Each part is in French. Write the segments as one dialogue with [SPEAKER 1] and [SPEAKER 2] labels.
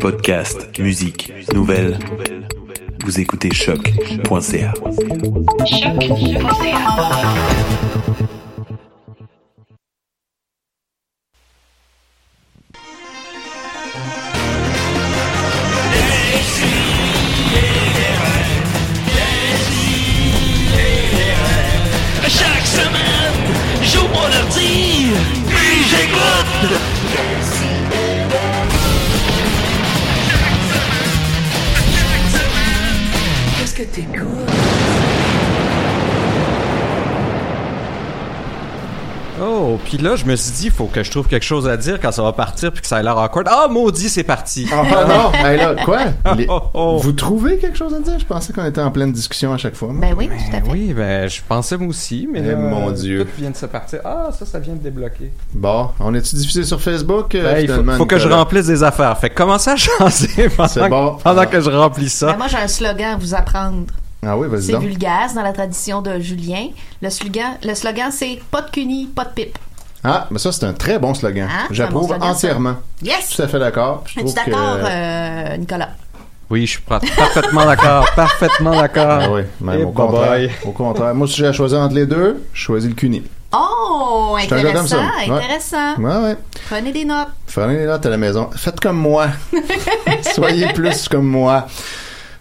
[SPEAKER 1] Podcast, musique, nouvelles. Vous écoutez choc.ca.
[SPEAKER 2] Chaque semaine, j'ouvre mon ordi, puis j'écoute.
[SPEAKER 3] Oh, puis là, je me suis dit, faut que je trouve quelque chose à dire quand ça va partir puis que ça a l'air awkward. Ah, maudit, c'est parti!
[SPEAKER 4] Ah non, hey, là, quoi? Les-
[SPEAKER 3] Oh, oh.
[SPEAKER 4] Vous trouvez quelque chose à dire? Je pensais qu'on était en pleine discussion à chaque fois. moi.
[SPEAKER 5] Ben oui, tout à fait.
[SPEAKER 3] Oui, ben, je pensais moi aussi, mais là,
[SPEAKER 4] Eh, mon
[SPEAKER 3] euh,
[SPEAKER 4] Dieu.
[SPEAKER 3] tout vient de se partir. Ah, ça, ça vient de débloquer.
[SPEAKER 4] Bon, on est-tu diffusé sur Facebook? euh,
[SPEAKER 3] Ben, il faut,
[SPEAKER 4] finalement,
[SPEAKER 3] faut que je
[SPEAKER 4] Nicolas?
[SPEAKER 3] remplisse des affaires. Fait que commencez à chanter pendant,
[SPEAKER 4] C'est bon.
[SPEAKER 3] que, pendant que je remplis
[SPEAKER 5] Ben
[SPEAKER 3] ça.
[SPEAKER 5] moi, j'ai un slogan à vous apprendre.
[SPEAKER 4] Ah oui, vas-y
[SPEAKER 5] C'est
[SPEAKER 4] donc.
[SPEAKER 5] vulgaire, c'est dans la tradition de Julien. Le slogan, le slogan c'est pas de cuni, pas de pipe.
[SPEAKER 4] Ah, mais ça, c'est un très bon slogan.
[SPEAKER 5] Hein? C'est un bon
[SPEAKER 4] J'approuve
[SPEAKER 5] slogan, ça.
[SPEAKER 4] entièrement.
[SPEAKER 5] Yes!
[SPEAKER 4] Tout à fait d'accord. Je
[SPEAKER 5] Es-tu
[SPEAKER 4] trouve que...
[SPEAKER 5] d'accord, euh, Nicolas?
[SPEAKER 3] Oui, je suis par- parfaitement d'accord. Parfaitement d'accord.
[SPEAKER 4] Ah oui, même
[SPEAKER 3] Eh,
[SPEAKER 4] au
[SPEAKER 3] bye
[SPEAKER 4] contraire.
[SPEAKER 3] bye.
[SPEAKER 4] Au contraire. Moi, si j'ai à choisir entre les deux, je choisis le CUNY.
[SPEAKER 5] Oh,
[SPEAKER 4] Je suis un gars comme
[SPEAKER 5] intéressant,
[SPEAKER 4] ça. Ouais.
[SPEAKER 5] intéressant.
[SPEAKER 4] Ouais, ouais.
[SPEAKER 5] Prenez des notes.
[SPEAKER 4] Prenez les notes à la maison. Faites comme moi. Soyez plus comme moi.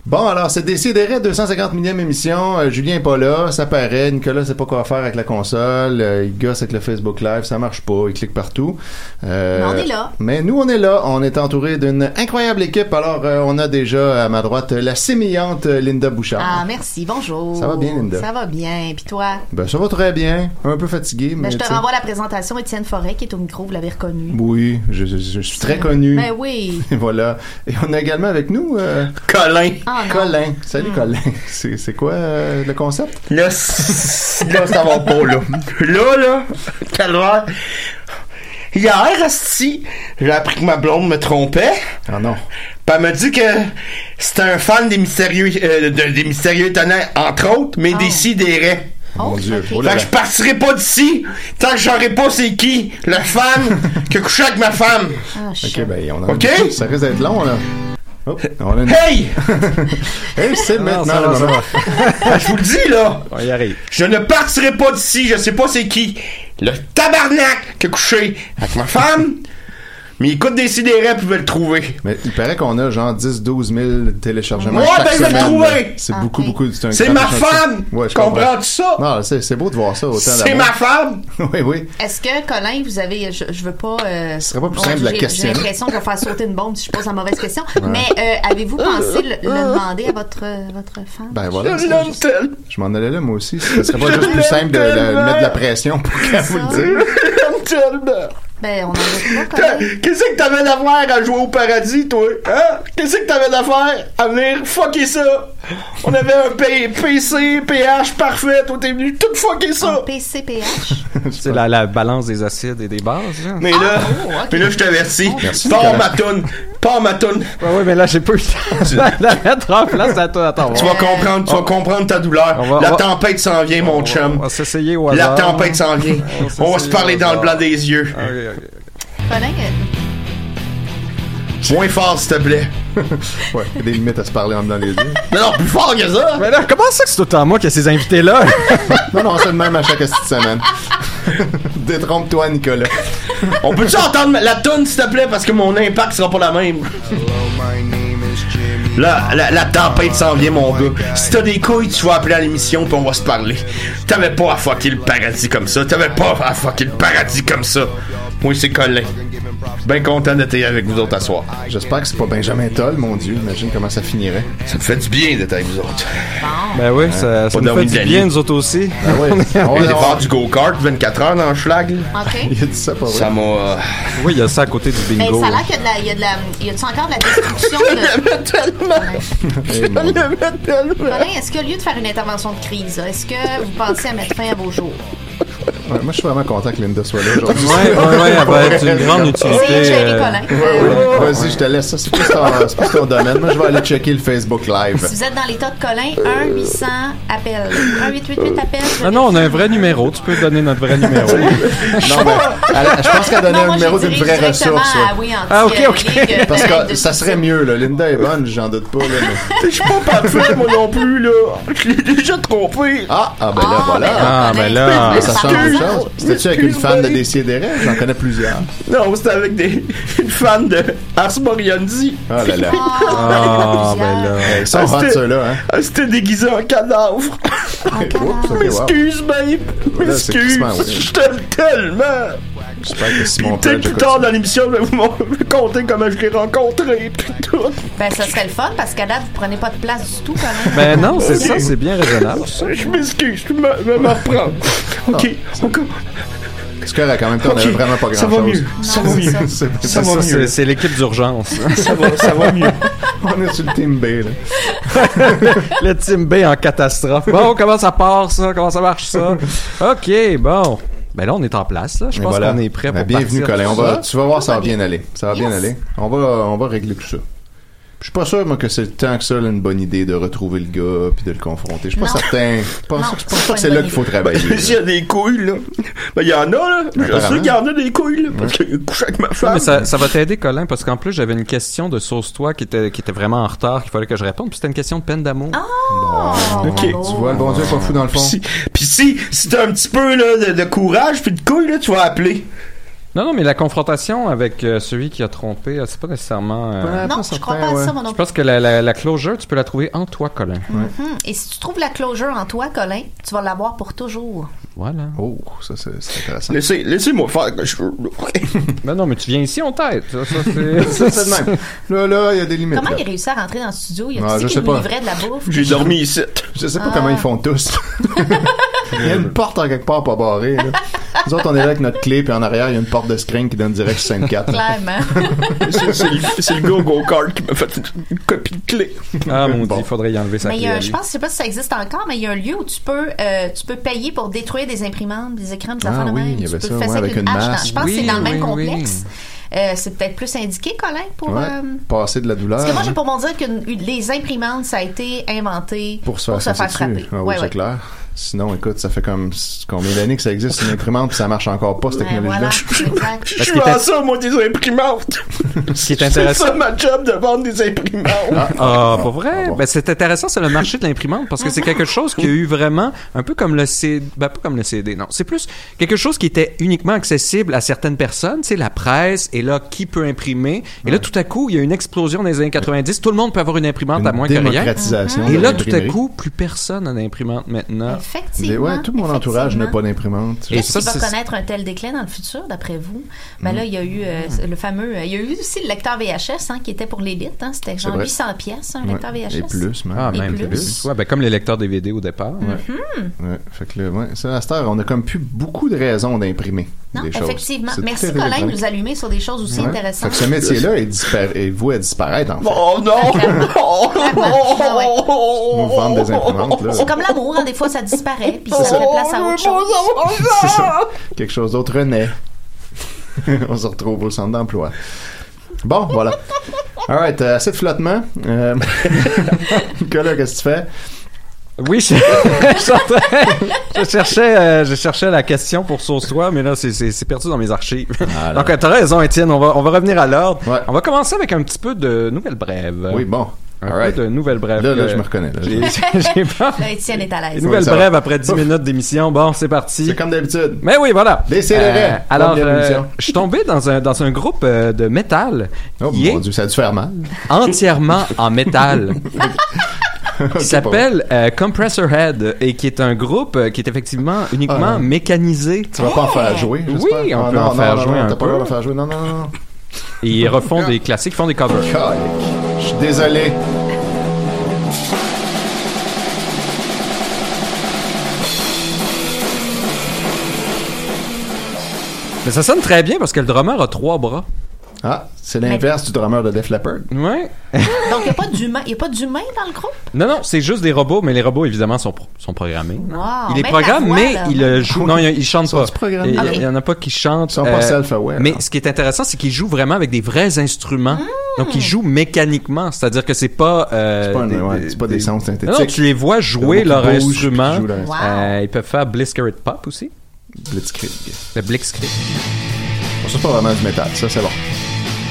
[SPEAKER 4] Bon, alors, c'est Décideret, 250 millième émission. Euh, Julien est pas là, ça paraît. Nicolas sait pas quoi faire avec la console. Euh, il gosse avec le Facebook Live, ça marche pas. Il clique partout. Euh,
[SPEAKER 5] Mais on est là.
[SPEAKER 4] Mais nous, on est là. On est entouré d'une incroyable équipe. Alors, euh, on a déjà à ma droite la sémillante euh, Linda Bouchard.
[SPEAKER 5] Ah, merci, bonjour.
[SPEAKER 4] Ça va bien, Linda?
[SPEAKER 5] Ça va bien. Puis toi?
[SPEAKER 4] Ben, ça va très bien. Un peu fatigué, mais.
[SPEAKER 5] Ben, je te
[SPEAKER 4] tu sais.
[SPEAKER 5] renvoie la présentation. Étienne Forêt qui est au micro, vous l'avez reconnu.
[SPEAKER 4] Oui, je, je- je suis très connu.
[SPEAKER 5] Ben oui.
[SPEAKER 4] Voilà. Et on a également avec nous euh,
[SPEAKER 2] Colin,
[SPEAKER 5] Ah, non.
[SPEAKER 4] Colin. Salut Colin. C'est c'est quoi euh, le concept?
[SPEAKER 2] là, c- là, ça va pas, là. Là, là, calvaire. Hier, asti, j'ai appris que ma blonde me trompait.
[SPEAKER 4] Ah non.
[SPEAKER 2] Puis elle m'a dit que c'était un fan des mystérieux, euh, de- des mystérieux étonnants, entre autres, mais
[SPEAKER 5] Oh.
[SPEAKER 2] des sidérés.
[SPEAKER 4] Mon
[SPEAKER 5] Oh,
[SPEAKER 4] Dieu.
[SPEAKER 5] ok.
[SPEAKER 4] Oh là là.
[SPEAKER 2] Fait que je partirai pas d'ici tant que j'aurai pas c'est qui le fan qui a couché avec ma femme.
[SPEAKER 5] Ah,
[SPEAKER 4] Ok,
[SPEAKER 5] shit.
[SPEAKER 4] ben on a...
[SPEAKER 2] Ok.
[SPEAKER 4] Ça risque d'être long là. Oh, on a une...
[SPEAKER 2] Hey!
[SPEAKER 4] Hey, c'est
[SPEAKER 3] Non,
[SPEAKER 4] maintenant
[SPEAKER 3] ça
[SPEAKER 4] le
[SPEAKER 3] va, ça
[SPEAKER 4] moment.
[SPEAKER 2] Je vous le dis là!
[SPEAKER 3] On y arrive.
[SPEAKER 2] Je ne partirai pas d'ici, je sais pas c'est qui. Le tabarnak qui a couché avec ma femme. Mais écoute des sidérés puis veut le trouver.
[SPEAKER 4] Mais il paraît qu'on a genre 10-12 000 téléchargements
[SPEAKER 2] Ouais,
[SPEAKER 4] chaque
[SPEAKER 2] ben, je vais
[SPEAKER 4] semaine,
[SPEAKER 2] trouver.
[SPEAKER 4] là. C'est
[SPEAKER 5] Ah,
[SPEAKER 4] beaucoup,
[SPEAKER 5] oui.
[SPEAKER 4] beaucoup. C'est un
[SPEAKER 2] C'est
[SPEAKER 4] grand
[SPEAKER 2] ma
[SPEAKER 4] échantillon.
[SPEAKER 2] femme!
[SPEAKER 4] Ouais, je
[SPEAKER 2] Comprends-tu ça?
[SPEAKER 4] Non, c'est c'est beau de voir ça autant
[SPEAKER 2] C'est ma
[SPEAKER 4] d'amour.
[SPEAKER 2] femme!
[SPEAKER 4] oui, oui.
[SPEAKER 5] Est-ce que, Colin, vous avez. Je, je veux pas. euh,
[SPEAKER 4] Ce serait pas plus
[SPEAKER 5] bon,
[SPEAKER 4] simple de la
[SPEAKER 5] j'ai-
[SPEAKER 4] questionner.
[SPEAKER 5] J'ai l'impression qu'on va faire sauter une bombe si je pose la mauvaise question. Mais euh, avez-vous pensé le, le demander à votre, euh, votre femme?
[SPEAKER 4] Ben voilà.
[SPEAKER 2] Je l'aime tellement!
[SPEAKER 4] Je m'en allais là, moi aussi. Ce serait pas
[SPEAKER 2] Je
[SPEAKER 4] juste plus
[SPEAKER 2] l'aime
[SPEAKER 4] simple de, de
[SPEAKER 2] tellement.
[SPEAKER 4] mettre de la pression pour qu'elle vous
[SPEAKER 5] Ça.
[SPEAKER 4] le dise.
[SPEAKER 2] Je l'aime tellement!
[SPEAKER 5] Ben, on en veut pas, Colin.
[SPEAKER 2] T'as- Qu'est-ce que t'avais d'affaire à jouer au paradis, toi? Hein? Qu'est-ce que t'avais d'affaire à venir fucker ça? On avait un P- PC, PH parfait, toi t'es venu tout fucker ça!
[SPEAKER 5] En PCPH.
[SPEAKER 3] C'est la, la balance des acides et des bases. hein. là.
[SPEAKER 2] Mais là,
[SPEAKER 5] oh, ok.
[SPEAKER 2] mais là, je t'avertis.
[SPEAKER 4] Merci,
[SPEAKER 2] Pars
[SPEAKER 4] Nicolas.
[SPEAKER 2] ma toune. Pars ma toune.
[SPEAKER 3] Ah Ouais, ouais, mais là, j'ai pas eu le temps de la mettre en place. Attends, attends.
[SPEAKER 2] Tu vas comprendre, tu vas comprendre ta douleur.
[SPEAKER 3] On va- on
[SPEAKER 2] La
[SPEAKER 3] va-
[SPEAKER 2] tempête s'en vient, mon
[SPEAKER 3] On
[SPEAKER 2] chum.
[SPEAKER 3] va s'essayer au hasard.
[SPEAKER 2] La
[SPEAKER 3] hein.
[SPEAKER 2] tempête s'en vient.
[SPEAKER 3] On s'essaye
[SPEAKER 2] On va se parler
[SPEAKER 3] au
[SPEAKER 2] dans le
[SPEAKER 3] hasard.
[SPEAKER 2] blanc des yeux.
[SPEAKER 3] Ah, ok, ok.
[SPEAKER 5] Colin, euh,
[SPEAKER 2] Moins fort, s'il te plaît.
[SPEAKER 4] Ouais, il y a des limites à se parler en dedans les yeux.
[SPEAKER 2] Non, non, plus fort que ça.
[SPEAKER 3] Mais là, comment ça que c'est tout le temps moi qui ai ces invités-là?
[SPEAKER 4] Non, non, c'est le même à chaque petite semaine. Détrompe-toi, Nicolas.
[SPEAKER 2] On peut-tu entendre ma- la toune, s'il te plaît, parce que mon impact sera pas la même. Là, la, la tempête s'en vient, mon gars. Si t'as des couilles, tu vas appeler à l'émission puis on va se parler. T'avais pas à fucker le paradis comme ça. T'avais pas à fucker le paradis comme ça. Moi, c'est Colin. Bien content d'être avec vous autres à soir.
[SPEAKER 4] J'espère que c'est pas Benjamin Toll, mon Dieu. Imagine comment ça finirait.
[SPEAKER 2] Ça me fait du bien d'être avec vous autres.
[SPEAKER 3] Ben oui, ça, ça
[SPEAKER 2] Pas
[SPEAKER 3] nous fait
[SPEAKER 2] dormi de
[SPEAKER 3] du
[SPEAKER 2] la
[SPEAKER 3] bien,
[SPEAKER 2] nuit.
[SPEAKER 3] nous autres aussi.
[SPEAKER 4] Ah oui. On
[SPEAKER 2] On
[SPEAKER 4] est
[SPEAKER 2] est faire du go-kart 24 heures dans le schlag. là.
[SPEAKER 5] OK.
[SPEAKER 4] Il a dit ça pas vrai.
[SPEAKER 2] Ça m'a. euh,
[SPEAKER 3] Oui, il y a ça à côté du
[SPEAKER 5] Ben,
[SPEAKER 3] bingo.
[SPEAKER 5] ça a l'air qu'il y a de la. Il y a de la. Il y a-tu encore de la destruction de. Colin, est-ce que, au lieu de faire une intervention de crise, est-ce que vous pensez à mettre fin à vos jours?
[SPEAKER 4] Ouais, moi, je suis vraiment content que Linda soit là aujourd'hui.
[SPEAKER 3] Ouais, ouais, ouais, elle va être une grande
[SPEAKER 5] C'est
[SPEAKER 3] utilité.
[SPEAKER 5] Jerry
[SPEAKER 3] euh,
[SPEAKER 5] Colin. Euh,
[SPEAKER 4] Vas-y, je te laisse ça. C'est plus, ton- c'est plus ton domaine. Moi, je vais aller checker le Facebook Live.
[SPEAKER 5] Si vous êtes dans l'état de Colin, 1-800-APPEL. 1-888-APPEL.
[SPEAKER 3] Ah non, on a un vrai numéro. Tu peux donner notre vrai numéro.
[SPEAKER 4] Non, mais elle- je pense qu'elle donnait un numéro d'une vraie ressource. ouais.
[SPEAKER 3] Ah, ok, ok.
[SPEAKER 5] euh,
[SPEAKER 4] Parce que ça serait mieux, là. Linda est bonne, j'en doute pas, là. mais-
[SPEAKER 2] Je suis pas parfait, moi non plus, là. Je l'ai déjà trompé.
[SPEAKER 4] Ah, ah, ben là, voilà.
[SPEAKER 3] Ah, ben là,
[SPEAKER 4] Ça change
[SPEAKER 2] parle-en.
[SPEAKER 4] une
[SPEAKER 5] ben
[SPEAKER 4] chose. C'était-tu avec une fan de
[SPEAKER 2] Excuse-moi.
[SPEAKER 4] Décideret? J'en connais plusieurs.
[SPEAKER 2] Non, c'était avec des, une fan de Ars Moriendi.
[SPEAKER 4] Ah là là.
[SPEAKER 3] Ah, ben là.
[SPEAKER 4] Ils sont
[SPEAKER 2] Ah,
[SPEAKER 4] hot,
[SPEAKER 2] c'était-
[SPEAKER 4] ceux-là, hein.
[SPEAKER 2] Elle s'était déguisée en cadavre.
[SPEAKER 4] Oups, ok, wow.
[SPEAKER 2] Excuse, babe.
[SPEAKER 4] Là, c'est
[SPEAKER 2] Excuse.
[SPEAKER 4] crissement weird.
[SPEAKER 2] Je t'aime tellement.
[SPEAKER 4] J'espère que Simon
[SPEAKER 2] Peut-être
[SPEAKER 4] Page
[SPEAKER 2] plus
[SPEAKER 4] écoute
[SPEAKER 2] tard
[SPEAKER 4] ça.
[SPEAKER 2] dans l'émission, je vais vous mon- vous compter comment je l'ai rencontré. Pis tout.
[SPEAKER 5] Ben, ça serait le fun parce qu'à date, vous prenez pas de place du tout, Colin.
[SPEAKER 3] Ben non, c'est ça, c'est bien raisonnable.
[SPEAKER 2] Je m'excuse. Je me- me me reprendre. Ok. on co-
[SPEAKER 4] Parce que là, quand même, on
[SPEAKER 2] Ok,
[SPEAKER 4] avait vraiment pas
[SPEAKER 2] Ça
[SPEAKER 4] grand-chose.
[SPEAKER 2] va mieux. Ça va mieux.
[SPEAKER 4] C'est-
[SPEAKER 2] Ça va
[SPEAKER 3] Ça, c'est-
[SPEAKER 2] mieux.
[SPEAKER 3] C'est l'équipe d'urgence.
[SPEAKER 2] Ça va, ça va mieux.
[SPEAKER 4] On est sur le team B, là.
[SPEAKER 3] Le team B en catastrophe. Bon, comment ça part ça? Comment ça marche ça? OK, bon. Ben là, on est en place, là. Je
[SPEAKER 4] Et
[SPEAKER 3] pense
[SPEAKER 4] voilà.
[SPEAKER 3] qu'on est prêt
[SPEAKER 4] Ben,
[SPEAKER 3] pour
[SPEAKER 4] Bienvenue,
[SPEAKER 3] partir
[SPEAKER 4] Colin. On
[SPEAKER 3] tout
[SPEAKER 4] va,
[SPEAKER 3] ça.
[SPEAKER 4] tu vas voir, ça va bien aller. Ça va bien aller. On va, on va régler tout ça. Je suis pas sûr, moi, que c'est tant que ça, là, une bonne idée de retrouver le gars puis de le confronter. Je suis pas
[SPEAKER 5] Non.
[SPEAKER 4] certain. Je pense,
[SPEAKER 5] Non,
[SPEAKER 4] je pense
[SPEAKER 5] c'est pas
[SPEAKER 4] pas
[SPEAKER 5] une
[SPEAKER 4] que c'est
[SPEAKER 5] bonne
[SPEAKER 4] là qu'il faut travailler. là.
[SPEAKER 2] S'il y a des couilles, là. Ben, il y en a, là. Je sais qu'il y en a des couilles, là. Parce que j'ai couché avec ma
[SPEAKER 3] Non,
[SPEAKER 2] femme.
[SPEAKER 3] mais ça, ça va t'aider, Colin, parce qu'en plus, j'avais une question de Sauce-toi qui était, qui était vraiment en retard, qu'il fallait que je réponde. Puis c'était une question de peine d'amour.
[SPEAKER 5] Oh,
[SPEAKER 4] Bon,
[SPEAKER 2] Ok.
[SPEAKER 4] Tu vois, le bon Dieu est pas fou dans le
[SPEAKER 2] Pis
[SPEAKER 4] fond.
[SPEAKER 2] si, pis si, si t'as un petit peu là, de, de courage puis de couilles, là, tu vas appeler.
[SPEAKER 3] Non, non, mais la confrontation avec euh, celui qui a trompé, euh, c'est pas nécessairement... euh,
[SPEAKER 4] Ouais,
[SPEAKER 5] Non,
[SPEAKER 4] pas
[SPEAKER 5] je
[SPEAKER 4] certain,
[SPEAKER 5] crois pas à
[SPEAKER 4] ouais.
[SPEAKER 3] Je
[SPEAKER 5] ça, moi Ah, non plus.
[SPEAKER 3] pense que la, la, la closure, tu peux la trouver en toi, Colin.
[SPEAKER 5] Hum, Et si tu trouves la closure en toi, Colin, tu vas l'avoir pour toujours.
[SPEAKER 3] Voilà.
[SPEAKER 4] Oh, ça, c'est c'est intéressant.
[SPEAKER 2] Laissez, laissez-moi faire. que Je...
[SPEAKER 3] Ben non, mais tu viens ici, on t'aide. Ça, ça,
[SPEAKER 4] Ça,
[SPEAKER 3] c'est-
[SPEAKER 4] c'est le même. Là, là, il y a des limites.
[SPEAKER 5] Comment
[SPEAKER 4] là.
[SPEAKER 5] il réussit à rentrer dans le studio? Il
[SPEAKER 4] Ah,
[SPEAKER 5] a dit
[SPEAKER 4] je
[SPEAKER 5] qu'il
[SPEAKER 4] sais pas.
[SPEAKER 5] nous livrait de la bouffe.
[SPEAKER 2] J'ai dormi ici.
[SPEAKER 4] Je sais pas comment ils font tous. il y a une porte en quelque part pas barrée. Là. Nous autres, on est là avec notre clé, puis en arrière, il y a une porte de screen qui donne direct sur 54.
[SPEAKER 5] Clairement.
[SPEAKER 2] C'est, c'est le, c'est le gars au go-kart qui m'a fait une, une copie de clé.
[SPEAKER 3] ah, mon
[SPEAKER 4] Bon.
[SPEAKER 3] dieu, il faudrait y enlever sa
[SPEAKER 5] Mais il y
[SPEAKER 3] clé
[SPEAKER 5] a,
[SPEAKER 3] à
[SPEAKER 5] je
[SPEAKER 3] lui.
[SPEAKER 5] pense, je sais pas si ça existe encore, mais il y a un lieu où tu peux, euh, tu peux payer pour détruire des imprimantes, des écrans, des
[SPEAKER 4] Ah
[SPEAKER 5] affaires de
[SPEAKER 4] oui,
[SPEAKER 5] même.
[SPEAKER 4] il y
[SPEAKER 5] Tu
[SPEAKER 4] avait
[SPEAKER 5] peux
[SPEAKER 4] ça,
[SPEAKER 5] le faire
[SPEAKER 4] ouais, avec une
[SPEAKER 5] hache dans-
[SPEAKER 4] masse.
[SPEAKER 5] Je pense que
[SPEAKER 3] Oui,
[SPEAKER 5] c'est dans le même
[SPEAKER 3] oui, oui.
[SPEAKER 5] complexe. Euh, c'est peut-être plus indiqué, Colin, pour.
[SPEAKER 4] Ouais.
[SPEAKER 5] euh,
[SPEAKER 4] Passer de la douleur.
[SPEAKER 5] Parce que moi, j'ai
[SPEAKER 4] hein,
[SPEAKER 5] pour mon dire que une- les imprimantes, ça a été inventé
[SPEAKER 4] pour se faire,
[SPEAKER 5] se
[SPEAKER 4] ça,
[SPEAKER 5] faire frapper.
[SPEAKER 4] Ah oui,
[SPEAKER 5] Ouais,
[SPEAKER 4] c'est
[SPEAKER 5] ouais.
[SPEAKER 4] clair. Sinon, écoute, ça fait comme s- combien d'années que ça existe une imprimante, puis ça marche encore pas, cette
[SPEAKER 5] Ouais, voilà.
[SPEAKER 4] technologie-là.
[SPEAKER 5] Exact.
[SPEAKER 2] Je suis
[SPEAKER 3] que t'as-
[SPEAKER 2] à ça, moi, des imprimantes.
[SPEAKER 3] Ce qui est
[SPEAKER 2] C'est
[SPEAKER 3] intéressant...
[SPEAKER 2] ça ma job de vendre des imprimantes.
[SPEAKER 3] Ah, pas vrai?
[SPEAKER 4] Ah bon.
[SPEAKER 3] Ben, c'est intéressant, c'est le marché de l'imprimante, parce que c'est quelque chose qui a eu vraiment, un peu comme le CD, ben, pas comme le CD, non. C'est plus quelque chose qui était uniquement accessible à certaines personnes, c'est la presse, et là, qui peut imprimer? Et là, tout à coup, il y a une explosion dans les années 90, tout le monde peut avoir une imprimante à
[SPEAKER 4] Une
[SPEAKER 3] moins que rien.
[SPEAKER 4] démocratisation. de
[SPEAKER 3] Et là, tout à
[SPEAKER 4] l'imprimerie.
[SPEAKER 3] coup, plus personne n'a d'imprimante maintenant.
[SPEAKER 4] Des-
[SPEAKER 5] Effectivement.
[SPEAKER 4] ouais, tout mon entourage n'a pas d'imprimante.
[SPEAKER 3] Et
[SPEAKER 5] Est-ce
[SPEAKER 3] ça,
[SPEAKER 5] qu'il va
[SPEAKER 3] c'est-
[SPEAKER 5] connaître un tel déclin dans le futur, d'après vous? Ben
[SPEAKER 4] Hmm.
[SPEAKER 5] là, il y a eu euh, le fameux... euh, Il y a eu aussi le lecteur VHS, hein, qui était pour l'élite. Hein, C'était genre
[SPEAKER 4] vrai.
[SPEAKER 5] 800 pièces, un
[SPEAKER 4] Ouais.
[SPEAKER 5] lecteur VHS.
[SPEAKER 4] Et plus, même.
[SPEAKER 3] Ah,
[SPEAKER 5] Et
[SPEAKER 3] même
[SPEAKER 5] plus.
[SPEAKER 3] plus. Ouais, ben, comme les lecteurs DVD au départ. ouais.
[SPEAKER 4] Ouais, fait que là, ouais, ça, à cette heure, on a comme plus beaucoup de raisons d'imprimer
[SPEAKER 5] Non,
[SPEAKER 4] des choses.
[SPEAKER 5] effectivement.
[SPEAKER 4] C'est
[SPEAKER 5] Merci,
[SPEAKER 4] tout à fait
[SPEAKER 5] Colin, de
[SPEAKER 4] vrai.
[SPEAKER 5] nous allumer sur des choses aussi
[SPEAKER 4] Ouais. Fait
[SPEAKER 5] intéressantes.
[SPEAKER 4] que ce métier-là est, dispara- est voué à disparaître, en fait.
[SPEAKER 2] Oh non! Oh,
[SPEAKER 4] Nous vendre des imprimantes, là.
[SPEAKER 5] Ah C'est comme l'amour, hein, des fois, ça disparaît, puis ça
[SPEAKER 4] C'est
[SPEAKER 5] fait
[SPEAKER 4] ça.
[SPEAKER 5] place à autre chose.
[SPEAKER 2] oh.
[SPEAKER 4] C'est ça. Quelque chose d'autre renaît. on se retrouve au centre d'emploi. Bon, voilà. Alright, euh, assez de flottement. Euh, Nicolas, qu'est-ce que tu fais?
[SPEAKER 3] Oui, je, je suis en train- je cherchais, euh, je cherchais la question pour Sauce-toi, mais là, c'est- c'est c'est perdu dans mes archives.
[SPEAKER 4] Ah, là.
[SPEAKER 3] Donc, euh, t'as raison, Étienne, on va, on va revenir à l'ordre.
[SPEAKER 4] Ouais.
[SPEAKER 3] On va commencer avec un petit peu de nouvelles brèves.
[SPEAKER 4] Oui, bon.
[SPEAKER 3] Un
[SPEAKER 4] Alright.
[SPEAKER 3] peu de nouvelles brèves.
[SPEAKER 4] Là, là,
[SPEAKER 3] Euh,
[SPEAKER 4] je me reconnais. là.
[SPEAKER 3] j'ai- j'ai pas...
[SPEAKER 2] Oh,
[SPEAKER 5] Là, Étienne est à
[SPEAKER 3] Les
[SPEAKER 5] l'aise.
[SPEAKER 3] nouvelles
[SPEAKER 4] ça va.
[SPEAKER 3] brèves après 10 minutes d'émission. Bon, c'est parti.
[SPEAKER 4] C'est comme d'habitude.
[SPEAKER 3] Mais oui, voilà.
[SPEAKER 4] Décidérez.
[SPEAKER 3] Euh, alors,
[SPEAKER 4] Première
[SPEAKER 3] euh,
[SPEAKER 4] émission.
[SPEAKER 3] je suis tombé dans un, dans un groupe euh, de métal
[SPEAKER 4] Oh
[SPEAKER 3] qui est
[SPEAKER 4] mon dieu, ça a dû faire mal.
[SPEAKER 3] entièrement en métal. qui s'appelle euh, Compressor Head et qui est un groupe euh, qui est effectivement uniquement
[SPEAKER 4] Ah.
[SPEAKER 3] mécanisé.
[SPEAKER 4] Tu vas pas en faire jouer, j'espère.
[SPEAKER 3] Oui, on
[SPEAKER 4] Ah,
[SPEAKER 3] peut
[SPEAKER 4] non,
[SPEAKER 3] en
[SPEAKER 4] non,
[SPEAKER 3] faire
[SPEAKER 4] non,
[SPEAKER 3] jouer
[SPEAKER 4] non,
[SPEAKER 3] un
[SPEAKER 4] t'as pas
[SPEAKER 3] peu.
[SPEAKER 4] le droit d'en faire jouer. Non, non, non.
[SPEAKER 3] Et ils refont des classiques, ils font des covers.
[SPEAKER 4] Calique. Je suis désolé.
[SPEAKER 3] Mais ça sonne très bien parce que le drummer a trois bras.
[SPEAKER 4] Ah, c'est l'inverse du drummer de Def Leppard.
[SPEAKER 3] Ouais.
[SPEAKER 5] Donc, il n'y a pas d'humain y a pas d'humain dans le groupe?
[SPEAKER 3] Non, non, c'est juste des robots, mais les robots, évidemment, sont, pro- sont programmés.
[SPEAKER 5] Wow,
[SPEAKER 3] il les
[SPEAKER 5] même
[SPEAKER 3] programme,
[SPEAKER 5] la voix,
[SPEAKER 3] mais
[SPEAKER 5] là. Ah,
[SPEAKER 3] il euh, joue. Non, il, il chante pas.
[SPEAKER 4] Sont-ils programmés?
[SPEAKER 3] Il y a-
[SPEAKER 5] Ok.
[SPEAKER 3] il y en a pas qui chantent. euh,
[SPEAKER 4] Ils sont pas self-aware,
[SPEAKER 3] Mais
[SPEAKER 4] hein.
[SPEAKER 3] ce qui est intéressant, c'est qu'ils jouent vraiment avec des vrais instruments.
[SPEAKER 5] Hmm.
[SPEAKER 3] Donc, ils jouent mécaniquement. C'est-à-dire que c'est pas. euh,
[SPEAKER 4] C'est pas, un- ouais, c'est pas des sons synthétiques.
[SPEAKER 3] Non, non, tu les vois jouer leur instrument.
[SPEAKER 4] Jouer leur
[SPEAKER 5] Wow.
[SPEAKER 3] Euh, ils peuvent faire Blitzkrieg Pop aussi.
[SPEAKER 4] Blitzkrieg.
[SPEAKER 3] Le Blitzkrieg.
[SPEAKER 4] Bon, Ça, c'est pas vraiment du métal. Ça, c'est bon.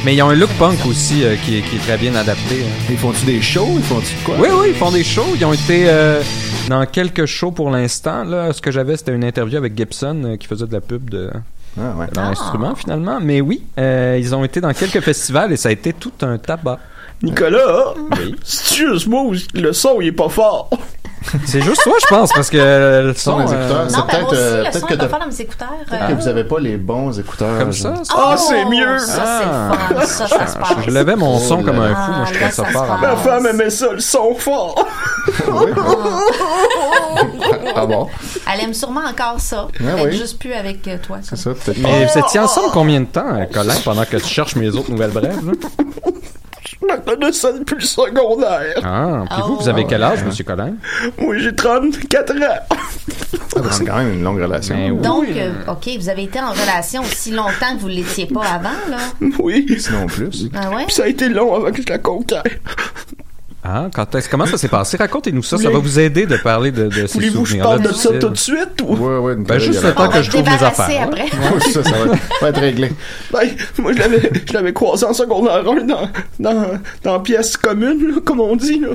[SPEAKER 3] Mais ils ont un look punk aussi euh, qui, est- qui est très bien adapté. hein.
[SPEAKER 4] Ils font-tu des shows? Ils font-tu de quoi?
[SPEAKER 3] Oui, oui, ils font des shows. Ils ont été euh, dans quelques shows pour l'instant. Là, ce que j'avais, c'était une interview avec Gibson euh, qui faisait de la pub de,
[SPEAKER 4] Ah, ouais.
[SPEAKER 3] dans l'instrument finalement. Mais oui, euh, ils ont été dans quelques festivals et ça a été tout un tabac.
[SPEAKER 2] Nicolas,
[SPEAKER 3] Oui.
[SPEAKER 2] c'est juste moi ou le son, il est pas fort.
[SPEAKER 3] C'est juste toi, je pense, parce que le
[SPEAKER 4] Sans
[SPEAKER 3] son.
[SPEAKER 4] les
[SPEAKER 3] euh,
[SPEAKER 4] écouteurs,
[SPEAKER 5] Non, mais
[SPEAKER 4] peut-être,
[SPEAKER 5] ben, moi aussi,
[SPEAKER 4] euh,
[SPEAKER 5] le
[SPEAKER 4] peut-être
[SPEAKER 5] son
[SPEAKER 4] que
[SPEAKER 5] est pas
[SPEAKER 4] t'as-
[SPEAKER 5] fort dans mes écouteurs.
[SPEAKER 4] Peut-être
[SPEAKER 5] euh. Oh,
[SPEAKER 4] que vous avez pas les bons écouteurs.
[SPEAKER 3] comme
[SPEAKER 4] genre.
[SPEAKER 3] ça. ça-
[SPEAKER 2] Ah, c'est mieux.
[SPEAKER 5] Ça, c'est
[SPEAKER 3] Ah.
[SPEAKER 5] fun. Ça, ça se passe.
[SPEAKER 3] Je levais mon son
[SPEAKER 4] là
[SPEAKER 3] comme un
[SPEAKER 5] là.
[SPEAKER 3] fou. Moi, je
[SPEAKER 5] Ah,
[SPEAKER 3] trouvais
[SPEAKER 5] là,
[SPEAKER 3] ça
[SPEAKER 5] ça se
[SPEAKER 3] fort.
[SPEAKER 2] Ma
[SPEAKER 5] Ah,
[SPEAKER 2] femme
[SPEAKER 5] c'est-
[SPEAKER 2] aimait ça, le son fort.
[SPEAKER 4] Ah bon?
[SPEAKER 5] Elle aime sûrement encore ça.
[SPEAKER 4] Ah
[SPEAKER 5] Elle
[SPEAKER 4] oui.
[SPEAKER 5] juste plus avec euh, toi.
[SPEAKER 4] C'est ça, peut-être
[SPEAKER 3] Mais
[SPEAKER 2] Oh,
[SPEAKER 3] vous étiez ensemble combien de temps, euh, Colin, pendant que tu cherches mes autres nouvelles brèves? là?
[SPEAKER 2] Je me connais ça depuis le secondaire.
[SPEAKER 3] Ah, puis vous,
[SPEAKER 2] Oh.
[SPEAKER 3] vous avez quel âge, monsieur Colin?
[SPEAKER 2] Moi, j'ai 34 ans.
[SPEAKER 4] Ah, ben, c'est quand même une longue relation.
[SPEAKER 3] Ben oui.
[SPEAKER 5] Donc, euh, OK, vous avez été en relation aussi longtemps que vous ne l'étiez pas avant, là.
[SPEAKER 2] Oui.
[SPEAKER 4] Sinon plus.
[SPEAKER 5] Ah ouais?
[SPEAKER 2] Puis ça a été long avant que je la conquête.
[SPEAKER 3] Ah, quand est-ce- comment ça s'est passé? Racontez-nous ça, ça
[SPEAKER 2] Voulez-
[SPEAKER 3] va vous aider de parler de, de ces
[SPEAKER 2] Voulez-vous que je
[SPEAKER 3] souvenirs-là.
[SPEAKER 2] parle de ça
[SPEAKER 3] difficiles.
[SPEAKER 2] tout de suite ou?
[SPEAKER 4] Ouais, ouais,
[SPEAKER 3] Ben,
[SPEAKER 4] Nicolas, il y
[SPEAKER 3] juste le
[SPEAKER 4] a la-
[SPEAKER 3] temps que je trouve mes
[SPEAKER 5] débarrasser
[SPEAKER 3] affaires.
[SPEAKER 5] après.
[SPEAKER 4] Ouais, ça, ça va être- va être réglé.
[SPEAKER 2] Ben, moi, je l'avais, je l'avais croisé en secondaire 1 dans, dans, dans pièce commune, là, comme on dit, là.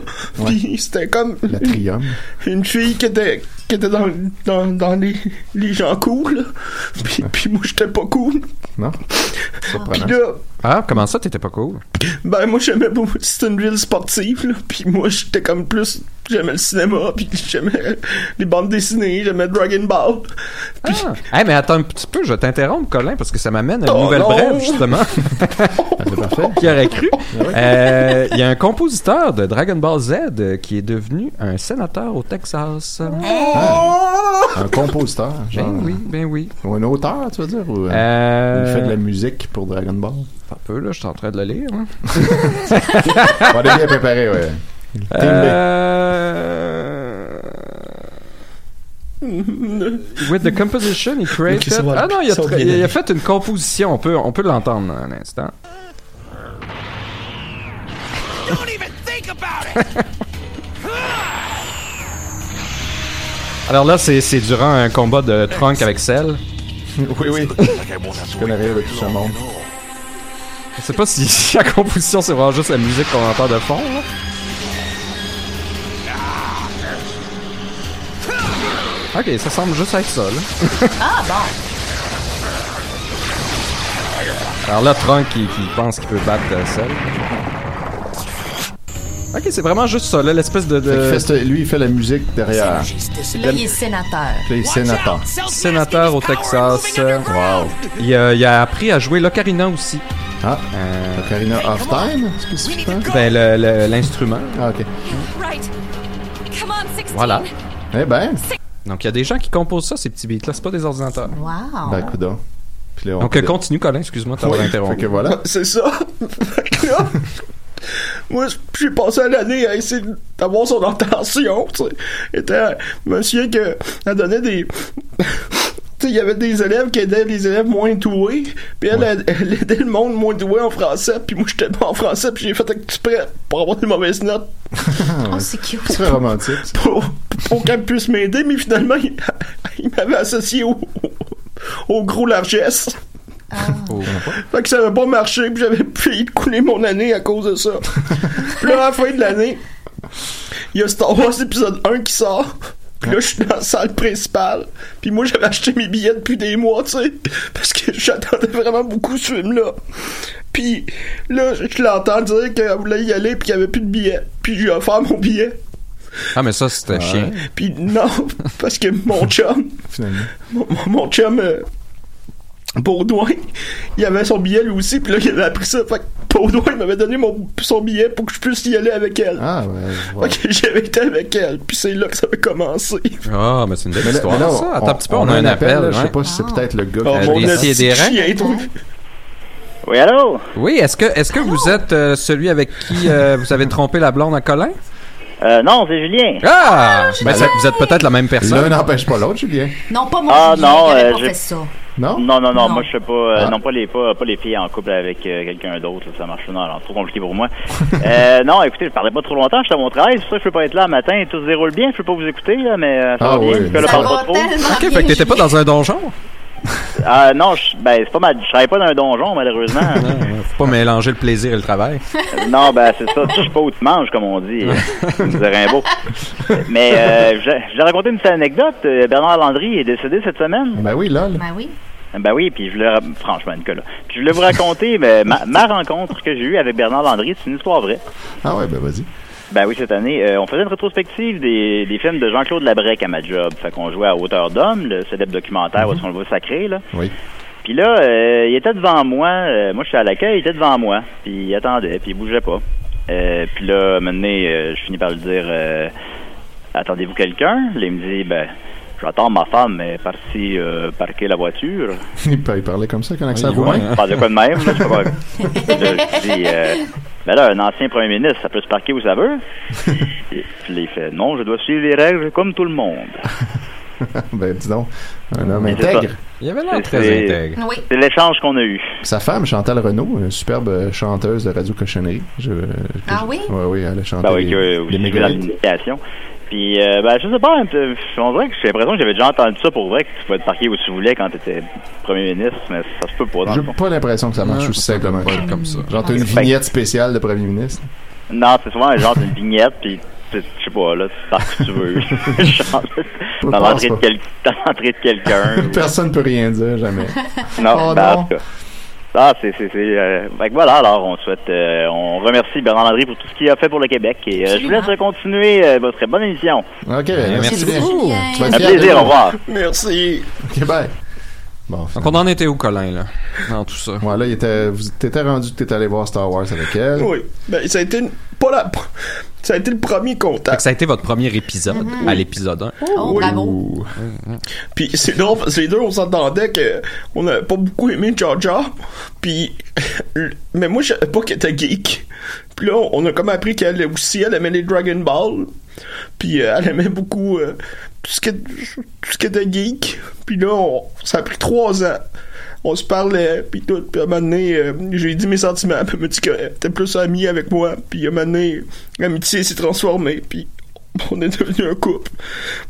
[SPEAKER 2] Puis c'était comme
[SPEAKER 4] Le
[SPEAKER 2] une-
[SPEAKER 4] trium.
[SPEAKER 2] une fille qui était, qui était dans, dans, dans les, les gens cool, là. Puis, puis moi, j'étais pas cool.
[SPEAKER 4] Non?
[SPEAKER 2] Puis
[SPEAKER 4] Surprenant.
[SPEAKER 2] là,
[SPEAKER 3] Ah, comment ça, t'étais pas cool?
[SPEAKER 2] ben, moi, j'aimais beaucoup. C'était une ville sportive, là. Puis moi, j'étais comme plus. J'aimais le cinéma, puis j'aimais les bandes dessinées, j'aimais Dragon Ball. Puis,
[SPEAKER 3] Ah. Eh, mais attends un petit peu, je vais t'interrompre, Colin, parce que ça m'amène à une
[SPEAKER 2] Oh
[SPEAKER 3] nouvelle
[SPEAKER 2] non! Oh,
[SPEAKER 3] brève, justement.
[SPEAKER 4] C'est parfait.
[SPEAKER 3] Qui aurait cru?
[SPEAKER 2] ben
[SPEAKER 3] Euh, Il y a un compositeur de Dragon Ball Z euh, qui est devenu un sénateur au Texas.
[SPEAKER 2] Oh.
[SPEAKER 4] Un compositeur, genre.
[SPEAKER 3] Ben oui, ben oui.
[SPEAKER 4] Ou un auteur, tu veux dire? Ou, euh,
[SPEAKER 3] Euh,
[SPEAKER 4] Il fait de la musique pour Dragon Ball.
[SPEAKER 3] un peu, là, je suis en train de le lire. hein.
[SPEAKER 4] On est bien préparé, ouais.
[SPEAKER 3] Euh, With the composition, he created.
[SPEAKER 2] Ok, ça va
[SPEAKER 3] ah
[SPEAKER 2] aller.
[SPEAKER 3] non, il a,
[SPEAKER 2] Ça va
[SPEAKER 3] tra-
[SPEAKER 2] bien
[SPEAKER 3] il a
[SPEAKER 2] aller.
[SPEAKER 3] fait une composition. On peut, on peut l'entendre un instant. Alors là, c'est c'est durant un combat de Trunk avec Cell.
[SPEAKER 4] Oui, oui. Je connais rien avec tout ce monde.
[SPEAKER 3] Je sais pas si la composition, c'est vraiment juste la musique qu'on entend de fond. là. Ok, ça semble juste être ça, là. ah, bon! Alors là, Trunk, qui, qui pense qu'il peut battre euh, seul. Ok, c'est vraiment juste ça, là, l'espèce de... de-
[SPEAKER 4] Fait qu'il fait ce- lui, il fait la musique derrière.
[SPEAKER 5] Là, il est sénateur.
[SPEAKER 4] Puis il sénateur.
[SPEAKER 3] Sénateur au Texas.
[SPEAKER 4] Wow.
[SPEAKER 3] Il, a- il a appris à jouer l'ocarina aussi.
[SPEAKER 4] Ah,
[SPEAKER 3] Euh,
[SPEAKER 4] Karina Off Time, spécifiquement?
[SPEAKER 3] ben, le- le- l'instrument.
[SPEAKER 4] Ah, ok.
[SPEAKER 6] Right. Come on, 16.
[SPEAKER 3] Voilà.
[SPEAKER 4] Eh ben,
[SPEAKER 3] Donc, il y a des gens qui composent ça, ces petits beats-là. C'est pas des ordinateurs.
[SPEAKER 5] Wow.
[SPEAKER 4] ben, coudonc. Puis là, on
[SPEAKER 3] Donc,
[SPEAKER 4] peut-
[SPEAKER 3] euh, continue, Colin. Excuse-moi de t'avoir
[SPEAKER 4] Oui, fait
[SPEAKER 3] interrompu.
[SPEAKER 4] que voilà.
[SPEAKER 2] C'est ça. Fait que là, moi, j'ai passé l'année à essayer d'avoir son attention. tu sais. C'était un monsieur que elle donnait des. Tu sais, Il y avait des élèves qui aidaient les élèves moins doués, puis elle, elle, elle aidait le monde moins doué en français, puis moi j'étais bon en français, puis j'ai fait exprès pour avoir des mauvaises notes
[SPEAKER 5] Oh, c'est cute.
[SPEAKER 4] Très romantique. ça.
[SPEAKER 2] pour, pour qu'elle puisse m'aider, mais finalement il, il m'avait associé au, au, au gros largesse. Fait que ça avait pas marché, puis j'avais pu couler mon année à cause de ça. puis là, à la fin de l'année, il y a Star Wars épisode 1 qui sort. Puis là, je suis dans la salle principale. Puis moi, j'avais acheté mes billets depuis des mois, tu sais. Parce que j'attendais vraiment beaucoup ce film-là. Puis là, je je l'entends dire qu'elle voulait y aller, puis qu'il n'y avait plus de billets. Puis j'ai offert mon billet.
[SPEAKER 3] Ah, mais ça, c'était chien.
[SPEAKER 2] Puis non, parce que mon chum,
[SPEAKER 4] Finalement.
[SPEAKER 2] mon, mon- mon chum, euh, Baudouin, il avait son billet lui aussi, puis là, il avait appris ça. Fait que Baudouin m'avait donné mon, son billet pour que je puisse y aller avec elle.
[SPEAKER 4] Ah, ouais. je vois.
[SPEAKER 2] Fait que j'avais été avec elle, puis c'est là que ça avait commencé.
[SPEAKER 3] Ah, mais c'est une belle
[SPEAKER 4] Mais là-
[SPEAKER 3] histoire,
[SPEAKER 4] mais là,
[SPEAKER 3] ça. Attends un petit peu, on, a un appel. hein.
[SPEAKER 4] là, Je
[SPEAKER 3] ouais.
[SPEAKER 4] sais pas si c'est peut-être le
[SPEAKER 2] Oh,
[SPEAKER 4] gars.
[SPEAKER 3] Euh,
[SPEAKER 4] qui-
[SPEAKER 3] mon des
[SPEAKER 2] esti de
[SPEAKER 3] sidérants.
[SPEAKER 2] chien, toi.
[SPEAKER 7] Oui, allô?
[SPEAKER 3] Oui, est-ce que, est-ce que vous êtes euh, celui avec qui euh, vous avez trompé la blonde à Colin?
[SPEAKER 7] Euh, non, c'est Julien.
[SPEAKER 3] Ah! Ben, ça- vous êtes peut-être la même personne.
[SPEAKER 4] L'un n'empêche pas l'autre, Julien.
[SPEAKER 5] Non, pas moi.
[SPEAKER 7] Ah,
[SPEAKER 5] Julien,
[SPEAKER 7] non,
[SPEAKER 5] il avait
[SPEAKER 7] euh,
[SPEAKER 5] pas
[SPEAKER 7] j'ai-
[SPEAKER 5] fait ça.
[SPEAKER 4] Non?
[SPEAKER 7] Non, non, non,
[SPEAKER 5] Non.
[SPEAKER 7] moi je sais pas, euh,
[SPEAKER 4] Ah.
[SPEAKER 7] non pas les pas, pas les filles en couple avec euh, quelqu'un d'autre, là, ça marche pas, non, alors, trop compliqué pour moi. euh, non, écoutez, je parlais pas trop longtemps, j'étais à mon travail, c'est pour ça que je peux pas être là le matin, tout se déroule bien, je peux pas vous écouter là, mais euh, ça
[SPEAKER 4] Ah
[SPEAKER 7] va bien,
[SPEAKER 4] oui.
[SPEAKER 7] Nicolas
[SPEAKER 5] Ça
[SPEAKER 7] parle
[SPEAKER 5] va
[SPEAKER 7] pas trop.
[SPEAKER 5] tellement
[SPEAKER 3] Ok,
[SPEAKER 5] bien,
[SPEAKER 3] fait que t'étais pas
[SPEAKER 5] Julien.
[SPEAKER 3] dans un donjon?
[SPEAKER 7] Ah non, je, ben c'est pas mal, je travaille pas dans un donjon malheureusement.
[SPEAKER 3] Non, Ah, Faut pas mélanger le plaisir et le travail.
[SPEAKER 7] Non, ben c'est ça, tu touches pas où tu manges, comme on dit. C'est Rimbaud. Mais euh, j'ai raconté une petite anecdote. Euh, Bernard Landry est décédé cette semaine.
[SPEAKER 4] Ben oui, lol.
[SPEAKER 5] Ben oui.
[SPEAKER 7] Ben oui, puis je voulais, ra- franchement, Nicolas, puis je voulais vous raconter ben, ma, ma rencontre que j'ai eue avec Bernard Landry. C'est une histoire vraie.
[SPEAKER 4] Ah ouais, ben vas-y.
[SPEAKER 7] Ben oui, cette année, euh, on faisait une rétrospective des, des films de Jean-Claude Labrec à ma job. Fait qu'on jouait à Hauteur d'homme, le célèbre documentaire où est-ce qu'on le voit sacré, là.
[SPEAKER 4] Oui.
[SPEAKER 7] Puis là, euh, il était devant moi. euh, moi, je suis à l'accueil, il était devant moi. Puis il attendait, puis il bougeait pas. Euh, puis là, maintenant, je finis par lui dire euh, Attendez-vous quelqu'un Là, il me dit Ben, j'attends ma femme, elle est partie euh, parquer la voiture.
[SPEAKER 4] Il peut y parler comme ça, qu'un accent
[SPEAKER 3] Oui,
[SPEAKER 4] roumain.
[SPEAKER 7] Je parle de quoi de même, là, je sais pas. Là, je dis, euh, ben là, un ancien premier ministre, ça peut se parquer où ça veut. Et Puis là, il fait, non, je dois suivre les règles comme tout le monde.
[SPEAKER 4] Ben dis donc, un homme
[SPEAKER 7] Mais c'est ça.
[SPEAKER 4] intègre.
[SPEAKER 3] Il y avait l'air
[SPEAKER 7] C'est-
[SPEAKER 3] très
[SPEAKER 7] c'est-
[SPEAKER 3] intègre.
[SPEAKER 5] Oui.
[SPEAKER 7] C'est l'échange qu'on a eu.
[SPEAKER 4] Sa femme, Chantal Renault, une superbe euh, chanteuse de Radio Cochonnerie. Je- euh, que
[SPEAKER 5] Ah
[SPEAKER 4] je-
[SPEAKER 5] oui?
[SPEAKER 4] Ouais, oui, elle a chanté.
[SPEAKER 7] Ben oui,
[SPEAKER 4] les-
[SPEAKER 7] que euh,
[SPEAKER 4] les
[SPEAKER 7] vous suivez la
[SPEAKER 4] mégalithes.
[SPEAKER 7] communication. Puis, euh, ben, je sais pas, un peu- on dirait que j'ai l'impression que j'avais déjà entendu ça pour vrai, que tu pouvais te parquer où tu voulais quand tu étais premier ministre, mais ça se peut pas, dans
[SPEAKER 4] J'ai
[SPEAKER 7] le fond.
[SPEAKER 4] pas l'impression que ça marche
[SPEAKER 3] Non,
[SPEAKER 4] aussi simplement.
[SPEAKER 3] ça peut Ah, pas être comme ça.
[SPEAKER 5] Mm.
[SPEAKER 4] Genre, t'as une
[SPEAKER 7] Ben-
[SPEAKER 4] vignette spéciale de premier ministre.
[SPEAKER 7] Non, c'est souvent un genre d'une vignette, puis tu- je sais pas, là, tu te parques où tu veux. Genre,
[SPEAKER 4] Je
[SPEAKER 7] dans
[SPEAKER 4] pense
[SPEAKER 7] l'entrée de,
[SPEAKER 4] pas.
[SPEAKER 7] quel- dans l'entrée de quelqu'un. ou-
[SPEAKER 4] Personne peut rien dire, jamais.
[SPEAKER 7] Non,
[SPEAKER 4] Oh
[SPEAKER 7] ben,
[SPEAKER 4] non.
[SPEAKER 7] en tout cas. Ah, c'est, c'est, c'est, euh, fait que voilà, alors on souhaite, euh, on remercie Bernard Landry pour tout ce qu'il a fait pour le Québec et euh, je vous
[SPEAKER 5] Absolument.
[SPEAKER 7] laisse continuer euh, votre bonne émission.
[SPEAKER 4] OK, merci
[SPEAKER 3] merci
[SPEAKER 4] bien.
[SPEAKER 3] beaucoup.
[SPEAKER 4] Tu vas
[SPEAKER 7] Un
[SPEAKER 4] être fier de
[SPEAKER 7] plaisir,
[SPEAKER 4] nous.
[SPEAKER 7] au revoir.
[SPEAKER 2] Merci.
[SPEAKER 4] OK, bye. Bon,
[SPEAKER 3] Donc, on en était où, Colin, là? Dans tout ça.
[SPEAKER 4] Voilà, il était, vous t'étais rendu que t'étais allé voir Star Wars avec elle.
[SPEAKER 2] Oui. Ben, ça a été une- pas la... Ça a été le premier
[SPEAKER 3] Fait que
[SPEAKER 2] contact.
[SPEAKER 3] ça a été votre premier épisode, à l'épisode 1.
[SPEAKER 5] Oh, bravo.
[SPEAKER 2] Puis c'est drôle, parce que les deux, on s'entendait que on n'avait pas beaucoup aimé Jar Jar. Puis, mais moi, je savais pas qu'elle était geek. Puis là, on a comme appris qu'elle aussi, elle aimait les Dragon Ball. Puis euh, elle aimait beaucoup euh, tout, ce qui, est- tout ce qui était geek. Puis là, on- ça a pris trois ans. On se parlait, puis tout. Puis à un moment donné, euh, j'ai dit mes sentiments. Puis elle m'a dit qu'elle était plus amie avec moi. Puis à un moment donné, l'amitié s'est transformée. Puis on est devenu un couple.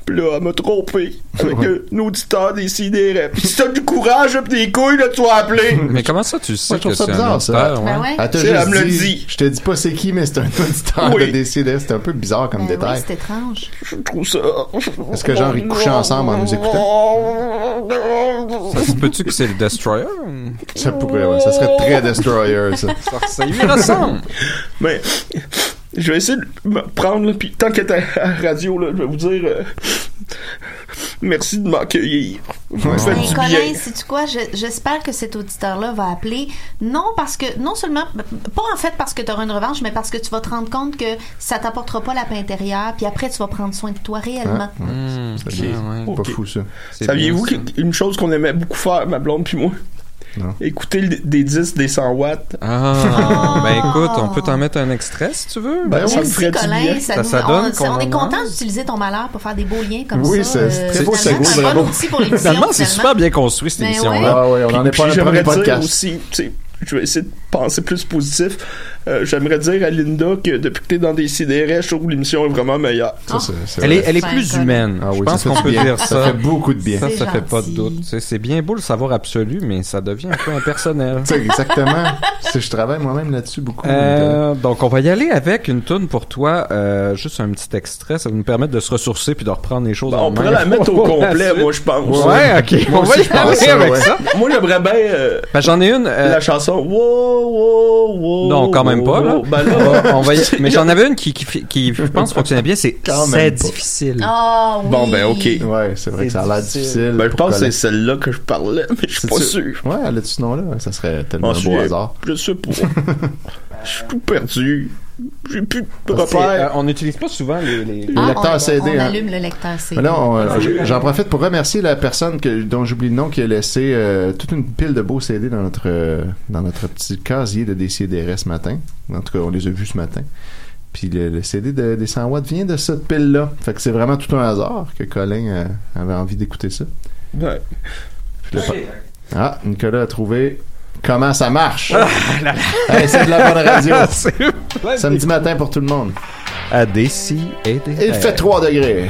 [SPEAKER 2] Puis là, elle m'a trompé avec un, un auditeur des sidérés. Puis si t'as du courage, pis des couilles, là, tu vas appeler.
[SPEAKER 3] Mais comment ça, tu sais
[SPEAKER 4] Moi, je trouve
[SPEAKER 3] que
[SPEAKER 4] ça
[SPEAKER 3] c'est un
[SPEAKER 4] bizarre, ça.
[SPEAKER 3] auditeur, ouais?
[SPEAKER 5] Ben ouais.
[SPEAKER 4] Elle t'a
[SPEAKER 2] C'est, elle me
[SPEAKER 4] juste
[SPEAKER 2] l'a
[SPEAKER 4] dit,
[SPEAKER 2] dit.
[SPEAKER 4] Je te dis pas c'est qui, mais c'est un auditeur
[SPEAKER 2] Oui.
[SPEAKER 4] de décider. C'est un peu bizarre comme
[SPEAKER 5] Ben oui,
[SPEAKER 4] détail.
[SPEAKER 5] c'est étrange.
[SPEAKER 2] Je trouve ça.
[SPEAKER 4] Est-ce que genre, ils couchaient ensemble en nous
[SPEAKER 2] écoutant?
[SPEAKER 3] Ça se peut-tu que c'est le Destroyer?
[SPEAKER 4] ça pourrait,
[SPEAKER 5] Oh!
[SPEAKER 4] ouais, ça serait très destroyer, ça. Hein?
[SPEAKER 3] Ça lui ressemble.
[SPEAKER 2] Mais je vais essayer de me prendre, là, puis tant qu'elle est à la radio, là, je vais vous dire euh, merci de m'accueillir. Vous me faites
[SPEAKER 5] Mais
[SPEAKER 2] du
[SPEAKER 5] Colin,
[SPEAKER 3] euh,
[SPEAKER 2] bien.
[SPEAKER 5] sais-tu quoi? Je- J'espère que cet auditeur-là va appeler. Non, parce que, non seulement, pas en fait parce que tu auras une revanche, mais parce que tu vas te rendre compte que ça t'apportera pas la paix intérieure, puis après, tu vas prendre soin de toi réellement.
[SPEAKER 4] Mm.
[SPEAKER 3] Hmm, ouais,
[SPEAKER 4] Pas
[SPEAKER 2] Ok.
[SPEAKER 4] fou, ça.
[SPEAKER 3] c'est
[SPEAKER 2] Saviez-vous
[SPEAKER 3] bien, ça.
[SPEAKER 2] qu'une chose qu'on aimait beaucoup faire, ma blonde puis moi?
[SPEAKER 4] Non.
[SPEAKER 2] Écouter le- des 10, des 100 watts.
[SPEAKER 3] Ah, ben écoute, on peut t'en mettre un extrait si tu veux.
[SPEAKER 2] Ben,
[SPEAKER 4] oui.
[SPEAKER 2] ça me ferait
[SPEAKER 5] Merci,
[SPEAKER 2] du
[SPEAKER 5] Colin.
[SPEAKER 2] bien.
[SPEAKER 5] Ça
[SPEAKER 3] Ça,
[SPEAKER 5] nous-
[SPEAKER 3] ça donne
[SPEAKER 5] on, ça- on est
[SPEAKER 3] qu'on
[SPEAKER 5] content
[SPEAKER 3] avance.
[SPEAKER 5] d'utiliser ton malheur pour faire des beaux liens comme
[SPEAKER 4] Oui, c'est-
[SPEAKER 5] ça.
[SPEAKER 4] c'est très
[SPEAKER 5] euh,
[SPEAKER 4] beau,
[SPEAKER 5] finalement,
[SPEAKER 4] c'est
[SPEAKER 5] c'est un
[SPEAKER 4] beau,
[SPEAKER 5] bon outil pour l'émission.
[SPEAKER 3] Finalement, c'est
[SPEAKER 5] finalement.
[SPEAKER 3] super bien construit cette
[SPEAKER 5] Ben
[SPEAKER 3] émission-là.
[SPEAKER 4] Ah ouais, on en est
[SPEAKER 2] Puis
[SPEAKER 4] pas à le
[SPEAKER 2] j'aimerais
[SPEAKER 4] premier
[SPEAKER 2] dire
[SPEAKER 4] podcast.
[SPEAKER 2] aussi, tu sais, je vais essayer de penser plus positif. Euh, j'aimerais dire à Linda que depuis que t'es dans des sidérés, je trouve que l'émission est vraiment meilleure.
[SPEAKER 4] Ça, c'est- c'est
[SPEAKER 3] Elle
[SPEAKER 4] vrai.
[SPEAKER 3] est, elle est
[SPEAKER 5] Ça
[SPEAKER 3] plus
[SPEAKER 5] donne.
[SPEAKER 3] humaine.
[SPEAKER 4] Ah oui,
[SPEAKER 3] Je pense
[SPEAKER 4] ça fait
[SPEAKER 3] qu'on
[SPEAKER 4] du
[SPEAKER 3] peut
[SPEAKER 4] bien.
[SPEAKER 3] dire
[SPEAKER 4] ça.
[SPEAKER 3] ça.
[SPEAKER 4] fait beaucoup de bien.
[SPEAKER 3] Ça,
[SPEAKER 5] C'est
[SPEAKER 3] ça fait pas de
[SPEAKER 5] gentil.
[SPEAKER 3] doute. C'est- C'est bien beau le savoir absolu, mais ça devient un peu impersonnel.
[SPEAKER 4] C'est exactement. C'est- je travaille moi-même là-dessus beaucoup.
[SPEAKER 3] Euh, donc, on va y aller avec une toune pour toi. euh, juste un petit extrait. Ça va nous permettre de se ressourcer puis de reprendre les choses
[SPEAKER 2] Ben,
[SPEAKER 3] en
[SPEAKER 2] on
[SPEAKER 3] main.
[SPEAKER 2] pourrait la mettre au
[SPEAKER 3] Pour la
[SPEAKER 2] complet,
[SPEAKER 3] suite.
[SPEAKER 2] moi, je pense.
[SPEAKER 3] Ouais, ok.
[SPEAKER 4] Moi
[SPEAKER 3] on va
[SPEAKER 4] aussi,
[SPEAKER 3] y
[SPEAKER 4] je pense
[SPEAKER 3] aller
[SPEAKER 4] ça,
[SPEAKER 3] avec
[SPEAKER 4] ouais.
[SPEAKER 3] ça.
[SPEAKER 2] Moi, j'aimerais bien euh,
[SPEAKER 3] Ben, J'en ai une. euh,
[SPEAKER 2] la chanson Wow, wow, wow.
[SPEAKER 3] non, quand même même pas, là.
[SPEAKER 2] Oh, ben là,
[SPEAKER 3] On va y- Mais j'en avais une qui, qui, fi- qui, je pense, fonctionnait bien. C'est
[SPEAKER 4] Quand
[SPEAKER 3] c'est
[SPEAKER 4] même pas.
[SPEAKER 3] difficile.
[SPEAKER 5] Ah oui.
[SPEAKER 2] Bon, ben, ok.
[SPEAKER 4] Ouais, c'est vrai que ça a l'air
[SPEAKER 8] C'est
[SPEAKER 4] difficile.
[SPEAKER 2] Ben, je
[SPEAKER 4] pour
[SPEAKER 2] pense que c'est
[SPEAKER 4] Colette.
[SPEAKER 2] celle-là que je parlais, mais je suis pas
[SPEAKER 4] C'est-tu-
[SPEAKER 2] sûr.
[SPEAKER 4] Ouais, elle a-tu ce nom-là? Ça serait
[SPEAKER 2] Je
[SPEAKER 4] tellement
[SPEAKER 2] m'en
[SPEAKER 4] un beau
[SPEAKER 2] souviens.
[SPEAKER 4] hasard.
[SPEAKER 2] Je sais pas. Je suis tout perdu. J'ai plus de
[SPEAKER 4] Parce que,
[SPEAKER 2] repères.
[SPEAKER 3] euh, on n'utilise pas souvent les.
[SPEAKER 4] Le
[SPEAKER 5] Ah,
[SPEAKER 4] lecteur
[SPEAKER 5] on-
[SPEAKER 4] CD, hein.
[SPEAKER 5] On allume le lecteur CD.
[SPEAKER 4] Mais là, on- j- j'en profite pour remercier la personne que, dont j'oublie le nom qui a laissé euh, toute une pile de beaux CD dans notre, euh, dans notre petit casier de DCDR ce matin. En tout cas, on les a vus ce matin. Puis le, le CD de, des 100 watts vient de cette pile-là. Fait que c'est vraiment tout un hasard que Colin euh, avait envie d'écouter ça.
[SPEAKER 2] Ouais.
[SPEAKER 4] Puis le- Ah, Nicolas a trouvé comment ça marche. Hey, c'est de la bonne radio. Samedi matin pour tout le monde.
[SPEAKER 3] À des si et des.
[SPEAKER 4] Il fait 3 degrés.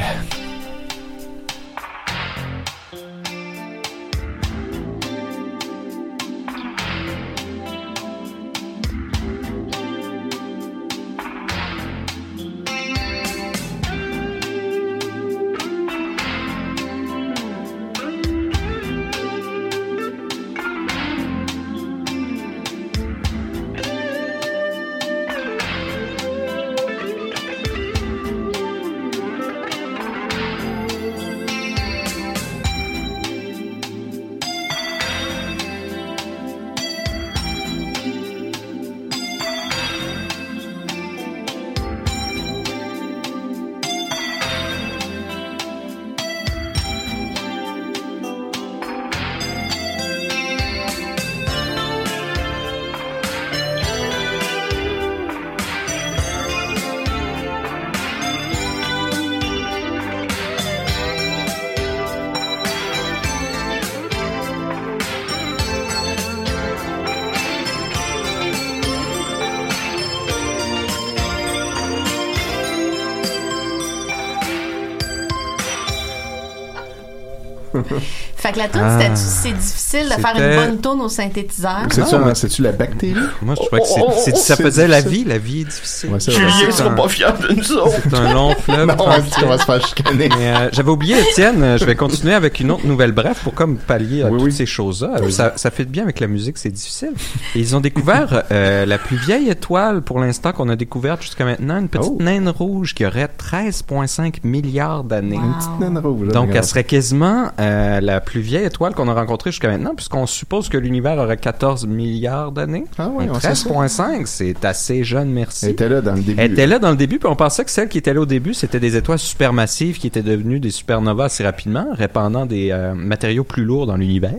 [SPEAKER 5] Fait que la toune,
[SPEAKER 3] Ah.
[SPEAKER 5] c'était- c'est difficile de faire
[SPEAKER 3] C'était-
[SPEAKER 5] une bonne toune au synthétiseur.
[SPEAKER 4] C'est-tu
[SPEAKER 3] Ah,
[SPEAKER 4] un-
[SPEAKER 3] mais-
[SPEAKER 4] c'est-tu la bactérie?
[SPEAKER 3] Moi, je trouvais que c'est- c'est- ça
[SPEAKER 4] c'est
[SPEAKER 3] faisait la vie.
[SPEAKER 4] difficile.
[SPEAKER 3] La vie est difficile.
[SPEAKER 4] Ouais, ça, ouais.
[SPEAKER 2] Julien
[SPEAKER 3] euh, c'est
[SPEAKER 2] sera
[SPEAKER 3] un-
[SPEAKER 2] pas fier de nous autres.
[SPEAKER 3] C'est un long fleuve.
[SPEAKER 4] Non, on dit qu'on va se faire chicaner.
[SPEAKER 3] Mais euh, j'avais oublié, Étienne, euh, je vais continuer avec une autre nouvelle bref pour comme pallier à toutes ces choses-là. Euh, Ça, ça fait bien avec la musique, c'est difficile. Et ils ont découvert euh, la plus vieille étoile pour l'instant qu'on a découverte jusqu'à maintenant, une petite
[SPEAKER 4] Oh.
[SPEAKER 3] naine rouge qui aurait 13,5 milliards d'années.
[SPEAKER 5] Wow.
[SPEAKER 4] Naine rouge, là,
[SPEAKER 3] Donc, elle
[SPEAKER 4] regarde.
[SPEAKER 3] serait quasiment euh, la plus vieille étoile qu'on a rencontrée jusqu'à maintenant, puisqu'on suppose que l'univers aurait 14 milliards d'années.
[SPEAKER 4] Ah oui,
[SPEAKER 3] Donc,
[SPEAKER 4] on sait ça.
[SPEAKER 3] 13,5, c'est assez jeune, merci.
[SPEAKER 4] Elle était là dans le début.
[SPEAKER 3] Elle était là dans le début, puis on pensait que celles qui étaient là au début, c'était des étoiles supermassives qui étaient devenues des supernovas assez rapidement, répandant des euh, matériaux plus lourds dans l'univers.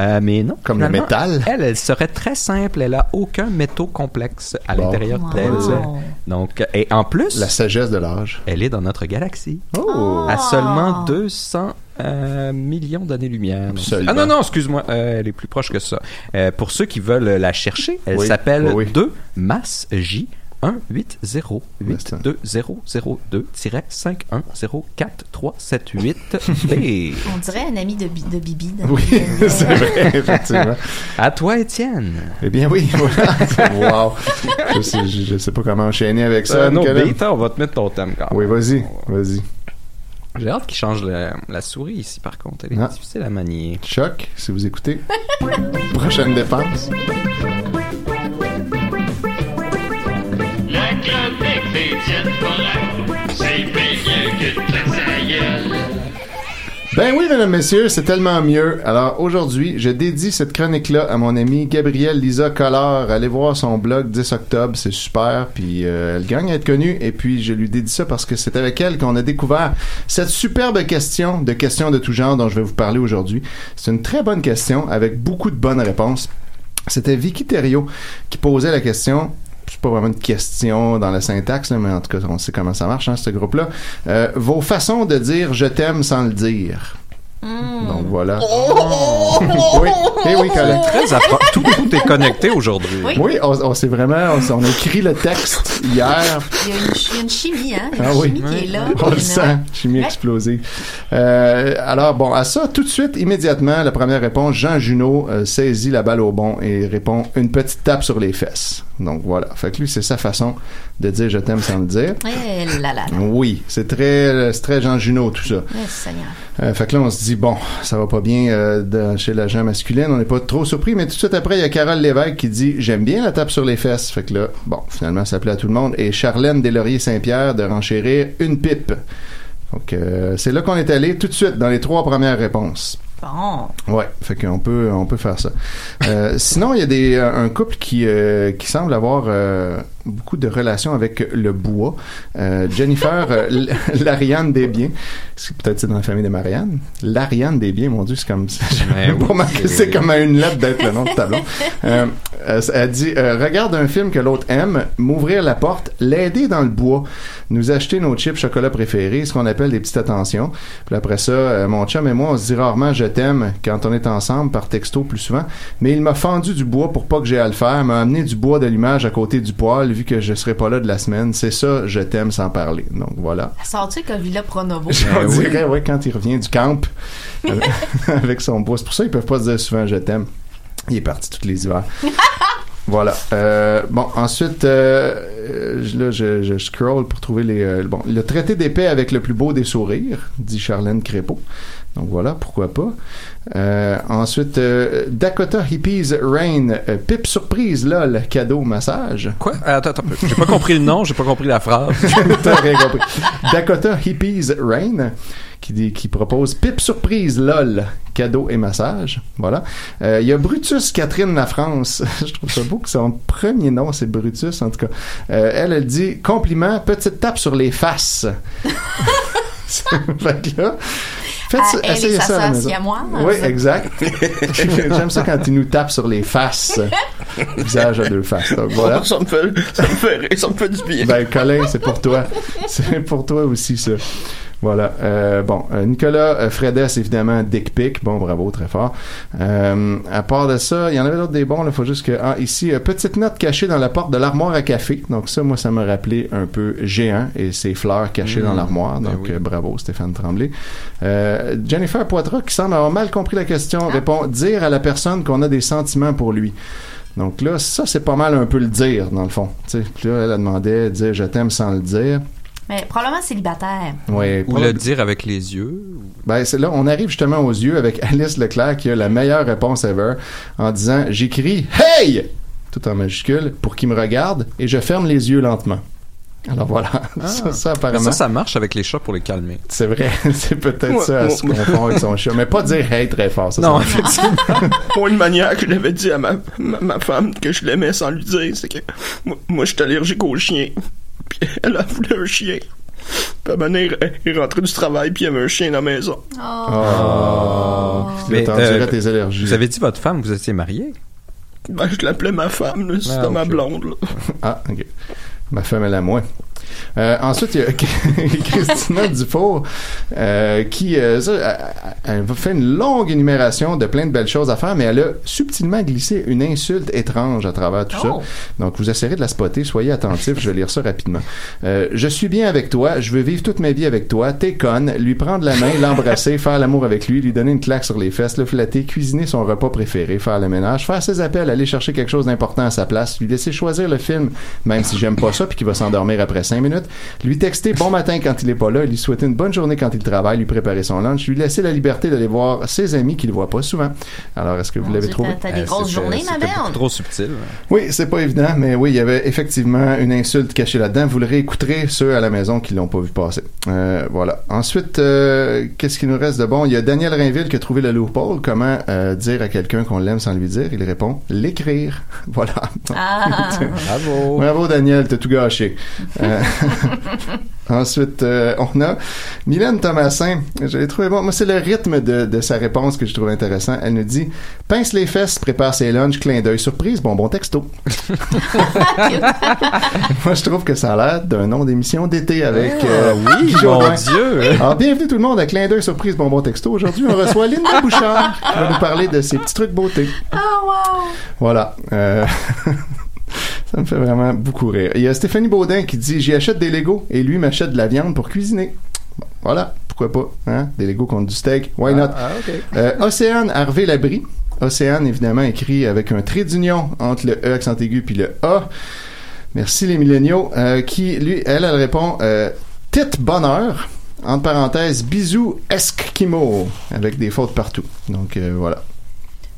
[SPEAKER 3] Euh, mais non.
[SPEAKER 4] Mhm. Comme le
[SPEAKER 3] finalement,
[SPEAKER 4] métal.
[SPEAKER 3] Elle, elle serait très simple. Elle a aucun métaux complexe à
[SPEAKER 4] Bon.
[SPEAKER 3] l'intérieur
[SPEAKER 5] Wow.
[SPEAKER 3] d'elle. Donc, euh, et en plus,
[SPEAKER 4] La sagesse de l'âge.
[SPEAKER 3] elle est dans notre galaxie
[SPEAKER 4] Oh!
[SPEAKER 3] à seulement 200 euh, millions d'années-lumière. Donc,
[SPEAKER 4] Absolument.
[SPEAKER 3] Ah non, non, excuse-moi, euh, elle est plus proche que ça. Euh, pour ceux qui veulent la chercher, elle
[SPEAKER 4] Oui,
[SPEAKER 3] s'appelle
[SPEAKER 4] oui, oui.
[SPEAKER 3] 2 masse J 1-8-0-8-2-0-0-2-5-1-0-4-3-7-8-B.
[SPEAKER 5] On dirait un ami de, Bi- de Bibi. dans-
[SPEAKER 4] Oui, c'est vrai, effectivement.
[SPEAKER 3] À toi, Étienne.
[SPEAKER 4] Eh bien, oui, voilà. wow. Je sais, je- je sais pas comment enchaîner avec ça,
[SPEAKER 3] Euh, non,
[SPEAKER 4] Nicolas.
[SPEAKER 3] Beta, on va te mettre ton thème quand même.
[SPEAKER 4] Oui, vas-y, vas-y.
[SPEAKER 3] J'ai hâte qu'il change le- la souris ici, par contre. Elle est
[SPEAKER 4] Ah.
[SPEAKER 3] difficile à manier.
[SPEAKER 4] Choc, si vous écoutez. Prochaine dépense.
[SPEAKER 9] La chronique des tiennes c'est payé que ta
[SPEAKER 4] Ben oui, mesdames, messieurs, c'est tellement mieux. Alors aujourd'hui, je dédie cette chronique-là à mon amie Gabrielle Lisa Collard. Allez voir son blog 10 octobre, c'est super. Puis euh, elle gagne à être connue. Et puis je lui dédie ça parce que c'est avec elle qu'on a découvert cette superbe question de questions de tout genre dont je vais vous parler aujourd'hui. C'est une très bonne question avec beaucoup de bonnes réponses. C'était Vicky Thériault qui posait la question. C'est pas vraiment une question dans la syntaxe, là, mais en tout cas, on sait comment ça marche, hein, ce groupe-là. Euh, vos façons de dire je t'aime sans le dire. Donc voilà. oui, eh oui, Colin.
[SPEAKER 3] Très appro- tout, tout est connecté aujourd'hui.
[SPEAKER 5] Oui.
[SPEAKER 4] Oui, on, on s'est vraiment, on, s'est- on a écrit le texte hier.
[SPEAKER 5] Il y a une, ch- il y a une chimie, hein? Il y a
[SPEAKER 4] Ah
[SPEAKER 5] une
[SPEAKER 4] oui.
[SPEAKER 5] chimie qui est là.
[SPEAKER 4] On le
[SPEAKER 5] Une-
[SPEAKER 4] sent, chimie
[SPEAKER 5] Ouais.
[SPEAKER 4] explosée. Euh, alors bon, à ça, tout de suite, immédiatement, la première réponse, Jean Junot euh, saisit la balle au bon et répond une petite tape sur les fesses. Donc voilà, fait que lui, c'est sa façon de dire je t'aime sans le dire.
[SPEAKER 5] Eh là là là.
[SPEAKER 4] Oui, c'est très, c'est très Jean Junot tout ça.
[SPEAKER 5] Eh, Seigneur.
[SPEAKER 4] Euh, fait que là, on se dit, bon, ça va pas bien euh, dans- chez l'agent masculine. On n'est pas trop surpris, mais tout de suite après, il y a Carole Lévesque qui dit, j'aime bien la tape sur les fesses. Fait que là, bon, finalement, ça plaît à tout le monde. Et Charlène Deslauriers-Saint-Pierre de renchérir une pipe. Donc, euh, c'est là qu'on est allé tout de suite dans les trois premières réponses.
[SPEAKER 5] Bon.
[SPEAKER 4] Ouais, fait qu'on peut on peut faire ça. Euh, sinon, il y a des un couple qui euh, qui semble avoir euh, beaucoup de relations avec le bois. Euh, Jennifer euh, L- Lariane Desbiens, c'est peut-être c'est dans la famille de Marianne. Lariane Desbiens, mon dieu, c'est comme
[SPEAKER 3] Ben
[SPEAKER 4] j'avais
[SPEAKER 3] oui,
[SPEAKER 4] pas remarqué
[SPEAKER 3] c'est-
[SPEAKER 4] que c'est comme à une lettre d'être le nom du tableau. Euh, euh, elle dit euh, regarde un film que l'autre aime, m'ouvrir la porte, l'aider dans le bois, nous acheter nos chips chocolat préférés, ce qu'on appelle des petites attentions. Puis après ça, euh, mon chum et moi, on se dit rarement je t'aime quand on est ensemble par texto plus souvent, mais il m'a fendu du bois pour pas que j'ai à le faire, m'a amené du bois d'allumage à côté du poêle vu que je serais pas là de la semaine. C'est ça, je t'aime sans parler. Donc voilà.
[SPEAKER 5] Sors-tu avec un Villa Pronovo?
[SPEAKER 4] On dirait, ouais, quand il revient du camp euh, avec son bois. C'est pour ça qu'ils peuvent pas se dire souvent je t'aime. Il est parti tous les hivers. voilà. Euh, bon, ensuite, euh, euh, je- là, je, je scroll pour trouver les. euh, bon, le traité d'épée avec le plus beau des sourires, dit Charlène Crépeau. Donc voilà, pourquoi pas. Euh, ensuite, euh, Dakota Hippies Rain, euh, pipe surprise, lol, cadeau massage.
[SPEAKER 3] Quoi? Euh, Attends, attends un peu. J'ai pas compris le nom, j'ai pas compris la phrase.
[SPEAKER 4] T'as rien compris. Dakota Hippies Rain qui, dit- qui propose Pipe Surprise LOL, cadeau et massage. Voilà. Euh, Il y a Brutus Catherine La France. Je trouve ça beau que son premier nom, c'est Brutus, en tout cas. Euh, elle, elle dit Compliment, petite tape sur les faces. fait que là, faites
[SPEAKER 5] À elle et
[SPEAKER 4] essayez
[SPEAKER 5] sa
[SPEAKER 4] ça à la
[SPEAKER 5] sœur
[SPEAKER 4] maison.
[SPEAKER 5] siamoise.
[SPEAKER 4] Oui, exact. J'aime ça quand il nous tape sur les faces. Visage à deux faces. Donc, voilà.
[SPEAKER 2] Ça me fait, ça me fait rire, ça me fait du bien.
[SPEAKER 4] Ben, Colin, c'est pour toi. C'est pour toi aussi, ça. Voilà. Euh, bon, euh, Nicolas euh, Fredès, évidemment, Dick Pic. Bon, bravo, très fort. Euh, à part de ça, il y en avait d'autres des bons. Il faut juste que... Ah, ici, euh, petite note cachée dans la porte de l'armoire à café. Donc ça, moi, ça m'a rappelé un peu géant et ses fleurs cachées dans l'armoire.
[SPEAKER 3] Ben
[SPEAKER 4] Donc, euh, bravo, Stéphane Tremblay. Euh, Jennifer Poitras, qui semble avoir mal compris la question, répond « Dire à la personne qu'on a des sentiments pour lui ». Donc là, ça, c'est pas mal un peu le dire, dans le fond. Tu sais, Puis là, elle a demandé, dire je t'aime sans le dire.
[SPEAKER 5] Mais probablement célibataire.
[SPEAKER 4] Ouais,
[SPEAKER 3] Ou
[SPEAKER 4] probable-
[SPEAKER 3] le dire avec les yeux.
[SPEAKER 4] ben, c'est là, on arrive justement aux yeux avec Alice Leclerc qui a la meilleure réponse ever en disant J'écris Hey tout en majuscule pour qu'il me regarde et je ferme les yeux lentement. Alors voilà, ça, ça
[SPEAKER 3] Ah. Mais
[SPEAKER 4] apparemment.
[SPEAKER 3] Ça, ça marche avec les chats pour les calmer.
[SPEAKER 4] C'est vrai, c'est peut-être ça à se confondre avec son chien. Mais pas dire hey très fort, ça.
[SPEAKER 3] Non,
[SPEAKER 4] ça-
[SPEAKER 3] effectivement.
[SPEAKER 2] Moi, une manière que j'avais dit à ma, ma, ma femme que je l'aimais sans lui dire, c'est que moi, moi, je suis allergique aux chiens. Puis elle a voulu un chien. Puis à un moment donné, il est rentré du travail, puis il y avait un chien à la maison.
[SPEAKER 4] Oh.
[SPEAKER 3] Ah. Mais,
[SPEAKER 4] Mais, t'en
[SPEAKER 3] euh,
[SPEAKER 4] dirais tes allergies.
[SPEAKER 3] Vous avez dit votre femme que vous étiez mariée?
[SPEAKER 2] Ben, je l'appelais ma femme, là, c'était
[SPEAKER 3] Ah, ok.
[SPEAKER 2] ma blonde. là.
[SPEAKER 4] Ah, ok. Ma femme, elle a moins. Euh, ensuite, il y a Christina Dufour euh, qui euh, ça, elle- elle fait une longue énumération de plein de belles choses à faire, mais elle a subtilement glissé une insulte étrange à travers tout ça. Donc, vous essayerez de la spotter. Soyez attentifs. je vais lire ça rapidement. Euh, je suis bien avec toi. Je veux vivre toute ma vie avec toi. T'es conne. Lui prendre la main, l'embrasser, faire l'amour avec lui, lui donner une claque sur les fesses, le flatter, cuisiner son repas préféré, faire le ménage, faire ses appels, aller chercher quelque chose d'important à sa place, lui laisser choisir le film, même si j'aime pas ça, puis qu'il va s'endormir après cinq minutes, lui texter bon matin quand il est pas là, lui souhaiter une bonne journée quand il travaille, lui préparer son lunch, lui laisser la liberté d'aller voir ses amis qu'il voit pas souvent. Alors, est-ce que vous
[SPEAKER 5] Mon
[SPEAKER 4] l'avez
[SPEAKER 5] Dieu,
[SPEAKER 4] trouvé?
[SPEAKER 5] T'as t'as des
[SPEAKER 3] Euh,
[SPEAKER 5] grosses
[SPEAKER 3] c'était-
[SPEAKER 5] journées, ma
[SPEAKER 3] c'était beaucoup
[SPEAKER 5] belle.
[SPEAKER 3] trop subtil.
[SPEAKER 4] Oui, c'est pas évident, mais oui, il y avait effectivement une insulte cachée là-dedans. Vous le réécouterez, ceux à la maison qui l'ont pas vu passer. Euh, voilà. Ensuite, euh, qu'est-ce qui nous reste de bon? Il y a Daniel Rainville qui a trouvé le loophole. Comment euh, dire à quelqu'un qu'on l'aime sans lui dire? Il répond, l'écrire. Voilà.
[SPEAKER 5] Ah.
[SPEAKER 3] Bravo.
[SPEAKER 4] Bravo Daniel, t'as tout gâché. Euh, ensuite, euh, on a Mylène Thomasin. Je l'ai trouvé bon. Moi, c'est le rythme de, de sa réponse que je trouve intéressant. Elle nous dit pince les fesses, prépare ses lunchs, clin d'œil, surprise, bonbon texto. Moi, je trouve que ça a l'air d'un nom d'émission d'été avec. euh,
[SPEAKER 3] Ah oui,
[SPEAKER 4] Guy
[SPEAKER 3] mon
[SPEAKER 4] Jodoin.
[SPEAKER 3] Dieu.
[SPEAKER 4] Alors, bienvenue tout le monde à Clin d'œil surprise bonbon texto. Aujourd'hui, on reçoit Linda Bouchard qui va nous parler de ses petits trucs beauté.
[SPEAKER 5] ah,
[SPEAKER 4] Voilà. Euh, Ça me fait vraiment beaucoup rire. Il y a Stéphanie Baudin qui dit J'y achète des Legos et lui m'achète de la viande pour cuisiner. Bon, voilà, pourquoi pas, hein? Des Legos contre du steak, why not? Euh, Océane Harvey Labrie. Océane, évidemment, écrit avec un trait d'union entre le E accent aigu puis le A. Merci les milléniaux. Euh, qui, lui, elle, elle répond euh, Tite bonheur. Entre parenthèses, bisous Eskimo, avec des fautes partout. Donc euh, voilà.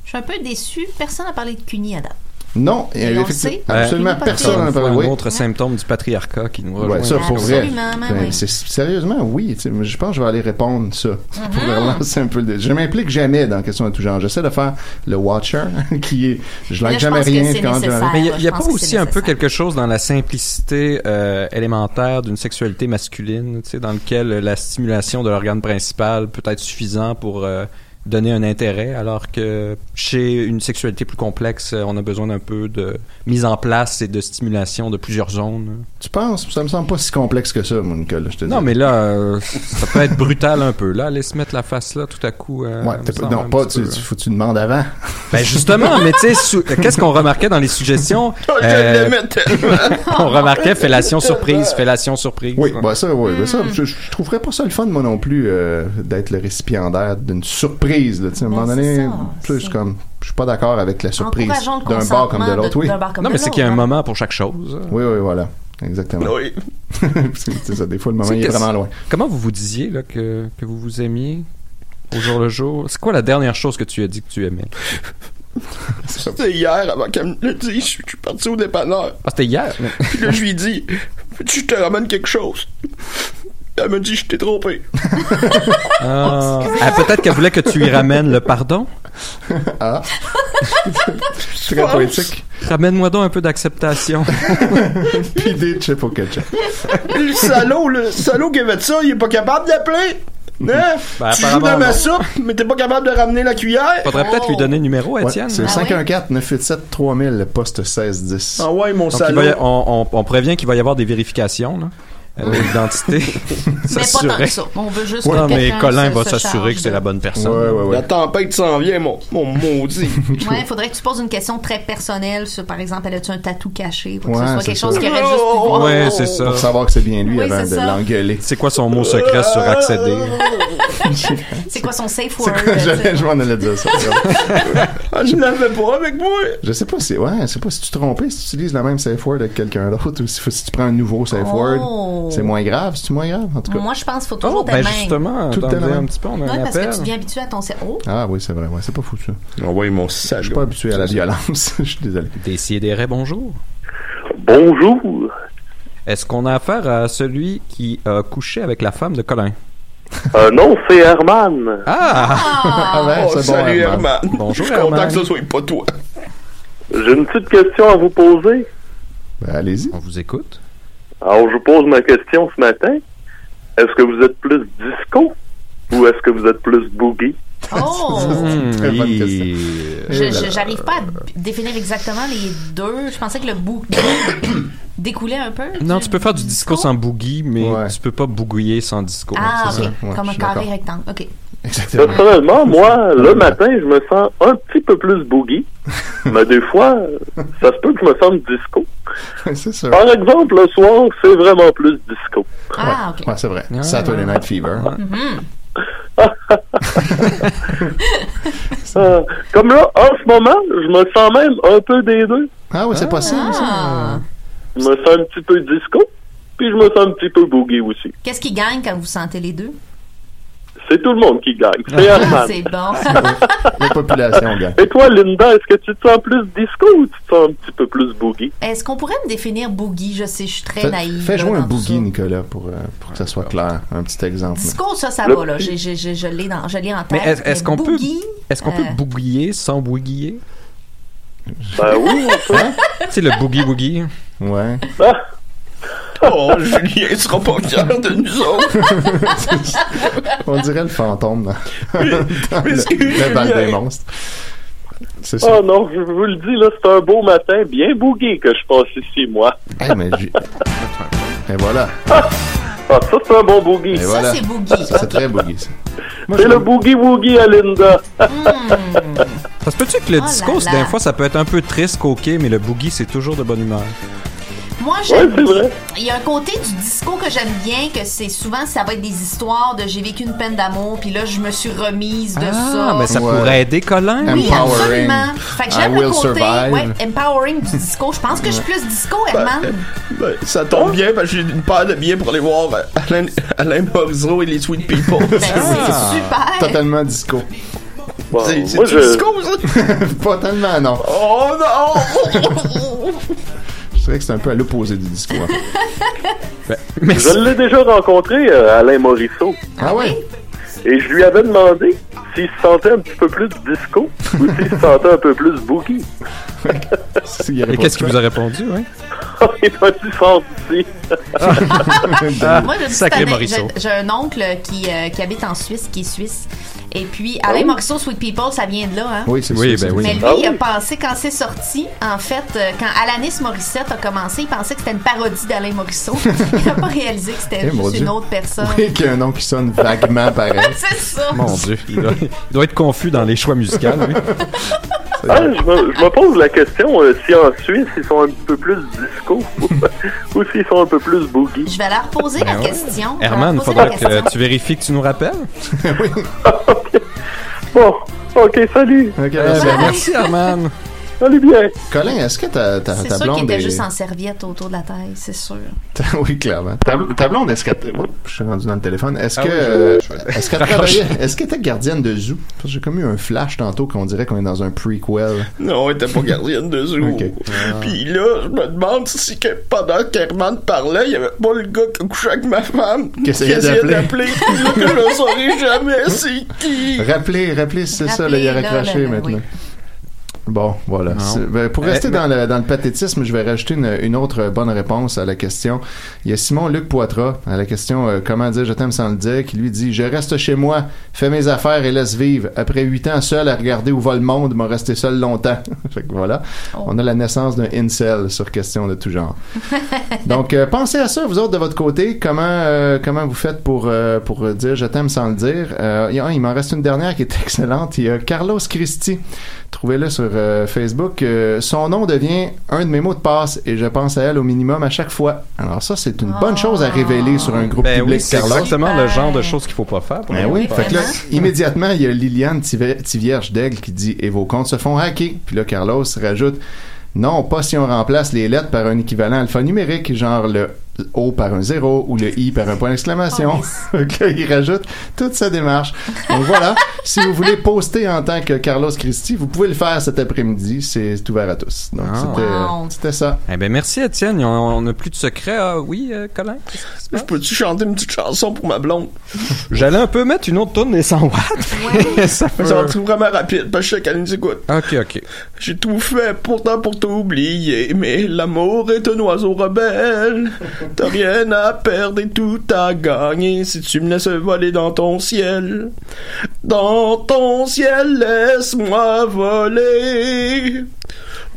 [SPEAKER 5] Je suis un peu déçu. Personne n'a parlé de CUNY à date.
[SPEAKER 4] Non, il y a
[SPEAKER 5] Et
[SPEAKER 4] eu
[SPEAKER 5] on
[SPEAKER 4] effectivement-
[SPEAKER 5] le sait.
[SPEAKER 4] absolument
[SPEAKER 5] Ouais.
[SPEAKER 4] personne n'a parlé.
[SPEAKER 3] un
[SPEAKER 4] Oui.
[SPEAKER 3] autre symptôme du patriarcat qui nous rejoint.
[SPEAKER 4] Ouais, ça, pour vrai.
[SPEAKER 5] Absolument,
[SPEAKER 4] Ben,
[SPEAKER 5] oui.
[SPEAKER 4] c'est- Sérieusement, oui. tu sais, mais Je pense que je vais aller répondre ça.
[SPEAKER 5] Mm-hmm.
[SPEAKER 4] Pour relancer un peu le- Je m'implique jamais dans la question de tout genre. J'essaie de faire le watcher, qui est. Je
[SPEAKER 5] Là,
[SPEAKER 4] like
[SPEAKER 5] je
[SPEAKER 4] jamais
[SPEAKER 5] pense que
[SPEAKER 4] rien.
[SPEAKER 5] c'est
[SPEAKER 4] quand je-
[SPEAKER 5] nécessaire.
[SPEAKER 3] Mais il y a,
[SPEAKER 5] Ouais,
[SPEAKER 3] y a pas
[SPEAKER 5] Ah, je pense que c'est
[SPEAKER 3] aussi un peu
[SPEAKER 5] nécessaire.
[SPEAKER 3] quelque chose dans la simplicité euh, élémentaire d'une sexualité masculine, tu sais, dans lequel euh, la stimulation de l'organe principal peut être suffisant pour euh, donner un intérêt, alors que chez une sexualité plus complexe, euh, on a besoin d'un peu de mise en place et de stimulation de plusieurs zones.
[SPEAKER 4] Tu penses Ça me semble pas si complexe que ça, mon Nicolas. Je te
[SPEAKER 3] Non,
[SPEAKER 4] dis.
[SPEAKER 3] mais là, euh, ça peut être brutal un peu. Là, aller se mettre la face là, tout à coup. euh,
[SPEAKER 4] Ouais,
[SPEAKER 3] me
[SPEAKER 4] t'as pas-
[SPEAKER 3] semble
[SPEAKER 4] non,
[SPEAKER 3] un
[SPEAKER 4] pas.
[SPEAKER 3] petit
[SPEAKER 4] Tu,
[SPEAKER 3] peu,
[SPEAKER 4] tu-
[SPEAKER 3] hein.
[SPEAKER 4] faut que tu demandes avant.
[SPEAKER 3] Ben justement, mais tu sais, sous- qu'est-ce qu'on remarquait dans les suggestions
[SPEAKER 2] Oh, je
[SPEAKER 3] Euh,
[SPEAKER 2] l'aimais tellement.
[SPEAKER 5] Oh,
[SPEAKER 3] On remarquait fellation surprise, fellation surprise.
[SPEAKER 4] Oui, bah ça, oui, bah
[SPEAKER 5] Hmm.
[SPEAKER 4] ça, je, je trouverais pas ça le fun, moi non plus, euh, d'être le récipiendaire d'une surprise. Là, tu sais, à un
[SPEAKER 5] Ben,
[SPEAKER 4] moment
[SPEAKER 5] c'est
[SPEAKER 4] donné,
[SPEAKER 5] ça,
[SPEAKER 4] tu sais, je
[SPEAKER 5] c'est-
[SPEAKER 4] suis comme, je suis pas d'accord avec la surprise
[SPEAKER 5] Encourageons le
[SPEAKER 4] d'un bar comme de
[SPEAKER 5] consentement
[SPEAKER 4] l'autre. Oui.
[SPEAKER 5] d'un bar comme
[SPEAKER 3] non,
[SPEAKER 5] de
[SPEAKER 3] mais c'est qu'il y a un
[SPEAKER 5] l'autre, hein.
[SPEAKER 3] moment pour chaque chose.
[SPEAKER 4] oui, oui, voilà, exactement.
[SPEAKER 2] Oui.
[SPEAKER 4] c'est c'est ça, des fois le moment
[SPEAKER 3] C'est
[SPEAKER 4] il est
[SPEAKER 3] que
[SPEAKER 4] vraiment
[SPEAKER 3] c'est-
[SPEAKER 4] loin.
[SPEAKER 3] Comment vous vous disiez là, que, que vous vous aimiez au jour le jour C'est quoi la dernière chose que tu as dit que tu aimais
[SPEAKER 2] C'était hier, avant qu'elle me le dise, je je suis parti au dépanneur.
[SPEAKER 3] Ah, c'était hier.
[SPEAKER 5] Oh,
[SPEAKER 2] Puis là, je lui dis, tu je te ramène quelque chose? Elle me dit, je t'ai trompé.
[SPEAKER 3] Ah, ah, peut-être qu'elle voulait que tu lui ramènes le pardon.
[SPEAKER 4] Très poétique.
[SPEAKER 3] Ramène-moi donc un peu d'acceptation.
[SPEAKER 4] Puis des chips au ketchup.
[SPEAKER 2] Le salaud, le salaud qui avait de ça, il est pas capable d'appeler. Hein?
[SPEAKER 3] Ben,
[SPEAKER 2] tu joues dans
[SPEAKER 3] apparemment,
[SPEAKER 2] ma
[SPEAKER 3] non.
[SPEAKER 2] soupe, mais t'es pas capable de ramener la cuillère.
[SPEAKER 3] Faudrait peut-être lui donner le numéro,
[SPEAKER 4] Ouais,
[SPEAKER 3] Étienne.
[SPEAKER 4] c'est
[SPEAKER 5] Ah
[SPEAKER 4] 514-987-3000, poste 1610.
[SPEAKER 2] Ah ouais, mon
[SPEAKER 3] Donc, il va
[SPEAKER 2] salaud.
[SPEAKER 3] y a- on, on- on prévient qu'il va y avoir des vérifications là, euh, d'identité.
[SPEAKER 5] Mais pas tant que
[SPEAKER 3] S'assurer.
[SPEAKER 5] ça. On veut juste
[SPEAKER 3] Non,
[SPEAKER 5] que
[SPEAKER 3] mais
[SPEAKER 5] quelqu'un
[SPEAKER 3] Colin
[SPEAKER 5] se-
[SPEAKER 3] va
[SPEAKER 5] se
[SPEAKER 3] s'assurer
[SPEAKER 5] charge
[SPEAKER 3] que c'est
[SPEAKER 5] de-
[SPEAKER 3] la bonne
[SPEAKER 4] Ouais,
[SPEAKER 3] personne.
[SPEAKER 4] ouais, ouais.
[SPEAKER 2] La tempête s'en vient, mon, mon maudit.
[SPEAKER 5] Ouais, il faudrait que tu poses une question très personnelle sur, par exemple, elle a-tu un tatou caché pour que
[SPEAKER 4] Ouais,
[SPEAKER 5] ce soit
[SPEAKER 4] c'est
[SPEAKER 5] quelque
[SPEAKER 4] ça. Oh!
[SPEAKER 5] chose qui aurait juste pu voir.
[SPEAKER 3] Ouais, c'est ça.
[SPEAKER 5] oh.
[SPEAKER 4] Pour savoir que c'est bien lui
[SPEAKER 5] Oui,
[SPEAKER 4] avant
[SPEAKER 5] c'est
[SPEAKER 4] de
[SPEAKER 5] ça.
[SPEAKER 4] l'engueuler.
[SPEAKER 3] C'est quoi son mot secret sur accéder?
[SPEAKER 5] C'est quoi son safe
[SPEAKER 4] C'est
[SPEAKER 5] word?
[SPEAKER 4] quoi?
[SPEAKER 5] tu sais?
[SPEAKER 4] J'allais- Je m'en allais dire ça.
[SPEAKER 2] Ah, je l'avais pas avec moi.
[SPEAKER 4] Je sais pas si, ouais, je sais pas si tu te trompais, si tu utilises le même safe word avec quelqu'un d'autre ou si, si tu prends un nouveau safe
[SPEAKER 5] Oh.
[SPEAKER 4] word, c'est moins grave, c'est moins grave en tout cas.
[SPEAKER 5] Moi, je pense qu'il faut
[SPEAKER 3] Oh,
[SPEAKER 5] toujours
[SPEAKER 3] ben
[SPEAKER 5] t'aimer.
[SPEAKER 3] justement,
[SPEAKER 4] Tout
[SPEAKER 3] attendez
[SPEAKER 4] à l'heure.
[SPEAKER 3] un petit peu, on a
[SPEAKER 5] Ouais,
[SPEAKER 3] un
[SPEAKER 5] parce
[SPEAKER 3] appel.
[SPEAKER 5] que tu deviens habitué à ton safe. Oh,
[SPEAKER 4] Ah oui, c'est vrai, ouais, c'est pas fou ça.
[SPEAKER 2] Ah ouais, mon
[SPEAKER 4] Je suis
[SPEAKER 2] salaud.
[SPEAKER 4] pas habitué à la violence, je suis désolé.
[SPEAKER 3] Décidérez, bonjour.
[SPEAKER 7] Bonjour.
[SPEAKER 3] Est-ce qu'on a affaire à celui qui a couché avec la femme de Colin?
[SPEAKER 7] Euh, non, c'est Herman.
[SPEAKER 3] Ah!
[SPEAKER 4] Ah, ben,
[SPEAKER 2] Oh,
[SPEAKER 4] c'est bon,
[SPEAKER 2] salut
[SPEAKER 4] Herman.
[SPEAKER 2] Herman.
[SPEAKER 3] Bonjour,
[SPEAKER 2] Je suis content
[SPEAKER 3] Herman.
[SPEAKER 2] que ce soit pas toi.
[SPEAKER 7] J'ai une petite question à vous poser.
[SPEAKER 4] Ben, allez-y.
[SPEAKER 3] On vous écoute.
[SPEAKER 7] Alors, je vous pose ma question ce matin. Est-ce que vous êtes plus disco ou est-ce que vous êtes plus boogie?
[SPEAKER 5] oh.
[SPEAKER 3] Hmm,
[SPEAKER 4] très bonne
[SPEAKER 3] Et-
[SPEAKER 5] Je-
[SPEAKER 4] Et
[SPEAKER 5] je-
[SPEAKER 4] voilà.
[SPEAKER 5] J'arrive pas à d- définir exactement les deux. Je pensais que le bout découlait un peu.
[SPEAKER 3] Non, tu peux faire du disco sans boogie, mais
[SPEAKER 4] Ouais.
[SPEAKER 3] tu peux pas bougouiller sans disco.
[SPEAKER 5] Ah,
[SPEAKER 4] C'est
[SPEAKER 5] ok.
[SPEAKER 4] ça. Ouais,
[SPEAKER 5] Comme
[SPEAKER 4] je
[SPEAKER 5] un
[SPEAKER 4] suis
[SPEAKER 5] carré
[SPEAKER 4] d'accord.
[SPEAKER 5] rectangle. Ok.
[SPEAKER 4] Exactement.
[SPEAKER 7] Personnellement, moi, le matin, je me sens un petit peu plus boogie, mais des fois, ça se peut que je me sente disco.
[SPEAKER 4] c'est ça.
[SPEAKER 2] Ah,
[SPEAKER 7] Par exemple, le soir, c'est vraiment plus disco.
[SPEAKER 5] Ah, ok.
[SPEAKER 4] Ouais, c'est vrai.
[SPEAKER 3] Ah.
[SPEAKER 4] Saturday Night Fever.
[SPEAKER 7] Euh, comme là, en ce moment, je me sens même un peu des deux.
[SPEAKER 4] Ah oui, c'est possible ça.
[SPEAKER 5] Ah.
[SPEAKER 7] Je me sens un petit peu disco, puis je me sens un petit peu boogie aussi.
[SPEAKER 5] Qu'est-ce qui gagne quand vous sentez les deux?
[SPEAKER 7] C'est tout le monde qui gagne. C'est
[SPEAKER 5] Ah,
[SPEAKER 7] Herman.
[SPEAKER 5] c'est bon.
[SPEAKER 4] La population, gars.
[SPEAKER 7] Et toi, Linda, est-ce que tu te sens plus disco ou tu te sens un petit peu plus boogie?
[SPEAKER 5] Est-ce qu'on pourrait me définir boogie? Je sais, je suis très
[SPEAKER 4] Fais,
[SPEAKER 5] naïve.
[SPEAKER 4] fais jouer
[SPEAKER 5] là,
[SPEAKER 4] un
[SPEAKER 5] dans tout
[SPEAKER 4] boogie,
[SPEAKER 5] ça.
[SPEAKER 4] Nicolas, pour, euh, pour que ça soit clair. Un petit exemple.
[SPEAKER 5] Disco, ça, ça
[SPEAKER 7] Le-
[SPEAKER 5] va, là. J'ai- j'ai- j'ai- Je l'ai dans- je l'ai en
[SPEAKER 3] Mais
[SPEAKER 5] tête.
[SPEAKER 3] est- est-ce qu'on peut,
[SPEAKER 5] boogie,
[SPEAKER 3] est-ce qu'on peut
[SPEAKER 5] euh,
[SPEAKER 3] bougouiller sans bougouiller?
[SPEAKER 7] Ben oui, on peut.
[SPEAKER 3] tu sais, le boogie-woogie.
[SPEAKER 4] Ouais.
[SPEAKER 2] Oh, Julien sera pas fier de nous autres.
[SPEAKER 4] On dirait le fantôme dans le, le bal des monstres. C'est ça.
[SPEAKER 7] Oh non, je vous le dis, là, c'est un beau matin bien boogie que je passe ici, moi.
[SPEAKER 4] Eh, mais j'ai- Et voilà.
[SPEAKER 7] Ah, ça, c'est un bon boogie.
[SPEAKER 4] Et
[SPEAKER 5] Ça,
[SPEAKER 4] voilà.
[SPEAKER 5] c'est boogie.
[SPEAKER 4] Ça, c'est très boogie, ça. Moi,
[SPEAKER 7] C'est
[SPEAKER 4] je-
[SPEAKER 7] le boogie-woogie à Linda.
[SPEAKER 3] Ça se peut-tu que le
[SPEAKER 5] Oh là
[SPEAKER 3] disco, c'est-
[SPEAKER 5] là.
[SPEAKER 3] des fois, ça peut être un peu triste, coquet, mais le boogie, c'est toujours de bonne humeur?
[SPEAKER 5] Moi, moi,
[SPEAKER 2] Ouais,
[SPEAKER 5] j'aime-
[SPEAKER 2] c'est vrai.
[SPEAKER 5] il y a un côté du disco que j'aime bien, que c'est souvent, ça va être des histoires de j'ai vécu une peine d'amour, puis là, je me suis remise de ça.
[SPEAKER 3] Ah, mais ça
[SPEAKER 4] Ouais.
[SPEAKER 3] pourrait aider Colin.
[SPEAKER 4] Ah,
[SPEAKER 5] Oui,
[SPEAKER 4] Empowering.
[SPEAKER 5] absolument. Fait que
[SPEAKER 4] I
[SPEAKER 5] j'aime
[SPEAKER 4] will
[SPEAKER 5] le côté
[SPEAKER 4] survive.
[SPEAKER 5] ouais, empowering du disco. Je pense que je suis plus disco, Herman.
[SPEAKER 2] Ben, ça tombe bien parce que j'ai une paire de billets pour aller voir euh, Alain, Alain Morisot et les Sweet People.
[SPEAKER 5] Ben, c'est super.
[SPEAKER 4] Totalement disco.
[SPEAKER 2] Bon,
[SPEAKER 7] Oh,
[SPEAKER 2] c'est c'est
[SPEAKER 9] moi,
[SPEAKER 2] du
[SPEAKER 9] je-
[SPEAKER 2] disco, ça?
[SPEAKER 4] Pas tellement, non.
[SPEAKER 2] Oh non!
[SPEAKER 4] Je dirais que c'est un peu à l'opposé du disco. hein. en fait.
[SPEAKER 9] Je l'ai déjà rencontré, euh, Alain Morisseau,
[SPEAKER 4] Ah ouais?
[SPEAKER 9] et je lui avais demandé s'il se sentait un petit peu plus disco ou s'il se sentait un peu plus boogie.
[SPEAKER 4] Si, il y avait
[SPEAKER 3] Et
[SPEAKER 4] pas
[SPEAKER 3] qu'est-ce
[SPEAKER 4] de
[SPEAKER 3] qu'il vous a répondu, ouais?
[SPEAKER 9] Il m'a dit sort d'ici.
[SPEAKER 5] Moi, de toute
[SPEAKER 3] Sacré
[SPEAKER 5] année,
[SPEAKER 3] Morisseau.
[SPEAKER 5] j'ai- J'ai un oncle qui, euh, qui habite en Suisse, qui est suisse. Et puis, Alain Morisseau, Sweet People, ça vient de là, hein?
[SPEAKER 4] Oui, c'est
[SPEAKER 3] Oui,
[SPEAKER 4] sûr, c'est
[SPEAKER 3] ben oui.
[SPEAKER 5] Mais lui,
[SPEAKER 9] Ah
[SPEAKER 5] il a
[SPEAKER 9] oui.
[SPEAKER 5] pensé, quand c'est sorti, en fait, euh, quand Alanis Morissette a commencé, il pensait que c'était une parodie d'Alain Morisseau. Il n'a pas réalisé que
[SPEAKER 4] Eh,
[SPEAKER 5] c'était
[SPEAKER 4] mon
[SPEAKER 5] juste
[SPEAKER 4] Dieu.
[SPEAKER 5] une autre personne.
[SPEAKER 4] Oui, qu'il y a un nom qui sonne vaguement pareil.
[SPEAKER 5] C'est ça.
[SPEAKER 3] Mon Dieu, il doit, il doit être confus dans les choix musicaux. lui.
[SPEAKER 9] Ah, je, me, je me pose la question euh, si en Suisse ils sont un peu plus disco ou s'ils sont un peu plus boogie.
[SPEAKER 5] Je vais leur poser la
[SPEAKER 3] Ben ouais.
[SPEAKER 5] question. Je vais
[SPEAKER 3] Herman, il
[SPEAKER 5] leur poser
[SPEAKER 3] faudra
[SPEAKER 5] la
[SPEAKER 3] que
[SPEAKER 5] question.
[SPEAKER 3] euh, tu vérifies que tu nous rappelles.
[SPEAKER 9] Bon, ok, salut,
[SPEAKER 4] Ok,
[SPEAKER 3] Eh
[SPEAKER 4] merci.
[SPEAKER 3] ben, merci, Herman.
[SPEAKER 9] allez bien.
[SPEAKER 4] Euh, Colin, est-ce que ta, ta,
[SPEAKER 5] C'est
[SPEAKER 4] ta
[SPEAKER 5] sûr qu'il
[SPEAKER 4] blonde
[SPEAKER 5] était
[SPEAKER 4] est...
[SPEAKER 5] juste en serviette autour de la taille, c'est sûr.
[SPEAKER 4] oui, clairement. Ta, ta blonde, est-ce qu'elle... Oups, je suis rendu dans le téléphone. Est-ce
[SPEAKER 3] Ah
[SPEAKER 4] que...
[SPEAKER 3] oui,
[SPEAKER 4] euh,
[SPEAKER 3] je-
[SPEAKER 4] est-ce qu'elle
[SPEAKER 3] Raccroche.
[SPEAKER 4] travaillait- Est-ce qu'elle était gardienne de zoo? Parce que j'ai comme eu un flash tantôt qu'on dirait qu'on est dans un prequel.
[SPEAKER 2] Non, elle était pas gardienne de zoo.
[SPEAKER 4] Ok.
[SPEAKER 2] Puis là, je me demande si que pendant qu'Herman parlait, il y avait pas le gars qui couchait avec ma femme.
[SPEAKER 4] Qui essayait d'appeler.
[SPEAKER 2] Puis là, que je ne saurais jamais c'est qui.
[SPEAKER 4] Rappelez, rappelez, c'est ça, là, il a
[SPEAKER 5] Rappelez, là,
[SPEAKER 4] raccroché
[SPEAKER 5] là, là,
[SPEAKER 4] maintenant.
[SPEAKER 5] oui.
[SPEAKER 4] Bon, voilà.
[SPEAKER 3] Non.
[SPEAKER 4] C'est- ben, pour
[SPEAKER 3] Eh,
[SPEAKER 4] rester
[SPEAKER 3] mais-
[SPEAKER 4] dans, le, dans le pathétisme, je vais rajouter une, une autre bonne réponse à la question. Il y a Simon-Luc Poitras à la question euh, Comment dire je t'aime sans le dire qui lui dit Je reste chez moi, fais mes affaires et laisse vivre. Après huit ans seul à regarder où va le monde, m'a resté seul longtemps. fait que voilà.
[SPEAKER 5] Oh.
[SPEAKER 4] On a la naissance d'un incel sur question de tout genre. Donc, euh, pensez à ça, vous autres, de votre côté. Comment, euh, comment vous faites pour, euh, pour dire je t'aime sans le dire? Euh, il y a- il m'en reste une dernière qui est excellente. Il y a Carlos Christi. Trouvez-le sur euh, Facebook. Euh, son nom devient un de mes mots de passe et je pense à elle au minimum à chaque fois. Alors ça, c'est une bonne chose à révéler sur un groupe
[SPEAKER 3] Ben
[SPEAKER 4] public,
[SPEAKER 3] oui, c'est
[SPEAKER 4] Carlos.
[SPEAKER 3] exactement le
[SPEAKER 5] Super.
[SPEAKER 3] genre de choses qu'il faut pas faire. pour
[SPEAKER 4] Ben
[SPEAKER 3] le
[SPEAKER 4] oui,
[SPEAKER 3] faire.
[SPEAKER 4] fait que là, immédiatement, il y a Liliane Tive- Tivierge d'Aigle qui dit Et vos comptes se font hacker. Puis là, Carlos rajoute Non, pas si on remplace les lettres par un équivalent alphanumérique, genre le O par un zéro ou le I par un point d'exclamation. Donc là, il rajoute toute sa démarche. Donc voilà, si vous voulez poster en tant que Carlos Christi, vous pouvez le faire cet après-midi. C'est ouvert à tous. Donc
[SPEAKER 3] Ah.
[SPEAKER 4] c'était, euh,
[SPEAKER 5] Wow.
[SPEAKER 4] c'était ça.
[SPEAKER 3] Eh ben, merci, Étienne. On n'a plus de secret. Ah oui, euh, Colin? qu'est-ce qui se
[SPEAKER 2] Je
[SPEAKER 3] passe?
[SPEAKER 2] peux-tu chanter une petite chanson pour ma blonde?
[SPEAKER 3] J'allais un peu mettre une autre tourne des 100 watts. ça
[SPEAKER 2] Mais
[SPEAKER 3] peut...
[SPEAKER 2] ça va être vraiment rapide, parce que je sais qu'elle nous écoute.
[SPEAKER 3] Ok, ok.
[SPEAKER 2] J'ai tout fait pourtant pour t'oublier, mais l'amour est un oiseau rebelle. T'as rien à perdre et tout à gagner si tu me laisses voler dans ton ciel. Dans ton ciel, laisse-moi voler.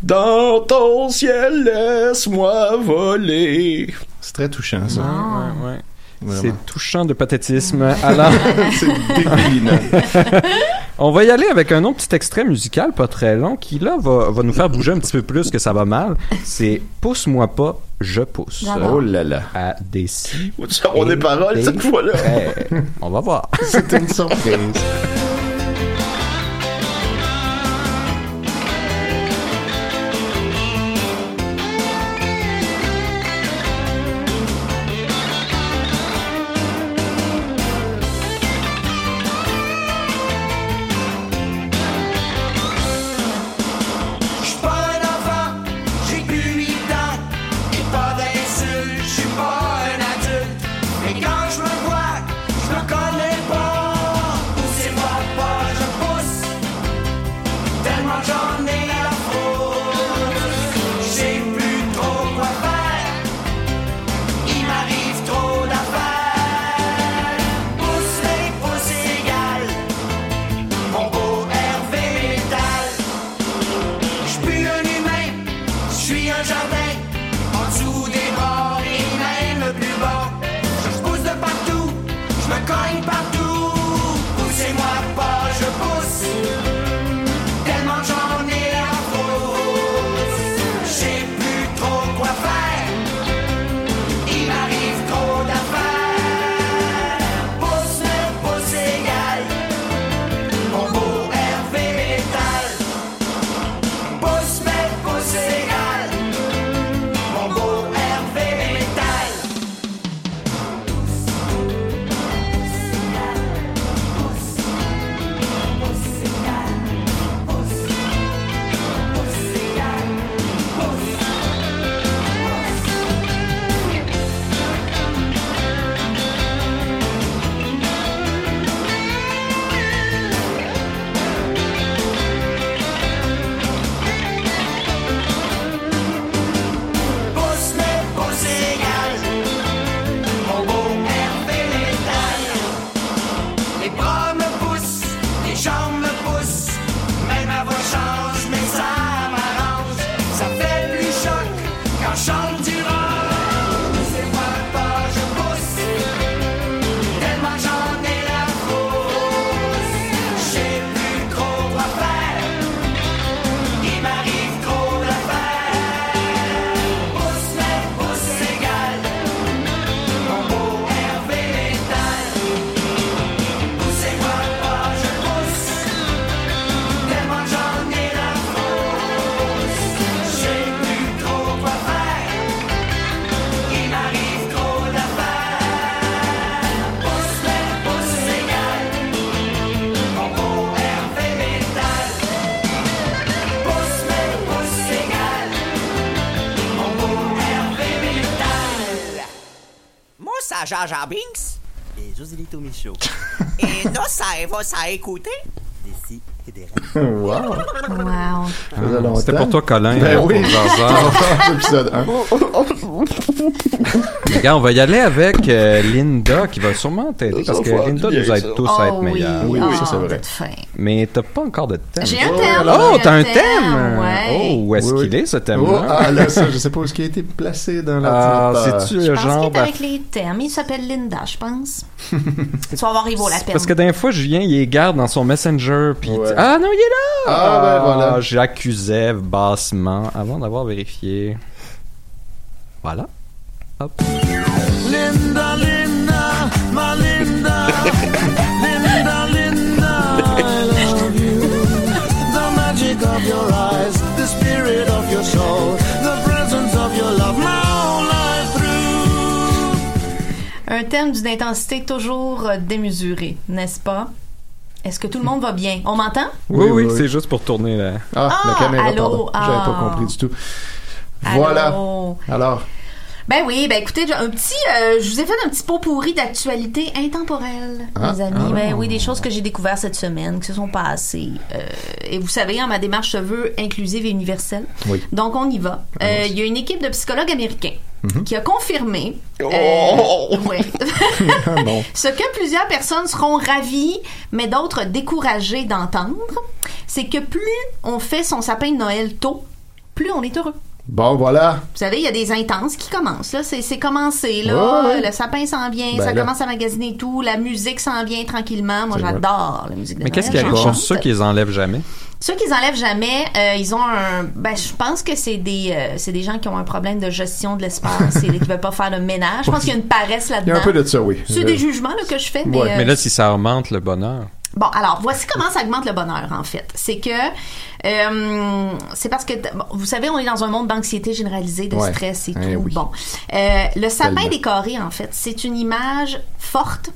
[SPEAKER 2] Dans ton ciel, laisse-moi voler.
[SPEAKER 4] C'est très touchant, ça.
[SPEAKER 5] Ah.
[SPEAKER 3] Ouais, ouais.
[SPEAKER 4] Vraiment.
[SPEAKER 3] C'est touchant de pathétisme. Alors,
[SPEAKER 4] C'est dégoulinant.
[SPEAKER 3] on va y aller avec un autre petit extrait musical, pas très long, qui là va, va nous faire bouger un petit peu plus que ça va mal. C'est Pousse-moi pas, je pousse.
[SPEAKER 5] J'adore.
[SPEAKER 4] Oh là là.
[SPEAKER 3] À des si.
[SPEAKER 2] Faut-tu savoir des paroles cette fois-là?
[SPEAKER 3] Eh, on va voir.
[SPEAKER 4] C'était une surprise.
[SPEAKER 10] Je me connais pas, poussez-moi
[SPEAKER 11] langue me pousse. Même à voix change, mais ça m'arrange. Ça fait plus choc quand je chante du rock. C'est moi pas, je pousse. Tellement que j'en ai la frousse. J'ai plus trop à faire. Il m'arrive trop d'affaires. Pousse, mais pousse égal. Mon beau Hervé Létal. Poussez-moi pas, je pousse. Tellement que j'en ai la fausse. J'ai plus trop à faire. Il m'arrive trop d'affaires. Pousse, mais pousse égal. Mon beau Hervé Létal. Pousse, mais pousse égal. Mon beau Hervé Métal.
[SPEAKER 12] Moi, ça Jaja Binks. Et Joselito Michaud. Et nous, ça va, ça écouter. D'ici et des
[SPEAKER 4] wow.
[SPEAKER 5] Wow.
[SPEAKER 4] Ça faisait longtemps.
[SPEAKER 3] Ah, C'était pour toi, Colin,
[SPEAKER 4] Ben
[SPEAKER 3] euh,
[SPEAKER 4] oui.
[SPEAKER 3] pour Zaza.
[SPEAKER 4] Épisode un.
[SPEAKER 5] Oh,
[SPEAKER 3] Les gars, on va y aller avec euh, Linda qui va sûrement t'aider
[SPEAKER 4] Ça
[SPEAKER 3] parce
[SPEAKER 4] va
[SPEAKER 3] que
[SPEAKER 4] faire
[SPEAKER 3] Linda
[SPEAKER 4] du bien,
[SPEAKER 3] nous aide
[SPEAKER 4] ça.
[SPEAKER 3] tous
[SPEAKER 4] Oh
[SPEAKER 3] à être
[SPEAKER 4] oui.
[SPEAKER 3] meilleurs.
[SPEAKER 4] Oui, oui, ça, c'est vrai.
[SPEAKER 5] Toute Ah, fin.
[SPEAKER 3] Mais t'as pas encore de thème.
[SPEAKER 5] J'ai un thème,
[SPEAKER 3] Oh,
[SPEAKER 5] j'ai
[SPEAKER 3] t'as
[SPEAKER 5] un
[SPEAKER 3] un
[SPEAKER 5] thème,
[SPEAKER 3] thème.
[SPEAKER 5] ouais.
[SPEAKER 3] Oh, où est-ce qu'il est ce thème-là
[SPEAKER 4] Oh, ah, là, ça, je sais pas où ce qui a été placé dans
[SPEAKER 3] Ah,
[SPEAKER 4] l'ordinateur.
[SPEAKER 3] c'est-tu le
[SPEAKER 5] Je pense
[SPEAKER 3] genre bah,
[SPEAKER 5] qu'il est
[SPEAKER 3] à-
[SPEAKER 5] avec les thèmes. Il s'appelle Linda, je pense. tu vas avoir Ivo la
[SPEAKER 3] C'est
[SPEAKER 5] peine.
[SPEAKER 3] Parce que d'un fois, Julien, il les garde dans son Messenger, puis il dit, Ah non, il est là!
[SPEAKER 4] Ah, ben voilà.
[SPEAKER 3] J'accusais bassement avant d'avoir vérifié. Voilà. Hop.
[SPEAKER 11] Linda, Linda, ma Linda. Linda, Linda, I love you. The magic of your eyes, the spirit of your soul, the presence of your love, my whole life through.
[SPEAKER 5] Un thème d'une intensité toujours euh, démesurée, n'est-ce pas? Est-ce que tout le monde va bien? On m'entend?
[SPEAKER 3] Oui, oui,
[SPEAKER 4] oui, oui.
[SPEAKER 3] c'est juste pour tourner la.
[SPEAKER 4] Ah, la
[SPEAKER 5] Ah,
[SPEAKER 4] caméra,
[SPEAKER 5] allô,
[SPEAKER 4] pardon. J'avais
[SPEAKER 5] ah.
[SPEAKER 4] pas compris du tout.
[SPEAKER 5] Allô.
[SPEAKER 4] Voilà. Alors,
[SPEAKER 5] Ben oui, ben écoutez, j'ai un petit, euh, je vous ai fait un petit pot pourri d'actualité intemporelle,
[SPEAKER 4] Ah,
[SPEAKER 5] mes amis.
[SPEAKER 4] ah.
[SPEAKER 5] Ben oui, des choses que j'ai découvertes cette semaine, qui se sont passées. Euh, et vous savez, en ma démarche se veut inclusive et universelle.
[SPEAKER 4] Oui. Ah,
[SPEAKER 5] Donc on y va. Euh, Il y a une équipe de psychologues américains
[SPEAKER 4] Mm-hmm.
[SPEAKER 5] qui a confirmé euh,
[SPEAKER 11] Oh!
[SPEAKER 5] ouais,
[SPEAKER 4] Ah, bon.
[SPEAKER 5] ce que plusieurs personnes seront ravies, mais d'autres découragées d'entendre, c'est que plus on fait son sapin de Noël tôt, plus on est heureux.
[SPEAKER 4] Bon, voilà.
[SPEAKER 5] Vous savez, il y a des intenses qui commencent. Là, c'est, c'est commencé.
[SPEAKER 4] Ouais,
[SPEAKER 5] Là,
[SPEAKER 4] ouais.
[SPEAKER 5] le sapin s'en vient,
[SPEAKER 4] Ben
[SPEAKER 5] ça
[SPEAKER 4] là.
[SPEAKER 5] commence à magasiner et tout. La musique s'en vient tranquillement. Moi,
[SPEAKER 3] C'est vrai.
[SPEAKER 5] j'adore la musique. De
[SPEAKER 3] Mais qu'est-ce
[SPEAKER 5] Noël,
[SPEAKER 3] qu'il y a
[SPEAKER 5] j'en
[SPEAKER 3] contre
[SPEAKER 5] chante.
[SPEAKER 3] ceux qui les enlèvent jamais?
[SPEAKER 5] Ceux qu'ils enlèvent jamais, euh, ils ont un. Ben, je pense que c'est des, euh, c'est des gens qui ont un problème de gestion de l'espace et qui veulent pas faire le ménage. Je pense qu'il y a une paresse
[SPEAKER 4] Il y
[SPEAKER 5] là-dedans.
[SPEAKER 4] a un peu de ça, oui. Euh,
[SPEAKER 5] C'est Ah. des jugements là, que je fais, mais,
[SPEAKER 3] Ouais,
[SPEAKER 5] euh, Ah,
[SPEAKER 3] Mais là, si ça augmente le bonheur.
[SPEAKER 5] Bon, alors voici comment ça augmente le bonheur en fait. C'est que euh, c'est parce que bon, vous savez, on est dans un monde d'anxiété généralisée, de
[SPEAKER 4] Ouais.
[SPEAKER 5] stress et tout.
[SPEAKER 4] Eh oui.
[SPEAKER 5] Bon, Euh, le sapin
[SPEAKER 4] Tellement.
[SPEAKER 5] décoré en fait, c'est une image forte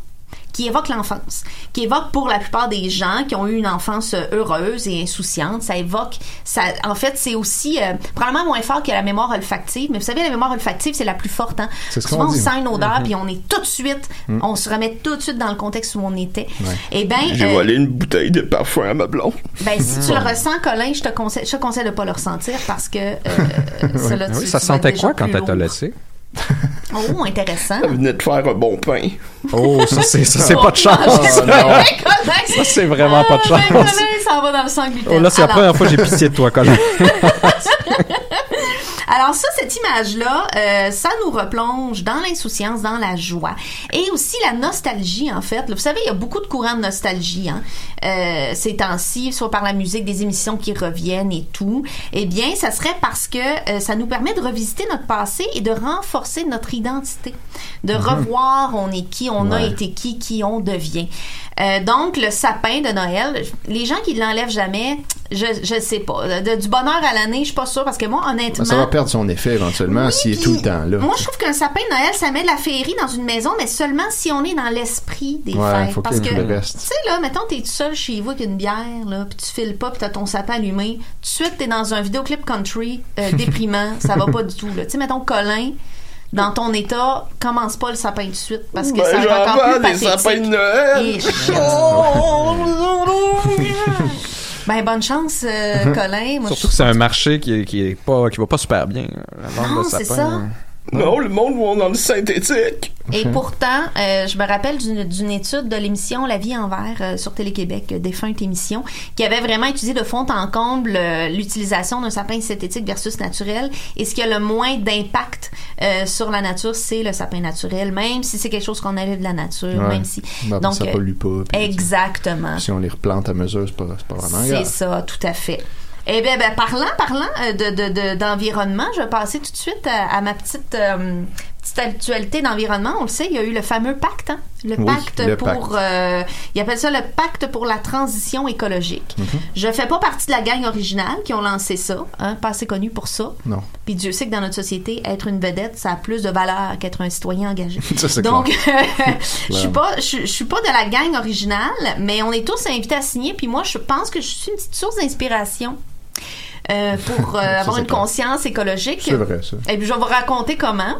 [SPEAKER 5] qui évoque l'enfance, qui évoque pour la plupart des gens qui ont eu une enfance euh, heureuse et insouciante, ça évoque, ça, en fait, c'est aussi euh, probablement moins fort que la mémoire olfactive, mais vous savez, la mémoire olfactive, c'est la plus forte. Hein?
[SPEAKER 4] C'est ce qu'on
[SPEAKER 5] Souvent,
[SPEAKER 4] dit.
[SPEAKER 5] on sent une odeur,
[SPEAKER 4] Mhm.
[SPEAKER 5] puis on est tout de suite,
[SPEAKER 3] Mhm.
[SPEAKER 4] Mm.
[SPEAKER 5] on se remet tout de suite dans le contexte où on était.
[SPEAKER 4] Ouais.
[SPEAKER 5] Et ben,
[SPEAKER 2] J'ai
[SPEAKER 5] euh,
[SPEAKER 2] volé une bouteille de parfum à ma blonde.
[SPEAKER 5] ben, si tu le ressens, Colin, je te conseille, je te conseille de pas le ressentir parce que euh, cela,
[SPEAKER 3] Ah Oui, ça
[SPEAKER 5] tu- tu vas
[SPEAKER 3] sentait
[SPEAKER 5] être déjà
[SPEAKER 3] quoi quand
[SPEAKER 5] plus
[SPEAKER 3] elle t'a
[SPEAKER 5] lourd.
[SPEAKER 3] laissé?
[SPEAKER 5] Oh, intéressant.
[SPEAKER 2] Elle venait de faire un bon pain.
[SPEAKER 3] Oh, ça, c'est, ça, c'est pas de
[SPEAKER 5] Oh,
[SPEAKER 3] chance.
[SPEAKER 5] non.
[SPEAKER 3] ça.
[SPEAKER 5] Ben, Colin,
[SPEAKER 3] Ça, c'est vraiment pas de
[SPEAKER 5] ben, Colin,
[SPEAKER 3] chance.
[SPEAKER 5] ça va dans le sang gluten.
[SPEAKER 3] Oh, là, c'est la
[SPEAKER 5] Alors-
[SPEAKER 3] première fois que j'ai pitié de toi, Colin.
[SPEAKER 5] Alors ça, cette image-là, euh, ça nous replonge dans l'insouciance, dans la joie et aussi la nostalgie en fait. Là, Vous savez, il y a beaucoup de courants de nostalgie hein, euh, ces temps-ci, soit par la musique, des émissions qui reviennent et tout. Eh bien, ça serait parce que euh, ça nous permet de revisiter notre passé et de renforcer notre identité, de revoir on est qui, on a
[SPEAKER 4] Mhm. Ouais.
[SPEAKER 5] été qui, qui on devient. Euh, donc le sapin de Noël, les gens qui l'enlèvent jamais, je je sais pas. De- du bonheur à l'année, je suis pas sûre parce que moi honnêtement,
[SPEAKER 4] Ah, Ça va perdre son effet éventuellement s'il est
[SPEAKER 5] puis,
[SPEAKER 4] tout le temps là.
[SPEAKER 5] Moi, je trouve qu'un sapin de Noël, ça met de la féerie dans une maison, mais seulement si on est dans l'esprit des
[SPEAKER 4] Ouais,
[SPEAKER 5] fêtes.
[SPEAKER 4] faut
[SPEAKER 5] Parce
[SPEAKER 4] qu'il
[SPEAKER 5] que,
[SPEAKER 4] y ait
[SPEAKER 5] tu
[SPEAKER 4] le reste.
[SPEAKER 5] sais, là, mettons, t'es tout seul chez vous avec une bière, là, puis tu files pas, puis t'as ton sapin allumé. Tout de suite, t'es dans un vidéoclip country euh, déprimant. ça va pas du tout, là. Tu sais, mettons, Colin, dans ton état, commence pas le sapin tout de suite, parce que
[SPEAKER 2] Ben,
[SPEAKER 5] ça va
[SPEAKER 2] j'en
[SPEAKER 5] encore plus
[SPEAKER 2] vends des
[SPEAKER 5] pathétique.
[SPEAKER 2] sapins de Noël. Oh,
[SPEAKER 5] Et shit. ben, bonne chance, euh, Colin. Moi, je
[SPEAKER 3] Surtout que c'est un marché qui, est- qui est pas, qui va pas super bien. La vente
[SPEAKER 5] non,
[SPEAKER 3] de
[SPEAKER 5] Ah, c'est
[SPEAKER 3] sapins.
[SPEAKER 5] ça.
[SPEAKER 2] Non, le monde va dans le synthétique.
[SPEAKER 4] Mhm.
[SPEAKER 5] Et pourtant, euh, je me rappelle d'une d'une étude de l'émission La vie en vert euh, sur Télé-Québec, euh, défunte émission, qui avait vraiment étudié de fond en comble euh, l'utilisation d'un sapin synthétique versus naturel. Et ce qui a le moins d'impact euh, sur la nature, c'est le sapin naturel, même si c'est quelque chose qu'on avait de la nature,
[SPEAKER 4] Ouais.
[SPEAKER 5] même si...
[SPEAKER 4] Ben, ça
[SPEAKER 5] euh,
[SPEAKER 4] pollue pas, puis-
[SPEAKER 5] exactement.
[SPEAKER 4] Si on les replante à mesure, c'est pas, c'est pas vraiment
[SPEAKER 5] C'est
[SPEAKER 4] grave.
[SPEAKER 5] ça, tout à fait. Eh bien, ben, parlant, parlant euh, de- de- de- d'environnement, de, je vais passer tout de suite à, à ma petite, euh, petite actualité d'environnement. On le sait, il y a eu le fameux pacte. hein? Le
[SPEAKER 13] Oui,
[SPEAKER 5] pacte
[SPEAKER 13] le
[SPEAKER 5] pour...
[SPEAKER 13] pacte.
[SPEAKER 5] euh, il appelle ça le pacte pour la transition écologique. Je fais pas partie de la gang originale qui ont lancé ça. Hein, pas assez connu pour ça.
[SPEAKER 4] Non.
[SPEAKER 5] Puis Dieu sait que dans notre société, être une vedette, ça a plus de valeur qu'être un citoyen engagé.
[SPEAKER 4] Ça, c'est
[SPEAKER 5] Donc, je suis
[SPEAKER 4] Clairement.
[SPEAKER 5] pas, je, je suis pas de la gang originale, mais on est tous invités à signer. Puis moi, je pense que je suis une petite source d'inspiration. euh, pour euh,
[SPEAKER 4] Ça,
[SPEAKER 5] avoir
[SPEAKER 4] c'est
[SPEAKER 5] une
[SPEAKER 4] clair.
[SPEAKER 5] conscience écologique.
[SPEAKER 4] C'est vrai, ça.
[SPEAKER 5] Et puis, je vais vous raconter comment.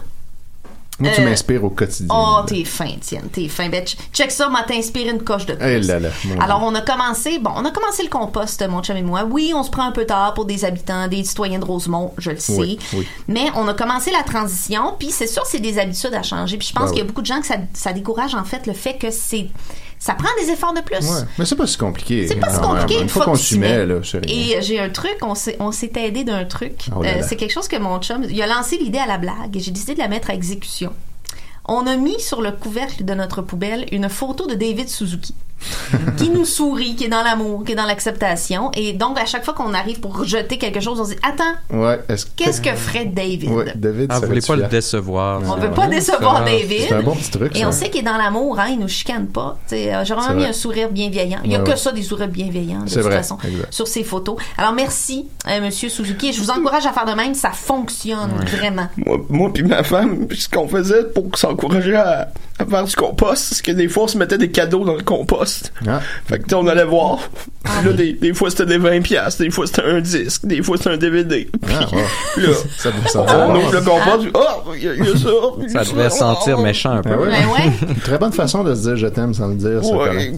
[SPEAKER 4] Moi, tu
[SPEAKER 5] Euh,
[SPEAKER 4] m'inspires au quotidien.
[SPEAKER 5] Oh, t'es fin, tienne, t'es fin. Ben, ch- check ça, m'a t'inspiré une coche de plus.
[SPEAKER 4] Eh là là, mon
[SPEAKER 5] Alors, on a commencé, bon, on a commencé le compost, mon chum et moi. Oui, on se prend un peu tard pour des habitants, des citoyens de Rosemont, je le sais.
[SPEAKER 13] Oui, oui.
[SPEAKER 5] Mais on a commencé la transition, puis c'est sûr, c'est des habitudes à changer. Puis je pense
[SPEAKER 4] Ben
[SPEAKER 5] qu'il y a
[SPEAKER 4] oui.
[SPEAKER 5] beaucoup de gens que ça, ça décourage, en fait, le fait que c'est. Ça prend des efforts de plus.
[SPEAKER 4] Ouais. Mais c'est pas si compliqué.
[SPEAKER 5] C'est pas si
[SPEAKER 4] quand même.
[SPEAKER 5] compliqué
[SPEAKER 4] ah Une fois
[SPEAKER 5] que
[SPEAKER 4] qu'on
[SPEAKER 5] tu
[SPEAKER 4] s'y met, là, c'est rien.
[SPEAKER 5] Et j'ai un truc, on s'est on s'est aidé d'un truc.
[SPEAKER 4] Oh là
[SPEAKER 5] Euh,
[SPEAKER 4] là.
[SPEAKER 5] c'est quelque chose que mon chum, il a lancé l'idée à la blague et j'ai décidé de la mettre à exécution. On a mis sur le couvercle de notre poubelle une photo de David Suzuki qui nous sourit, qui est dans l'amour, qui est dans l'acceptation. Et donc, à chaque fois qu'on arrive pour rejeter quelque chose, on se dit Attends,
[SPEAKER 4] Ouais, est-ce
[SPEAKER 5] qu'est-ce que ferait David
[SPEAKER 4] Euh, Ouais, David,
[SPEAKER 3] Ah,
[SPEAKER 4] ça
[SPEAKER 3] vous voulez
[SPEAKER 4] va-tu hein?
[SPEAKER 3] pas le
[SPEAKER 4] faire?
[SPEAKER 3] décevoir. hein?
[SPEAKER 5] On veut pas décevoir David.
[SPEAKER 4] C'est un bon petit truc.
[SPEAKER 5] Et
[SPEAKER 4] ça.
[SPEAKER 5] on sait qu'il est dans l'amour, hein, il nous chicane pas. T'sais, euh, J'ai
[SPEAKER 4] C'est
[SPEAKER 5] vraiment mis
[SPEAKER 4] vrai.
[SPEAKER 5] un sourire bienveillant. Il y a
[SPEAKER 4] Ouais,
[SPEAKER 5] que
[SPEAKER 4] ouais.
[SPEAKER 5] ça, des sourires bienveillants, de
[SPEAKER 4] C'est
[SPEAKER 5] toute
[SPEAKER 4] vrai,
[SPEAKER 5] façon,
[SPEAKER 4] exact.
[SPEAKER 5] sur ces photos. Alors merci, euh, Monsieur Suzuki. Je vous encourage à faire de même, ça fonctionne vraiment.
[SPEAKER 2] Moi, moi puis ma femme, ce qu'on faisait pour s'encourager à, à faire du compost, c'est que des fois, on se mettait des cadeaux dans le compost.
[SPEAKER 3] Ah.
[SPEAKER 2] Fait que, tu sais, on allait voir.
[SPEAKER 5] Ah.
[SPEAKER 2] Puis là, des, des fois, c'était des 20 piastres, des fois, c'était un disque, des fois, c'était un DVD. Puis là,
[SPEAKER 4] Ah, ça devait
[SPEAKER 5] Ah,
[SPEAKER 2] on
[SPEAKER 4] sentir
[SPEAKER 2] ouvre le
[SPEAKER 4] bon.
[SPEAKER 2] compost, puis, oh, il y, a- il y a ça. oh,
[SPEAKER 3] Ça devait sentir méchant un peu.
[SPEAKER 4] Ah ouais.
[SPEAKER 5] Ben ouais.
[SPEAKER 4] Une Très bonne façon de se dire je t'aime sans le dire, ça,
[SPEAKER 5] Ouais.
[SPEAKER 4] Colin.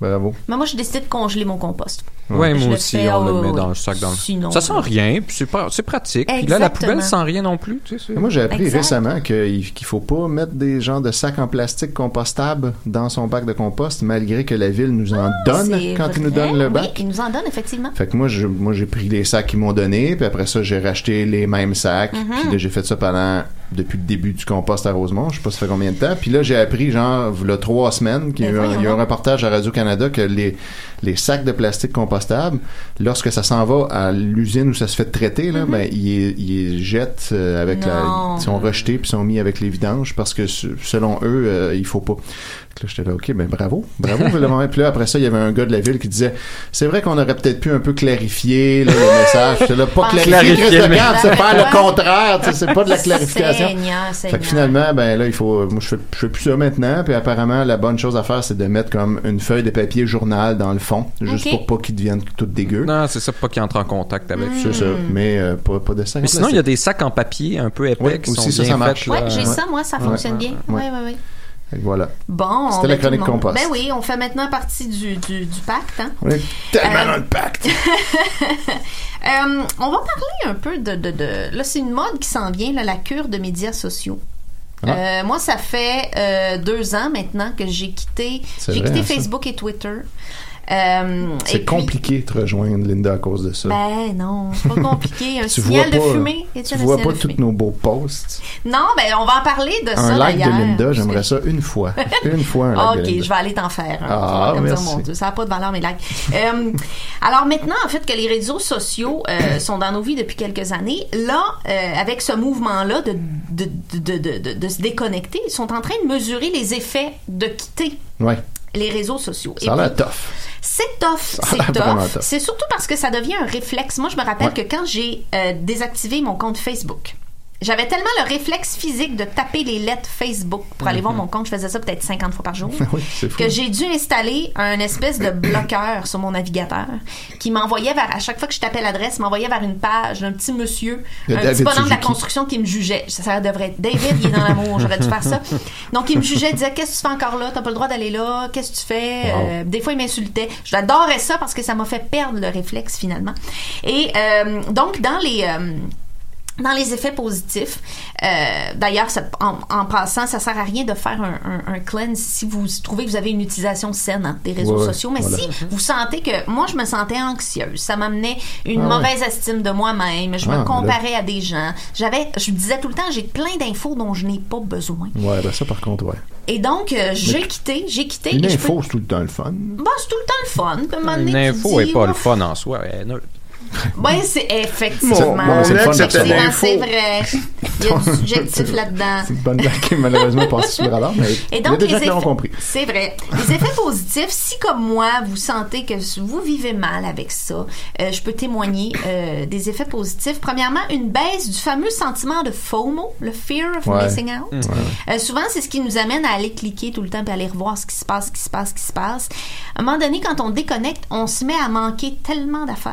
[SPEAKER 4] Bravo.
[SPEAKER 5] Mais moi, j'ai décidé de congeler mon compost.
[SPEAKER 3] Ouais,
[SPEAKER 5] Je
[SPEAKER 3] moi
[SPEAKER 5] le
[SPEAKER 3] aussi,
[SPEAKER 5] fais,
[SPEAKER 3] on
[SPEAKER 5] oh,
[SPEAKER 3] le met
[SPEAKER 5] oui.
[SPEAKER 3] dans le sac. Dans le-
[SPEAKER 5] Sinon- euh,
[SPEAKER 3] ça sent rien, puis c'est pas- c'est pratique. Puis là, la
[SPEAKER 5] Exactement.
[SPEAKER 3] poubelle sent rien non plus. tu sais, c'est-
[SPEAKER 4] Moi, j'ai appris
[SPEAKER 3] Exact.
[SPEAKER 4] récemment qu'il qu'il faut pas mettre des genres de sacs en plastique compostables dans son bac de compost, malgré que la ville nous en donne
[SPEAKER 5] Ah, C'est
[SPEAKER 4] quand ils nous
[SPEAKER 5] vrai,
[SPEAKER 4] donnent le
[SPEAKER 5] oui,
[SPEAKER 4] bac.
[SPEAKER 5] il nous en donne, effectivement.
[SPEAKER 4] Fait que moi, je- moi j'ai pris les sacs qu'ils m'ont donné, puis après ça, j'ai racheté les mêmes sacs.
[SPEAKER 5] Mhm.
[SPEAKER 4] Puis là, j'ai fait ça pendant, depuis le début du compost à Rosemont, je sais pas ça fait combien de temps. Puis là, j'ai appris, genre, il y a trois semaines, qu'il y a eu un, il y a eu un reportage à Radio-Canada que les, les sacs de plastique compostables, lorsque ça s'en va à l'usine où ça se fait traiter, là, ben, ils ils jettent euh, avec la...
[SPEAKER 5] Non.
[SPEAKER 4] Ils sont rejetés puis sont mis avec les vidanges parce que se- selon eux, euh, il faut pas... Fait que Là, j'étais là, OK, ben bravo, bravo, vous l'avez fait. Puis là, après ça, il y avait un gars de la ville qui disait C'est vrai qu'on aurait peut-être pu un peu clarifier là, le message. J'étais là, pas
[SPEAKER 5] Ah,
[SPEAKER 4] clarifier,
[SPEAKER 5] clarifier,
[SPEAKER 4] Christ de
[SPEAKER 5] mais-
[SPEAKER 4] Gand, c'est faire le
[SPEAKER 5] Ouais.
[SPEAKER 4] contraire, tu sais, c'est pas de la clarification.
[SPEAKER 5] Seigneur,
[SPEAKER 4] Fait
[SPEAKER 5] Seigneur.
[SPEAKER 4] que finalement, ben là, il faut. Moi, je fais, je fais plus ça maintenant. Puis apparemment, la bonne chose à faire, c'est de mettre comme une feuille de papier journal dans le fond, juste
[SPEAKER 3] Ok.
[SPEAKER 4] pour pas qu'il devienne tout dégueu.
[SPEAKER 3] Non, c'est ça, pas qu'il entre en contact
[SPEAKER 5] Hmm.
[SPEAKER 3] avec.
[SPEAKER 4] C'est ça, mais euh, pas, pas de sac.
[SPEAKER 3] Mais sinon, il y a des sacs en papier un peu épais
[SPEAKER 4] Ouais,
[SPEAKER 3] qui
[SPEAKER 4] aussi,
[SPEAKER 3] sont
[SPEAKER 4] ça,
[SPEAKER 3] bien
[SPEAKER 4] ça marche.
[SPEAKER 3] faits, là.
[SPEAKER 5] Ouais, j'ai ça, moi, ça
[SPEAKER 4] euh, Ouais.
[SPEAKER 5] fonctionne bien.
[SPEAKER 4] Ouais.
[SPEAKER 5] Ouais, ouais, ouais.
[SPEAKER 4] Fait que Voilà.
[SPEAKER 5] Bon,
[SPEAKER 4] C'était
[SPEAKER 5] on
[SPEAKER 4] la
[SPEAKER 5] met tout le
[SPEAKER 4] chronique
[SPEAKER 5] monde-
[SPEAKER 4] compost.
[SPEAKER 5] Ben oui, on fait maintenant partie du, du, du pacte. hein.
[SPEAKER 4] On est tellement
[SPEAKER 5] Euh,
[SPEAKER 4] dans le pacte.
[SPEAKER 5] Euh, on va parler un peu de... de, de- Là, c'est une mode qui s'en vient, là, la cure de médias sociaux.
[SPEAKER 4] Ah.
[SPEAKER 5] Euh, moi, ça fait euh, deux ans maintenant que j'ai quitté,
[SPEAKER 4] C'est
[SPEAKER 5] j'ai
[SPEAKER 4] vrai, hein,
[SPEAKER 5] quitté
[SPEAKER 4] ça.
[SPEAKER 5] Facebook et Twitter. Euh, et
[SPEAKER 4] C'est
[SPEAKER 5] puis-
[SPEAKER 4] compliqué de te rejoindre, Linda, à cause de ça.
[SPEAKER 5] Ben non, c'est pas compliqué. Un
[SPEAKER 4] tu
[SPEAKER 5] signal
[SPEAKER 4] vois
[SPEAKER 5] de
[SPEAKER 4] pas,
[SPEAKER 5] fumée.
[SPEAKER 4] Tu
[SPEAKER 5] Étienne, un
[SPEAKER 4] vois
[SPEAKER 5] signal
[SPEAKER 4] pas
[SPEAKER 5] de
[SPEAKER 4] tous
[SPEAKER 5] fumée.
[SPEAKER 4] nos beaux posts.
[SPEAKER 5] Non, ben on va en parler de ça
[SPEAKER 4] Un like de
[SPEAKER 5] d'ailleurs.
[SPEAKER 4] Linda, j'aimerais ça une fois. Une fois un like
[SPEAKER 5] Ah, ok,
[SPEAKER 4] de Linda.
[SPEAKER 5] je vais aller t'en faire. un.
[SPEAKER 4] Ah,
[SPEAKER 5] Tu vas comme
[SPEAKER 4] merci.
[SPEAKER 5] ça, mon Dieu, ça n'a pas de valeur, mes likes. Euh, alors maintenant, en fait, que les réseaux sociaux euh, sont dans nos vies depuis quelques années, là, euh, avec ce mouvement-là de, de, de, de, de- de se déconnecter, ils sont en train de mesurer les effets de quitter
[SPEAKER 4] Ouais,
[SPEAKER 5] les réseaux sociaux. Et
[SPEAKER 4] ça a
[SPEAKER 5] puis,
[SPEAKER 4] l'air tough.
[SPEAKER 5] c'est tough,
[SPEAKER 4] a
[SPEAKER 5] c'est
[SPEAKER 4] l'air vraiment
[SPEAKER 5] tough.
[SPEAKER 4] tough.
[SPEAKER 5] C'est surtout parce que ça devient un réflexe. Moi, je me rappelle que quand j'ai euh, désactivé mon compte Facebook, j'avais tellement le réflexe physique de taper les lettres Facebook pour aller voir mon compte, je faisais ça peut-être 50 fois par jour,
[SPEAKER 4] Mhm. oui, c'est fou.
[SPEAKER 5] que j'ai dû installer un espèce de bloqueur sur mon navigateur qui m'envoyait vers, à chaque fois que je tapais l'adresse, m'envoyait vers une page d'un petit monsieur,
[SPEAKER 13] Le
[SPEAKER 5] un petit
[SPEAKER 13] David
[SPEAKER 5] bonhomme de la
[SPEAKER 13] Suzuki.
[SPEAKER 5] construction qui me jugeait. Ça, ça devrait être David, il est dans l'amour, j'aurais dû faire ça. Donc, il me jugeait, il disait Qu'est-ce que tu fais encore là T'as pas le droit d'aller là Qu'est-ce que tu fais
[SPEAKER 13] Wow.
[SPEAKER 5] Euh, Des fois, il m'insultait. J'adorais ça parce que ça m'a fait perdre le réflexe finalement. Et euh, donc, dans les. euh, dans les effets positifs. Euh, D'ailleurs, ça- en, en passant, ça sert à rien de faire un, un- un cleanse si vous trouvez que vous avez une utilisation saine hein, des réseaux
[SPEAKER 13] Ouais, ouais,
[SPEAKER 5] sociaux. Mais
[SPEAKER 13] voilà. Mm-hmm.
[SPEAKER 5] si vous sentez que moi, je me sentais anxieuse, ça m'amenait une
[SPEAKER 13] Ah ouais.
[SPEAKER 5] mauvaise estime de moi-même, je
[SPEAKER 4] Ah, voilà.
[SPEAKER 5] me comparais à des gens. J'avais, je me disais tout le temps, j'ai plein d'infos dont je n'ai pas besoin.
[SPEAKER 4] Ouais, ben ça par contre, ouais.
[SPEAKER 5] Et donc, euh, j'ai
[SPEAKER 4] Mais-
[SPEAKER 5] quitté, j'ai quitté.
[SPEAKER 4] Une
[SPEAKER 5] et je
[SPEAKER 4] info,
[SPEAKER 5] peux-
[SPEAKER 4] c'est tout le temps le fun.
[SPEAKER 5] Bon, c'est tout le temps le fun. Puis à un moment donné,
[SPEAKER 3] Une
[SPEAKER 5] tu
[SPEAKER 3] info
[SPEAKER 5] dis,
[SPEAKER 3] est pas le
[SPEAKER 5] Ouf.
[SPEAKER 3] fun en soi. eh, elle est neutre.
[SPEAKER 5] Ouais, c'est effectivement.
[SPEAKER 4] Mon- mon ex
[SPEAKER 5] Effectivement,
[SPEAKER 4] était une info.
[SPEAKER 5] c'est vrai. Il y a du subjectif là-dedans.
[SPEAKER 4] C'est une bonne blague qui est malheureusement passée sous le radar, mais
[SPEAKER 5] Ah. Et
[SPEAKER 4] il y a
[SPEAKER 5] donc,
[SPEAKER 4] des gens
[SPEAKER 5] les
[SPEAKER 4] qui l'ont
[SPEAKER 5] effets-
[SPEAKER 4] compris.
[SPEAKER 5] C'est vrai. Les effets positifs, si comme moi, vous sentez que vous vivez mal avec ça, euh, je peux témoigner euh, des effets positifs. Premièrement, une baisse du fameux sentiment de FOMO, le fear of
[SPEAKER 13] Ouais.
[SPEAKER 5] missing out.
[SPEAKER 13] Mm. Ouais, ouais.
[SPEAKER 5] Euh, souvent, c'est ce qui nous amène à aller cliquer tout le temps puis aller revoir ce qui se passe, ce qui se passe, ce qui se passe. À un moment donné, quand on déconnecte, on se met à manquer tellement d'affaires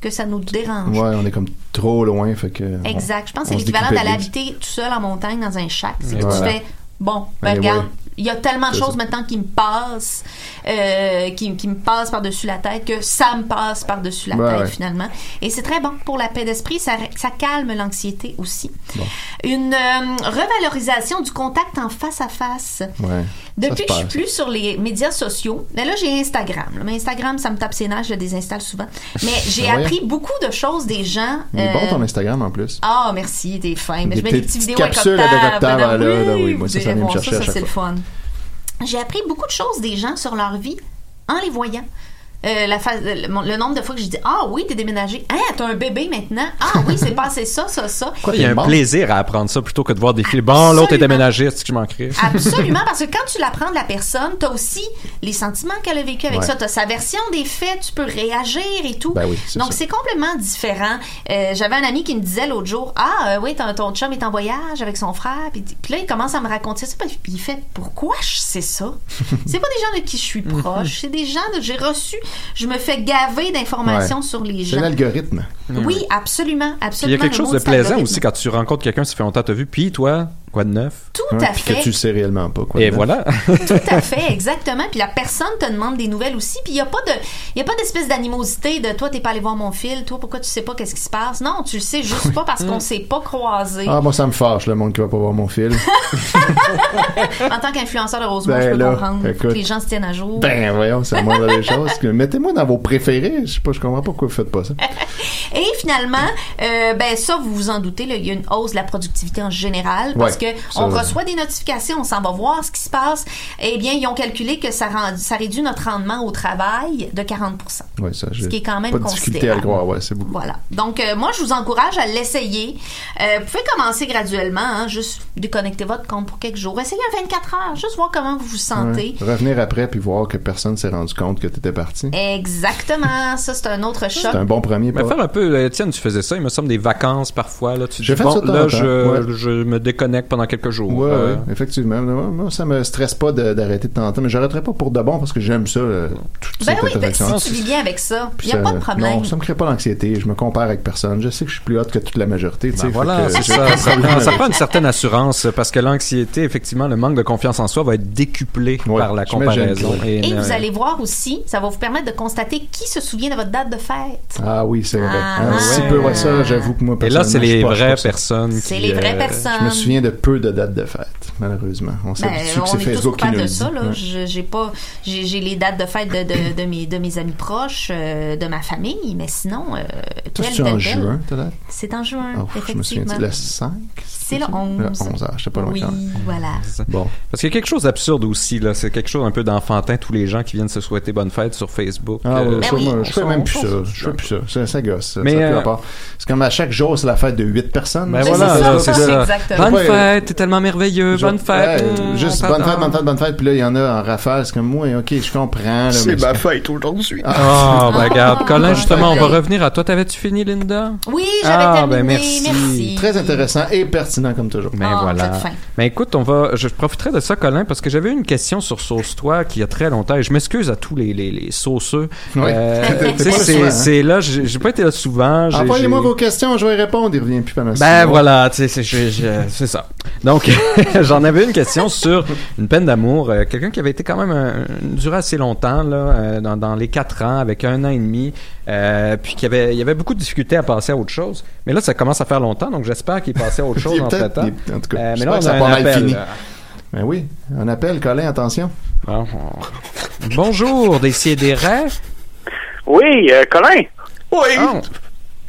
[SPEAKER 5] que ça nous dérange.
[SPEAKER 4] Ouais, on est comme trop loin, fait que. on-
[SPEAKER 5] Exact. Je pense
[SPEAKER 4] on
[SPEAKER 5] que c'est
[SPEAKER 4] se
[SPEAKER 5] l'équivalent d'aller
[SPEAKER 4] déculpabilise.
[SPEAKER 5] habiter tout seul en montagne dans un shack. C'est que tu
[SPEAKER 4] Voilà.
[SPEAKER 5] fais, bon, ben
[SPEAKER 4] Anyway.
[SPEAKER 5] regarde, il y a tellement de
[SPEAKER 4] C'est
[SPEAKER 5] choses
[SPEAKER 4] ça.
[SPEAKER 5] maintenant qui me passent, euh, qui, qui me passent par-dessus la tête que ça me passe par-dessus la
[SPEAKER 13] Ouais,
[SPEAKER 5] tête
[SPEAKER 13] ouais.
[SPEAKER 5] finalement. Et c'est très bon pour la paix d'esprit. Ça, ça calme l'anxiété aussi.
[SPEAKER 13] Bon.
[SPEAKER 5] Une euh, revalorisation du contact en face à face.
[SPEAKER 13] Ouais.
[SPEAKER 5] Depuis que je suis plus sur les médias sociaux, mais là j'ai Instagram. là. Mais Instagram, ça me tape ses nages, je le désinstalle souvent. Mais j'ai
[SPEAKER 4] Ah ouais.
[SPEAKER 5] appris beaucoup de choses des gens.
[SPEAKER 4] Il est
[SPEAKER 5] euh,
[SPEAKER 4] bon ton Instagram en plus.
[SPEAKER 5] ah, merci, t'es fin. Mais
[SPEAKER 4] Des
[SPEAKER 5] je mets des
[SPEAKER 4] petites
[SPEAKER 5] petites vidéos
[SPEAKER 4] capsules
[SPEAKER 5] avec
[SPEAKER 4] avec Octave,
[SPEAKER 5] madame,
[SPEAKER 4] là, là, oui,
[SPEAKER 5] vous
[SPEAKER 4] moi, ça, ça vient
[SPEAKER 5] irez
[SPEAKER 4] me
[SPEAKER 5] voir
[SPEAKER 4] chercher à chaque
[SPEAKER 5] c'est le fun. J'ai appris beaucoup de choses des gens sur leur vie en les voyant. Euh, la fa- le, mon- le nombre de fois que je dis Ah oui, t'es déménagé. Ah, t'as un bébé maintenant. Ah oui, c'est passé ça, ça, ça.
[SPEAKER 3] Il y a un plaisir à apprendre ça plutôt que de voir des films. Bon, l'autre est
[SPEAKER 5] Absolument.
[SPEAKER 3] déménagiste, que je m'en crie.
[SPEAKER 5] Absolument, parce que quand tu l'apprends de la personne, t'as aussi les sentiments qu'elle a vécu avec
[SPEAKER 3] Ouais.
[SPEAKER 5] ça, t'as sa version des faits, tu peux réagir et tout.
[SPEAKER 3] Ben oui, c'est
[SPEAKER 5] Donc
[SPEAKER 3] ça.
[SPEAKER 5] c'est complètement différent. Euh, J'avais un ami qui me disait l'autre jour, ah euh, oui, ton, ton chum est en voyage avec son frère, puis, puis là il commence à me raconter ça, puis il fait, pourquoi je sais ça C'est pas des gens de qui je suis proche, c'est des gens de j'ai reçu, je me fais gaver d'informations
[SPEAKER 4] Ouais.
[SPEAKER 5] sur les
[SPEAKER 4] C'est
[SPEAKER 5] gens.
[SPEAKER 4] l'algorithme.
[SPEAKER 5] Oui, absolument,
[SPEAKER 3] Puis il y
[SPEAKER 5] absolument.
[SPEAKER 3] a quelque
[SPEAKER 5] le
[SPEAKER 3] chose
[SPEAKER 5] monde
[SPEAKER 3] de
[SPEAKER 5] s'est adoré.
[SPEAKER 3] plaisant aussi quand tu rencontres quelqu'un, ça fait longtemps que tu as vu. Puis toi, quoi de neuf
[SPEAKER 5] Tout à
[SPEAKER 4] hein, puis
[SPEAKER 5] fait.
[SPEAKER 4] que tu sais réellement pas quoi.
[SPEAKER 3] Et voilà.
[SPEAKER 5] Tout à fait, exactement. Puis la personne te demande des nouvelles aussi. Puis il n'y a pas de, il y a pas d'espèce d'animosité de toi t'es pas allé voir mon fil, toi pourquoi tu sais pas qu'est-ce qui se passe. Non, tu le sais juste pas parce qu'on s'est pas croisé.
[SPEAKER 4] Mm. Ah, moi, ça me fâche, le monde qui va pas voir mon film.
[SPEAKER 5] en tant qu'influenceur de Rosemont,
[SPEAKER 4] Ben
[SPEAKER 5] je peux
[SPEAKER 4] là,
[SPEAKER 5] comprendre
[SPEAKER 4] écoute.
[SPEAKER 5] que les gens se tiennent à jour.
[SPEAKER 4] ben, voyons, c'est la moindre des choses. Que- Mettez-moi dans vos préférés. Je sais pas, je comprends pas pourquoi vous faites pas ça.
[SPEAKER 5] Et finalement, euh, ben ça, vous vous en doutez, là, il y a une hausse de la productivité en général parce
[SPEAKER 13] Ouais,
[SPEAKER 5] que
[SPEAKER 13] ça,
[SPEAKER 5] on
[SPEAKER 13] ouais.
[SPEAKER 5] reçoit des notifications, on s'en va voir ce qui se passe. Eh bien, ils ont calculé que ça, rend- ça réduit notre rendement au travail de 40
[SPEAKER 4] Ouais, ça, j'ai
[SPEAKER 5] Ce qui est quand même
[SPEAKER 4] pas de difficulté à le
[SPEAKER 5] considérable.
[SPEAKER 4] croire, ouais, c'est beaucoup.
[SPEAKER 5] Voilà. Donc, euh, moi, je vous encourage à l'essayer. Euh, vous pouvez commencer graduellement, hein, juste déconnecter votre compte pour quelques jours. Essayez un 24 heures, juste voir comment vous vous sentez.
[SPEAKER 4] Ouais. Revenir après puis voir que personne s'est rendu compte que t'étais parti.
[SPEAKER 5] Exactement. Ça, c'est un autre choc.
[SPEAKER 4] C'est un bon premier
[SPEAKER 3] Mais
[SPEAKER 4] pas.
[SPEAKER 3] faire un peu, euh, Étienne, tu faisais ça, il me semble, des vacances parfois. Là, tu
[SPEAKER 4] J'ai
[SPEAKER 3] dis,
[SPEAKER 4] fait
[SPEAKER 3] bon,
[SPEAKER 4] ça de temps en
[SPEAKER 3] là,
[SPEAKER 4] temps,
[SPEAKER 3] je,
[SPEAKER 4] ouais.
[SPEAKER 3] je me déconnecte pendant quelques jours.
[SPEAKER 4] Ouais,
[SPEAKER 3] Euh,
[SPEAKER 4] ouais, effectivement. Moi, moi, ça me stresse pas de- d'arrêter de tenter, mais j'arrêterai pas pour de bon parce que j'aime ça, euh, toute
[SPEAKER 5] Ben
[SPEAKER 4] cette
[SPEAKER 5] oui, ben,
[SPEAKER 4] interaction.
[SPEAKER 5] si tu vis bien avec ça, il
[SPEAKER 4] Puis
[SPEAKER 5] n'y a
[SPEAKER 4] ça-
[SPEAKER 5] pas de problème.
[SPEAKER 4] Non, ça me crée pas d'anxiété. Je me compare avec personne. Je sais que je suis plus haute que toute la majorité. tu sais,
[SPEAKER 3] Ben
[SPEAKER 4] fait
[SPEAKER 3] voilà,
[SPEAKER 4] que
[SPEAKER 3] c'est
[SPEAKER 4] j'ai
[SPEAKER 3] ça.
[SPEAKER 4] pas
[SPEAKER 3] Ça
[SPEAKER 4] de
[SPEAKER 3] prend,
[SPEAKER 4] problème.
[SPEAKER 3] ça prend une certaine assurance parce que l'anxiété, effectivement, le manque de confiance en soi va être décuplé par la
[SPEAKER 4] j'imagine,
[SPEAKER 3] comparaison.
[SPEAKER 4] ouais.
[SPEAKER 5] Et
[SPEAKER 3] euh,
[SPEAKER 5] vous allez voir aussi, ça va vous permettre de constater qui se souvient de votre date de fête.
[SPEAKER 4] Ah oui, c'est vrai.
[SPEAKER 5] Ah,
[SPEAKER 4] Hein,
[SPEAKER 5] ouais.
[SPEAKER 4] Si peu, ouais, ça, j'avoue que moi,
[SPEAKER 3] Et là,
[SPEAKER 4] personnellement,
[SPEAKER 3] c'est
[SPEAKER 4] je suis
[SPEAKER 3] les
[SPEAKER 4] pas- je suis
[SPEAKER 3] vraies
[SPEAKER 4] pas ça.
[SPEAKER 3] personnes.
[SPEAKER 5] C'est
[SPEAKER 3] qui,
[SPEAKER 5] les vraies
[SPEAKER 3] euh,
[SPEAKER 5] personnes.
[SPEAKER 4] Je me souviens de peu de dates de fête, malheureusement. On
[SPEAKER 5] Ben,
[SPEAKER 4] s'habitue que
[SPEAKER 5] on
[SPEAKER 4] c'est
[SPEAKER 5] est tous
[SPEAKER 4] Facebook qui
[SPEAKER 5] coupables
[SPEAKER 4] nous
[SPEAKER 5] de
[SPEAKER 4] le
[SPEAKER 5] ça.
[SPEAKER 4] dit.
[SPEAKER 5] là.
[SPEAKER 4] Ouais.
[SPEAKER 5] Je- J'ai pas, j'ai j'ai les dates de fête de, de, de mes, de mes amis proches, euh, de ma famille, mais sinon, euh,
[SPEAKER 4] Toi,
[SPEAKER 5] telle,
[SPEAKER 4] c'est hein. en
[SPEAKER 5] telle, telle.
[SPEAKER 4] juin, ta date?
[SPEAKER 5] C'est en juin,
[SPEAKER 4] Oh, je me souviens.
[SPEAKER 5] effectivement.
[SPEAKER 4] Le 5?
[SPEAKER 5] C'est le
[SPEAKER 4] Le
[SPEAKER 5] 11.
[SPEAKER 4] 11 ah, j'étais pas loin
[SPEAKER 5] Oui,
[SPEAKER 4] quand même.
[SPEAKER 5] voilà.
[SPEAKER 4] Bon.
[SPEAKER 3] Parce qu'il y a quelque chose d'absurde aussi, là. C'est quelque chose un peu d'enfantin, tous les gens qui viennent se souhaiter bonne fête sur Facebook.
[SPEAKER 4] Ah ouais,
[SPEAKER 5] Ben
[SPEAKER 3] Euh,
[SPEAKER 4] ça, moi, je fais
[SPEAKER 3] on-
[SPEAKER 4] même plus
[SPEAKER 3] on-
[SPEAKER 4] ça. Je fais plus ça. Ça, ça gosse. ça.
[SPEAKER 3] Mais,
[SPEAKER 4] Ça a plus
[SPEAKER 3] euh,
[SPEAKER 4] rapport. C'est comme à chaque jour, c'est la fête de 8 personnes.
[SPEAKER 3] Ben voilà,
[SPEAKER 4] pas-
[SPEAKER 3] là, c'est ça.
[SPEAKER 4] Je
[SPEAKER 3] Bonne
[SPEAKER 4] sais pas,
[SPEAKER 3] fête, t'es tellement merveilleux,
[SPEAKER 4] Genre,
[SPEAKER 3] bonne fête.
[SPEAKER 4] ouais,
[SPEAKER 3] Mmh,
[SPEAKER 4] juste
[SPEAKER 3] on
[SPEAKER 4] bonne fête,
[SPEAKER 3] t'adore.
[SPEAKER 4] bonne fête, bonne fête. Puis là, il y en a en rafale. C'est comme, moi, ok, je comprends. là, mais
[SPEAKER 2] C'est ma fête aujourd'hui.
[SPEAKER 3] Ah, ben regarde, Colin, justement, on va
[SPEAKER 4] fête.
[SPEAKER 3] revenir à toi. T'avais-tu fini, Linda?
[SPEAKER 5] Oui,
[SPEAKER 3] j'avais Ah,
[SPEAKER 4] ben
[SPEAKER 3] terminé, ben merci. merci.
[SPEAKER 4] Très intéressant et pertinent comme toujours.
[SPEAKER 3] Mais voilà. Mais écoute, on va, je profiterai de ça, Colin, parce que j'avais une question sur Sauce-toi qui il y a très longtemps, et je m'excuse à tous les, les, les sauceux. Euh,
[SPEAKER 4] Oui. T'es
[SPEAKER 3] tu
[SPEAKER 4] pas
[SPEAKER 3] sais,
[SPEAKER 4] là
[SPEAKER 3] c'est
[SPEAKER 4] souvent, hein?
[SPEAKER 3] c'est là, j'ai j'ai pas été là souvent. j'ai-
[SPEAKER 4] Envoyez-moi
[SPEAKER 3] j'ai-
[SPEAKER 4] vos questions, je vais y répondre. Il revient plus pendant six
[SPEAKER 3] Ben
[SPEAKER 4] mois.
[SPEAKER 3] voilà, tu sais, c'est je- je- c'est ça. Donc, j'en avais une question sur une peine d'amour. Euh, Quelqu'un qui avait été quand même un- une durée assez longtemps, là, euh, dans, dans les quatre ans, avec un an et demi, euh, puis qui avait, il y avait beaucoup de difficultés à passer à autre chose. Mais là, ça commence à faire longtemps, donc j'espère qu'il est passé à autre
[SPEAKER 4] Il
[SPEAKER 3] chose
[SPEAKER 4] est
[SPEAKER 3] entre
[SPEAKER 4] peut-être-
[SPEAKER 3] temps.
[SPEAKER 4] il est- en tout cas,
[SPEAKER 3] mais
[SPEAKER 4] j'espère
[SPEAKER 3] là,
[SPEAKER 4] que
[SPEAKER 3] on
[SPEAKER 4] ça
[SPEAKER 3] a
[SPEAKER 4] a pas
[SPEAKER 3] un
[SPEAKER 4] mal
[SPEAKER 3] appel.
[SPEAKER 4] fini.
[SPEAKER 3] là.
[SPEAKER 4] Ben oui, un appel, Colin, attention.
[SPEAKER 3] Bon. Bonjour, Décideret.
[SPEAKER 13] Oui, euh, Colin.
[SPEAKER 2] Oui.
[SPEAKER 3] Oh.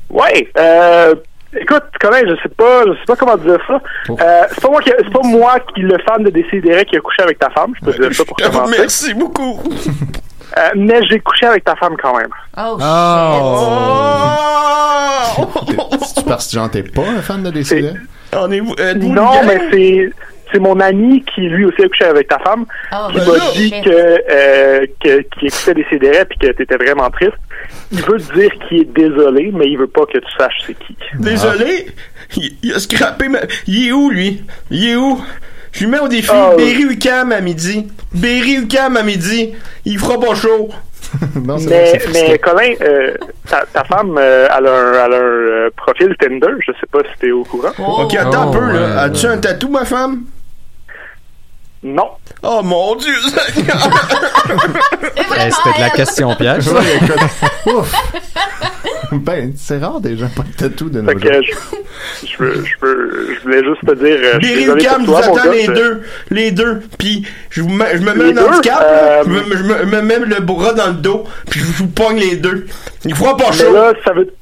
[SPEAKER 13] Oui. Euh, écoute, Colin, Ben, je sais pas, je sais pas comment dire ça. Euh, c'est pas moi qui, c'est pas moi qui le fan de Décideret qui a couché avec ta femme. Je peux dire ça pour commencer.
[SPEAKER 2] Merci beaucoup.
[SPEAKER 13] Euh, mais j'ai couché avec ta femme quand même.
[SPEAKER 5] Oh,
[SPEAKER 3] Oh.
[SPEAKER 13] Oh.
[SPEAKER 4] C'est parce que genre, t'es pas un fan de décider.
[SPEAKER 13] non, mais c'est c'est mon ami qui lui aussi a couché avec ta femme
[SPEAKER 5] Ah,
[SPEAKER 13] qui
[SPEAKER 5] ben
[SPEAKER 13] m'a
[SPEAKER 5] là.
[SPEAKER 13] dit que euh, que- qu'il écoutait des CDR puis que t'étais vraiment triste. Il veut te dire qu'il est désolé, mais il veut pas que tu saches c'est qui.
[SPEAKER 2] Désolé, il, il a scrappé ma... Il est où, lui? Il est où? Je lui mets au défi
[SPEAKER 13] Ah, oui.
[SPEAKER 2] Berry-UQAM à midi. Berry-UQAM à midi. Il fera pas chaud.
[SPEAKER 4] non,
[SPEAKER 13] Mais, mais Colin, euh, ta, ta femme, euh, elle a un, elle a un, euh, profil Tinder. Je sais pas si t'es au courant.
[SPEAKER 5] Oh.
[SPEAKER 2] Ok,
[SPEAKER 13] Oh,
[SPEAKER 2] attends un peu, là. As-tu un tatou, ma femme?
[SPEAKER 13] Non.
[SPEAKER 2] Oh mon dieu!
[SPEAKER 3] Eh, C'était de la question piège. ça.
[SPEAKER 4] Oui, écoute. Ouf. Ben, c'est rare des gens pas de tatou de nos
[SPEAKER 13] Fait
[SPEAKER 4] jours.
[SPEAKER 13] que je, je, veux- je, veux- je voulais juste te dire. euh, je suis
[SPEAKER 2] Berry
[SPEAKER 13] désolé
[SPEAKER 2] UQAM, je vous
[SPEAKER 13] pour toi, mon
[SPEAKER 2] attends
[SPEAKER 13] gars,
[SPEAKER 2] les
[SPEAKER 13] euh,
[SPEAKER 2] deux. Les deux. Puis, je, vous mets- je me mets
[SPEAKER 13] Les
[SPEAKER 2] un
[SPEAKER 13] deux?
[SPEAKER 2] handicap, là.
[SPEAKER 13] Euh,
[SPEAKER 2] je, me, je me- me mets le bras dans le dos. Puis, je vous pogne les deux. Il fera pas
[SPEAKER 13] Mais
[SPEAKER 2] chaud.
[SPEAKER 13] là, ça veut,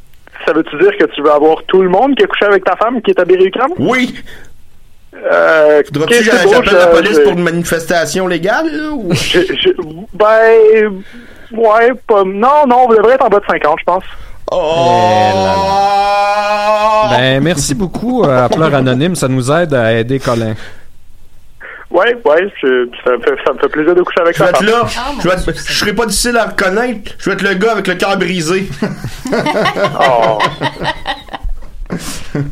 [SPEAKER 13] ça veut-tu dire que tu veux avoir tout le monde qui a couché avec ta femme qui est à Berry-UQAM?
[SPEAKER 2] Oui.
[SPEAKER 13] Euh,
[SPEAKER 2] Faudra-tu que
[SPEAKER 13] qu'est-ce que
[SPEAKER 2] j'appelle
[SPEAKER 13] bon,
[SPEAKER 2] la
[SPEAKER 13] je-
[SPEAKER 2] police
[SPEAKER 13] je-
[SPEAKER 2] pour une manifestation légale, là? Ou...
[SPEAKER 13] je, je, ben, ouais, pas, non, non, on devrait être en bas de 50, je pense. Oh.
[SPEAKER 3] Eh
[SPEAKER 2] Oh!
[SPEAKER 3] Ben, merci beaucoup, euh, Appeleur Anonyme. Ça nous aide à aider Colin.
[SPEAKER 13] Ouais, ouais, je- ça, me fait, ça me fait plaisir de coucher avec
[SPEAKER 2] Je vais
[SPEAKER 13] ta
[SPEAKER 2] être
[SPEAKER 13] femme.
[SPEAKER 2] là. Je, vais être- Ah, je serai pas difficile à reconnaître. Je vais être le gars avec le cœur brisé.
[SPEAKER 13] Oh.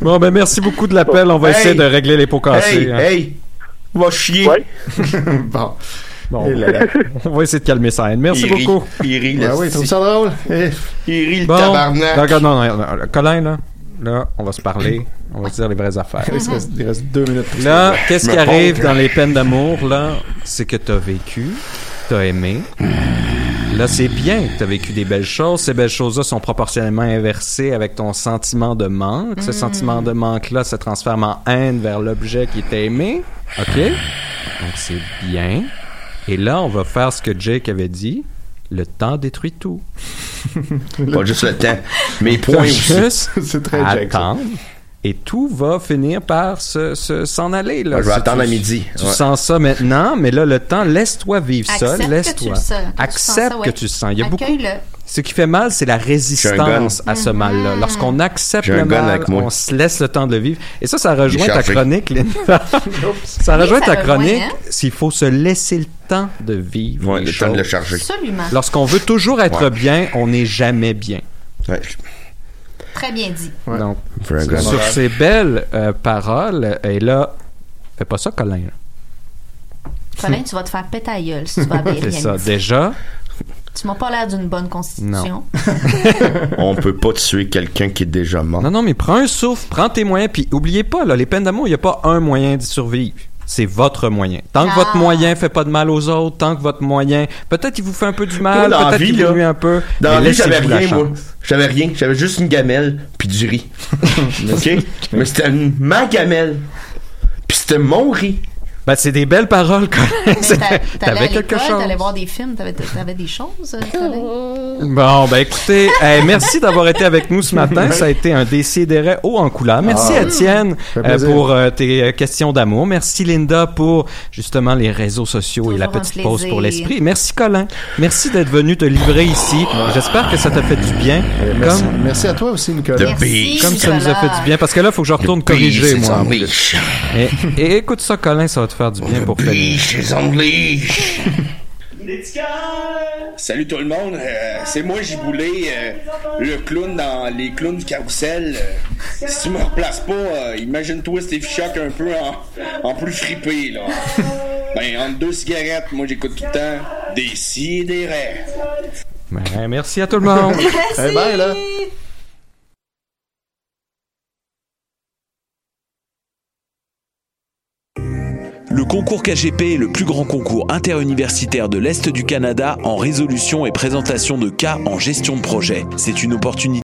[SPEAKER 3] Bon, ben, merci beaucoup de l'appel. On va
[SPEAKER 2] Hey!
[SPEAKER 3] essayer de régler les pots cassés.
[SPEAKER 2] Hey,
[SPEAKER 3] hein.
[SPEAKER 2] hey, va chier.
[SPEAKER 4] bon.
[SPEAKER 3] Bon.
[SPEAKER 4] Et là là.
[SPEAKER 3] On va essayer de calmer ça. Anne. Merci
[SPEAKER 4] Il rit.
[SPEAKER 3] beaucoup.
[SPEAKER 2] Il rit,
[SPEAKER 4] Ah oui, tu trouves ça drôle? Eh,
[SPEAKER 2] Il rit, le
[SPEAKER 3] Bon.
[SPEAKER 2] tabarnak.
[SPEAKER 3] Non, non, non, non, non. Colin, là, là, on va se parler. On va se dire les vraies affaires.
[SPEAKER 4] Il reste, il reste deux minutes.
[SPEAKER 3] Là, qu'est-ce
[SPEAKER 4] Je
[SPEAKER 3] qui
[SPEAKER 4] me
[SPEAKER 3] arrive
[SPEAKER 4] pompe.
[SPEAKER 3] dans les peines d'amour, là? C'est que t'as vécu, t'as aimé. Là, c'est bien, t'as vécu des belles choses. Ces belles choses-là sont proportionnellement inversées avec ton sentiment de manque. Ce sentiment de manque-là se transforme en haine vers l'objet qui t'a aimé. OK? Donc, c'est bien. Et là, on va faire ce que Jake avait dit. Le temps détruit tout.
[SPEAKER 2] Pas juste le temps. Mes points aussi.
[SPEAKER 3] C'est très attendre. Et tout va finir par se- se- s'en aller. Là.
[SPEAKER 2] Ouais, je vais
[SPEAKER 3] Si
[SPEAKER 2] attendre
[SPEAKER 3] tu-
[SPEAKER 2] à midi.
[SPEAKER 3] Tu
[SPEAKER 2] Ouais.
[SPEAKER 3] sens ça maintenant, mais là, le temps, laisse-toi vivre
[SPEAKER 5] Accepte que
[SPEAKER 3] ça.
[SPEAKER 5] tu
[SPEAKER 3] Laisse-toi.
[SPEAKER 5] le sens, que tu
[SPEAKER 3] Accepte
[SPEAKER 5] sens ça,
[SPEAKER 3] que
[SPEAKER 5] ouais.
[SPEAKER 3] tu le sens. Il y a beaucoup.
[SPEAKER 5] Accueille-le.
[SPEAKER 3] Ce qui fait mal, c'est la résistance à
[SPEAKER 5] Mhm.
[SPEAKER 3] ce mal-là. Lorsqu'on accepte
[SPEAKER 2] J'ai un
[SPEAKER 3] le
[SPEAKER 2] gun
[SPEAKER 3] mal,
[SPEAKER 2] avec moi.
[SPEAKER 3] on se laisse le temps de le vivre. Et ça, ça rejoint
[SPEAKER 2] Il
[SPEAKER 3] ta
[SPEAKER 2] est chargé.
[SPEAKER 3] chronique, Lynn. ça rejoint ta
[SPEAKER 5] ça rejoint,
[SPEAKER 3] chronique.
[SPEAKER 5] hein?
[SPEAKER 3] S'il faut se laisser le temps de vivre.
[SPEAKER 2] Ouais,
[SPEAKER 3] les
[SPEAKER 2] le temps de le
[SPEAKER 3] choses.
[SPEAKER 2] charger.
[SPEAKER 5] Absolument.
[SPEAKER 3] Lorsqu'on veut toujours être
[SPEAKER 2] Ouais.
[SPEAKER 3] bien, on n'est jamais bien.
[SPEAKER 5] Très bien dit.
[SPEAKER 3] Donc,
[SPEAKER 2] Faut un gun.
[SPEAKER 3] sur ces belles euh, paroles, et là, fais pas ça, Colin.
[SPEAKER 5] Colin, tu vas te faire péter la gueule si tu vas à
[SPEAKER 3] C'est
[SPEAKER 5] Berry.
[SPEAKER 3] ça. Déjà,
[SPEAKER 5] Tu m'as pas l'air d'une bonne constitution.
[SPEAKER 2] On peut pas tuer quelqu'un qui est déjà mort.
[SPEAKER 3] Non, non, mais prends un souffle, prends tes moyens, puis oubliez pas, là, les peines d'amour, il n'y a pas un moyen d'y survivre. C'est votre moyen. Tant que
[SPEAKER 5] Ah.
[SPEAKER 3] votre moyen fait pas de mal aux autres, tant que votre moyen, peut-être il vous fait un peu du mal,
[SPEAKER 2] Moi, dans la
[SPEAKER 3] peut-être
[SPEAKER 2] vie,
[SPEAKER 3] qu'il
[SPEAKER 2] là,
[SPEAKER 3] vous nuit un peu.
[SPEAKER 2] Dans la
[SPEAKER 3] mais
[SPEAKER 2] vie, j'avais
[SPEAKER 3] laissez-vous la
[SPEAKER 2] rien, moi.
[SPEAKER 3] chance.
[SPEAKER 2] J'avais rien. J'avais juste une gamelle, puis du riz. OK? Mais c'était une- ma gamelle. Puis c'était mon riz.
[SPEAKER 3] Ben, c'est des belles paroles, Colin.
[SPEAKER 5] Mais
[SPEAKER 3] C'est-
[SPEAKER 5] t'a-
[SPEAKER 3] T'avais
[SPEAKER 5] T'allais à
[SPEAKER 3] quelque
[SPEAKER 5] l'école,
[SPEAKER 3] chose.
[SPEAKER 5] t'allais voir des films, t'avais, t'avais des choses, euh, Colin.
[SPEAKER 3] Bon, ben écoutez, eh, merci d'avoir été avec nous ce matin. Ça a été un décideret haut en couleur. Merci
[SPEAKER 4] Ah.
[SPEAKER 3] Étienne
[SPEAKER 4] Fait
[SPEAKER 3] euh,
[SPEAKER 4] plaisir.
[SPEAKER 3] pour euh, tes euh, questions d'amour. Merci Linda pour justement les réseaux sociaux et la
[SPEAKER 5] un
[SPEAKER 3] petite
[SPEAKER 5] plaisir.
[SPEAKER 3] pause pour l'esprit. Merci Colin. Merci d'être venu te livrer ici. J'espère que ça t'a fait du bien.
[SPEAKER 4] Eh, Merci,
[SPEAKER 3] Comme,
[SPEAKER 4] merci à toi aussi, Nicolas.
[SPEAKER 2] The bee.
[SPEAKER 3] comme ça nous a fait du bien. Parce que là, il faut que je retourne corriger,
[SPEAKER 2] Beast is
[SPEAKER 3] moi.
[SPEAKER 2] unleashed.
[SPEAKER 3] Et, et écoute ça, Colin, ça va te faire du bien pour finir.
[SPEAKER 2] Beast is unleashed. Salut tout le monde, euh, c'est moi Giboulé, euh, le clown dans les clowns du carrousel. Euh, si tu me replaces pas, euh, imagine-toi Steve Shock un peu en, en plus fripé là. ben entre deux cigarettes, moi j'écoute tout le temps des si et des raies.
[SPEAKER 3] Ben, merci à tout le monde.
[SPEAKER 4] Eh ben, là.
[SPEAKER 14] Le concours KGP est le plus grand concours interuniversitaire de l'Est du Canada en résolution et présentation de cas en gestion de projet. C'est une opportunité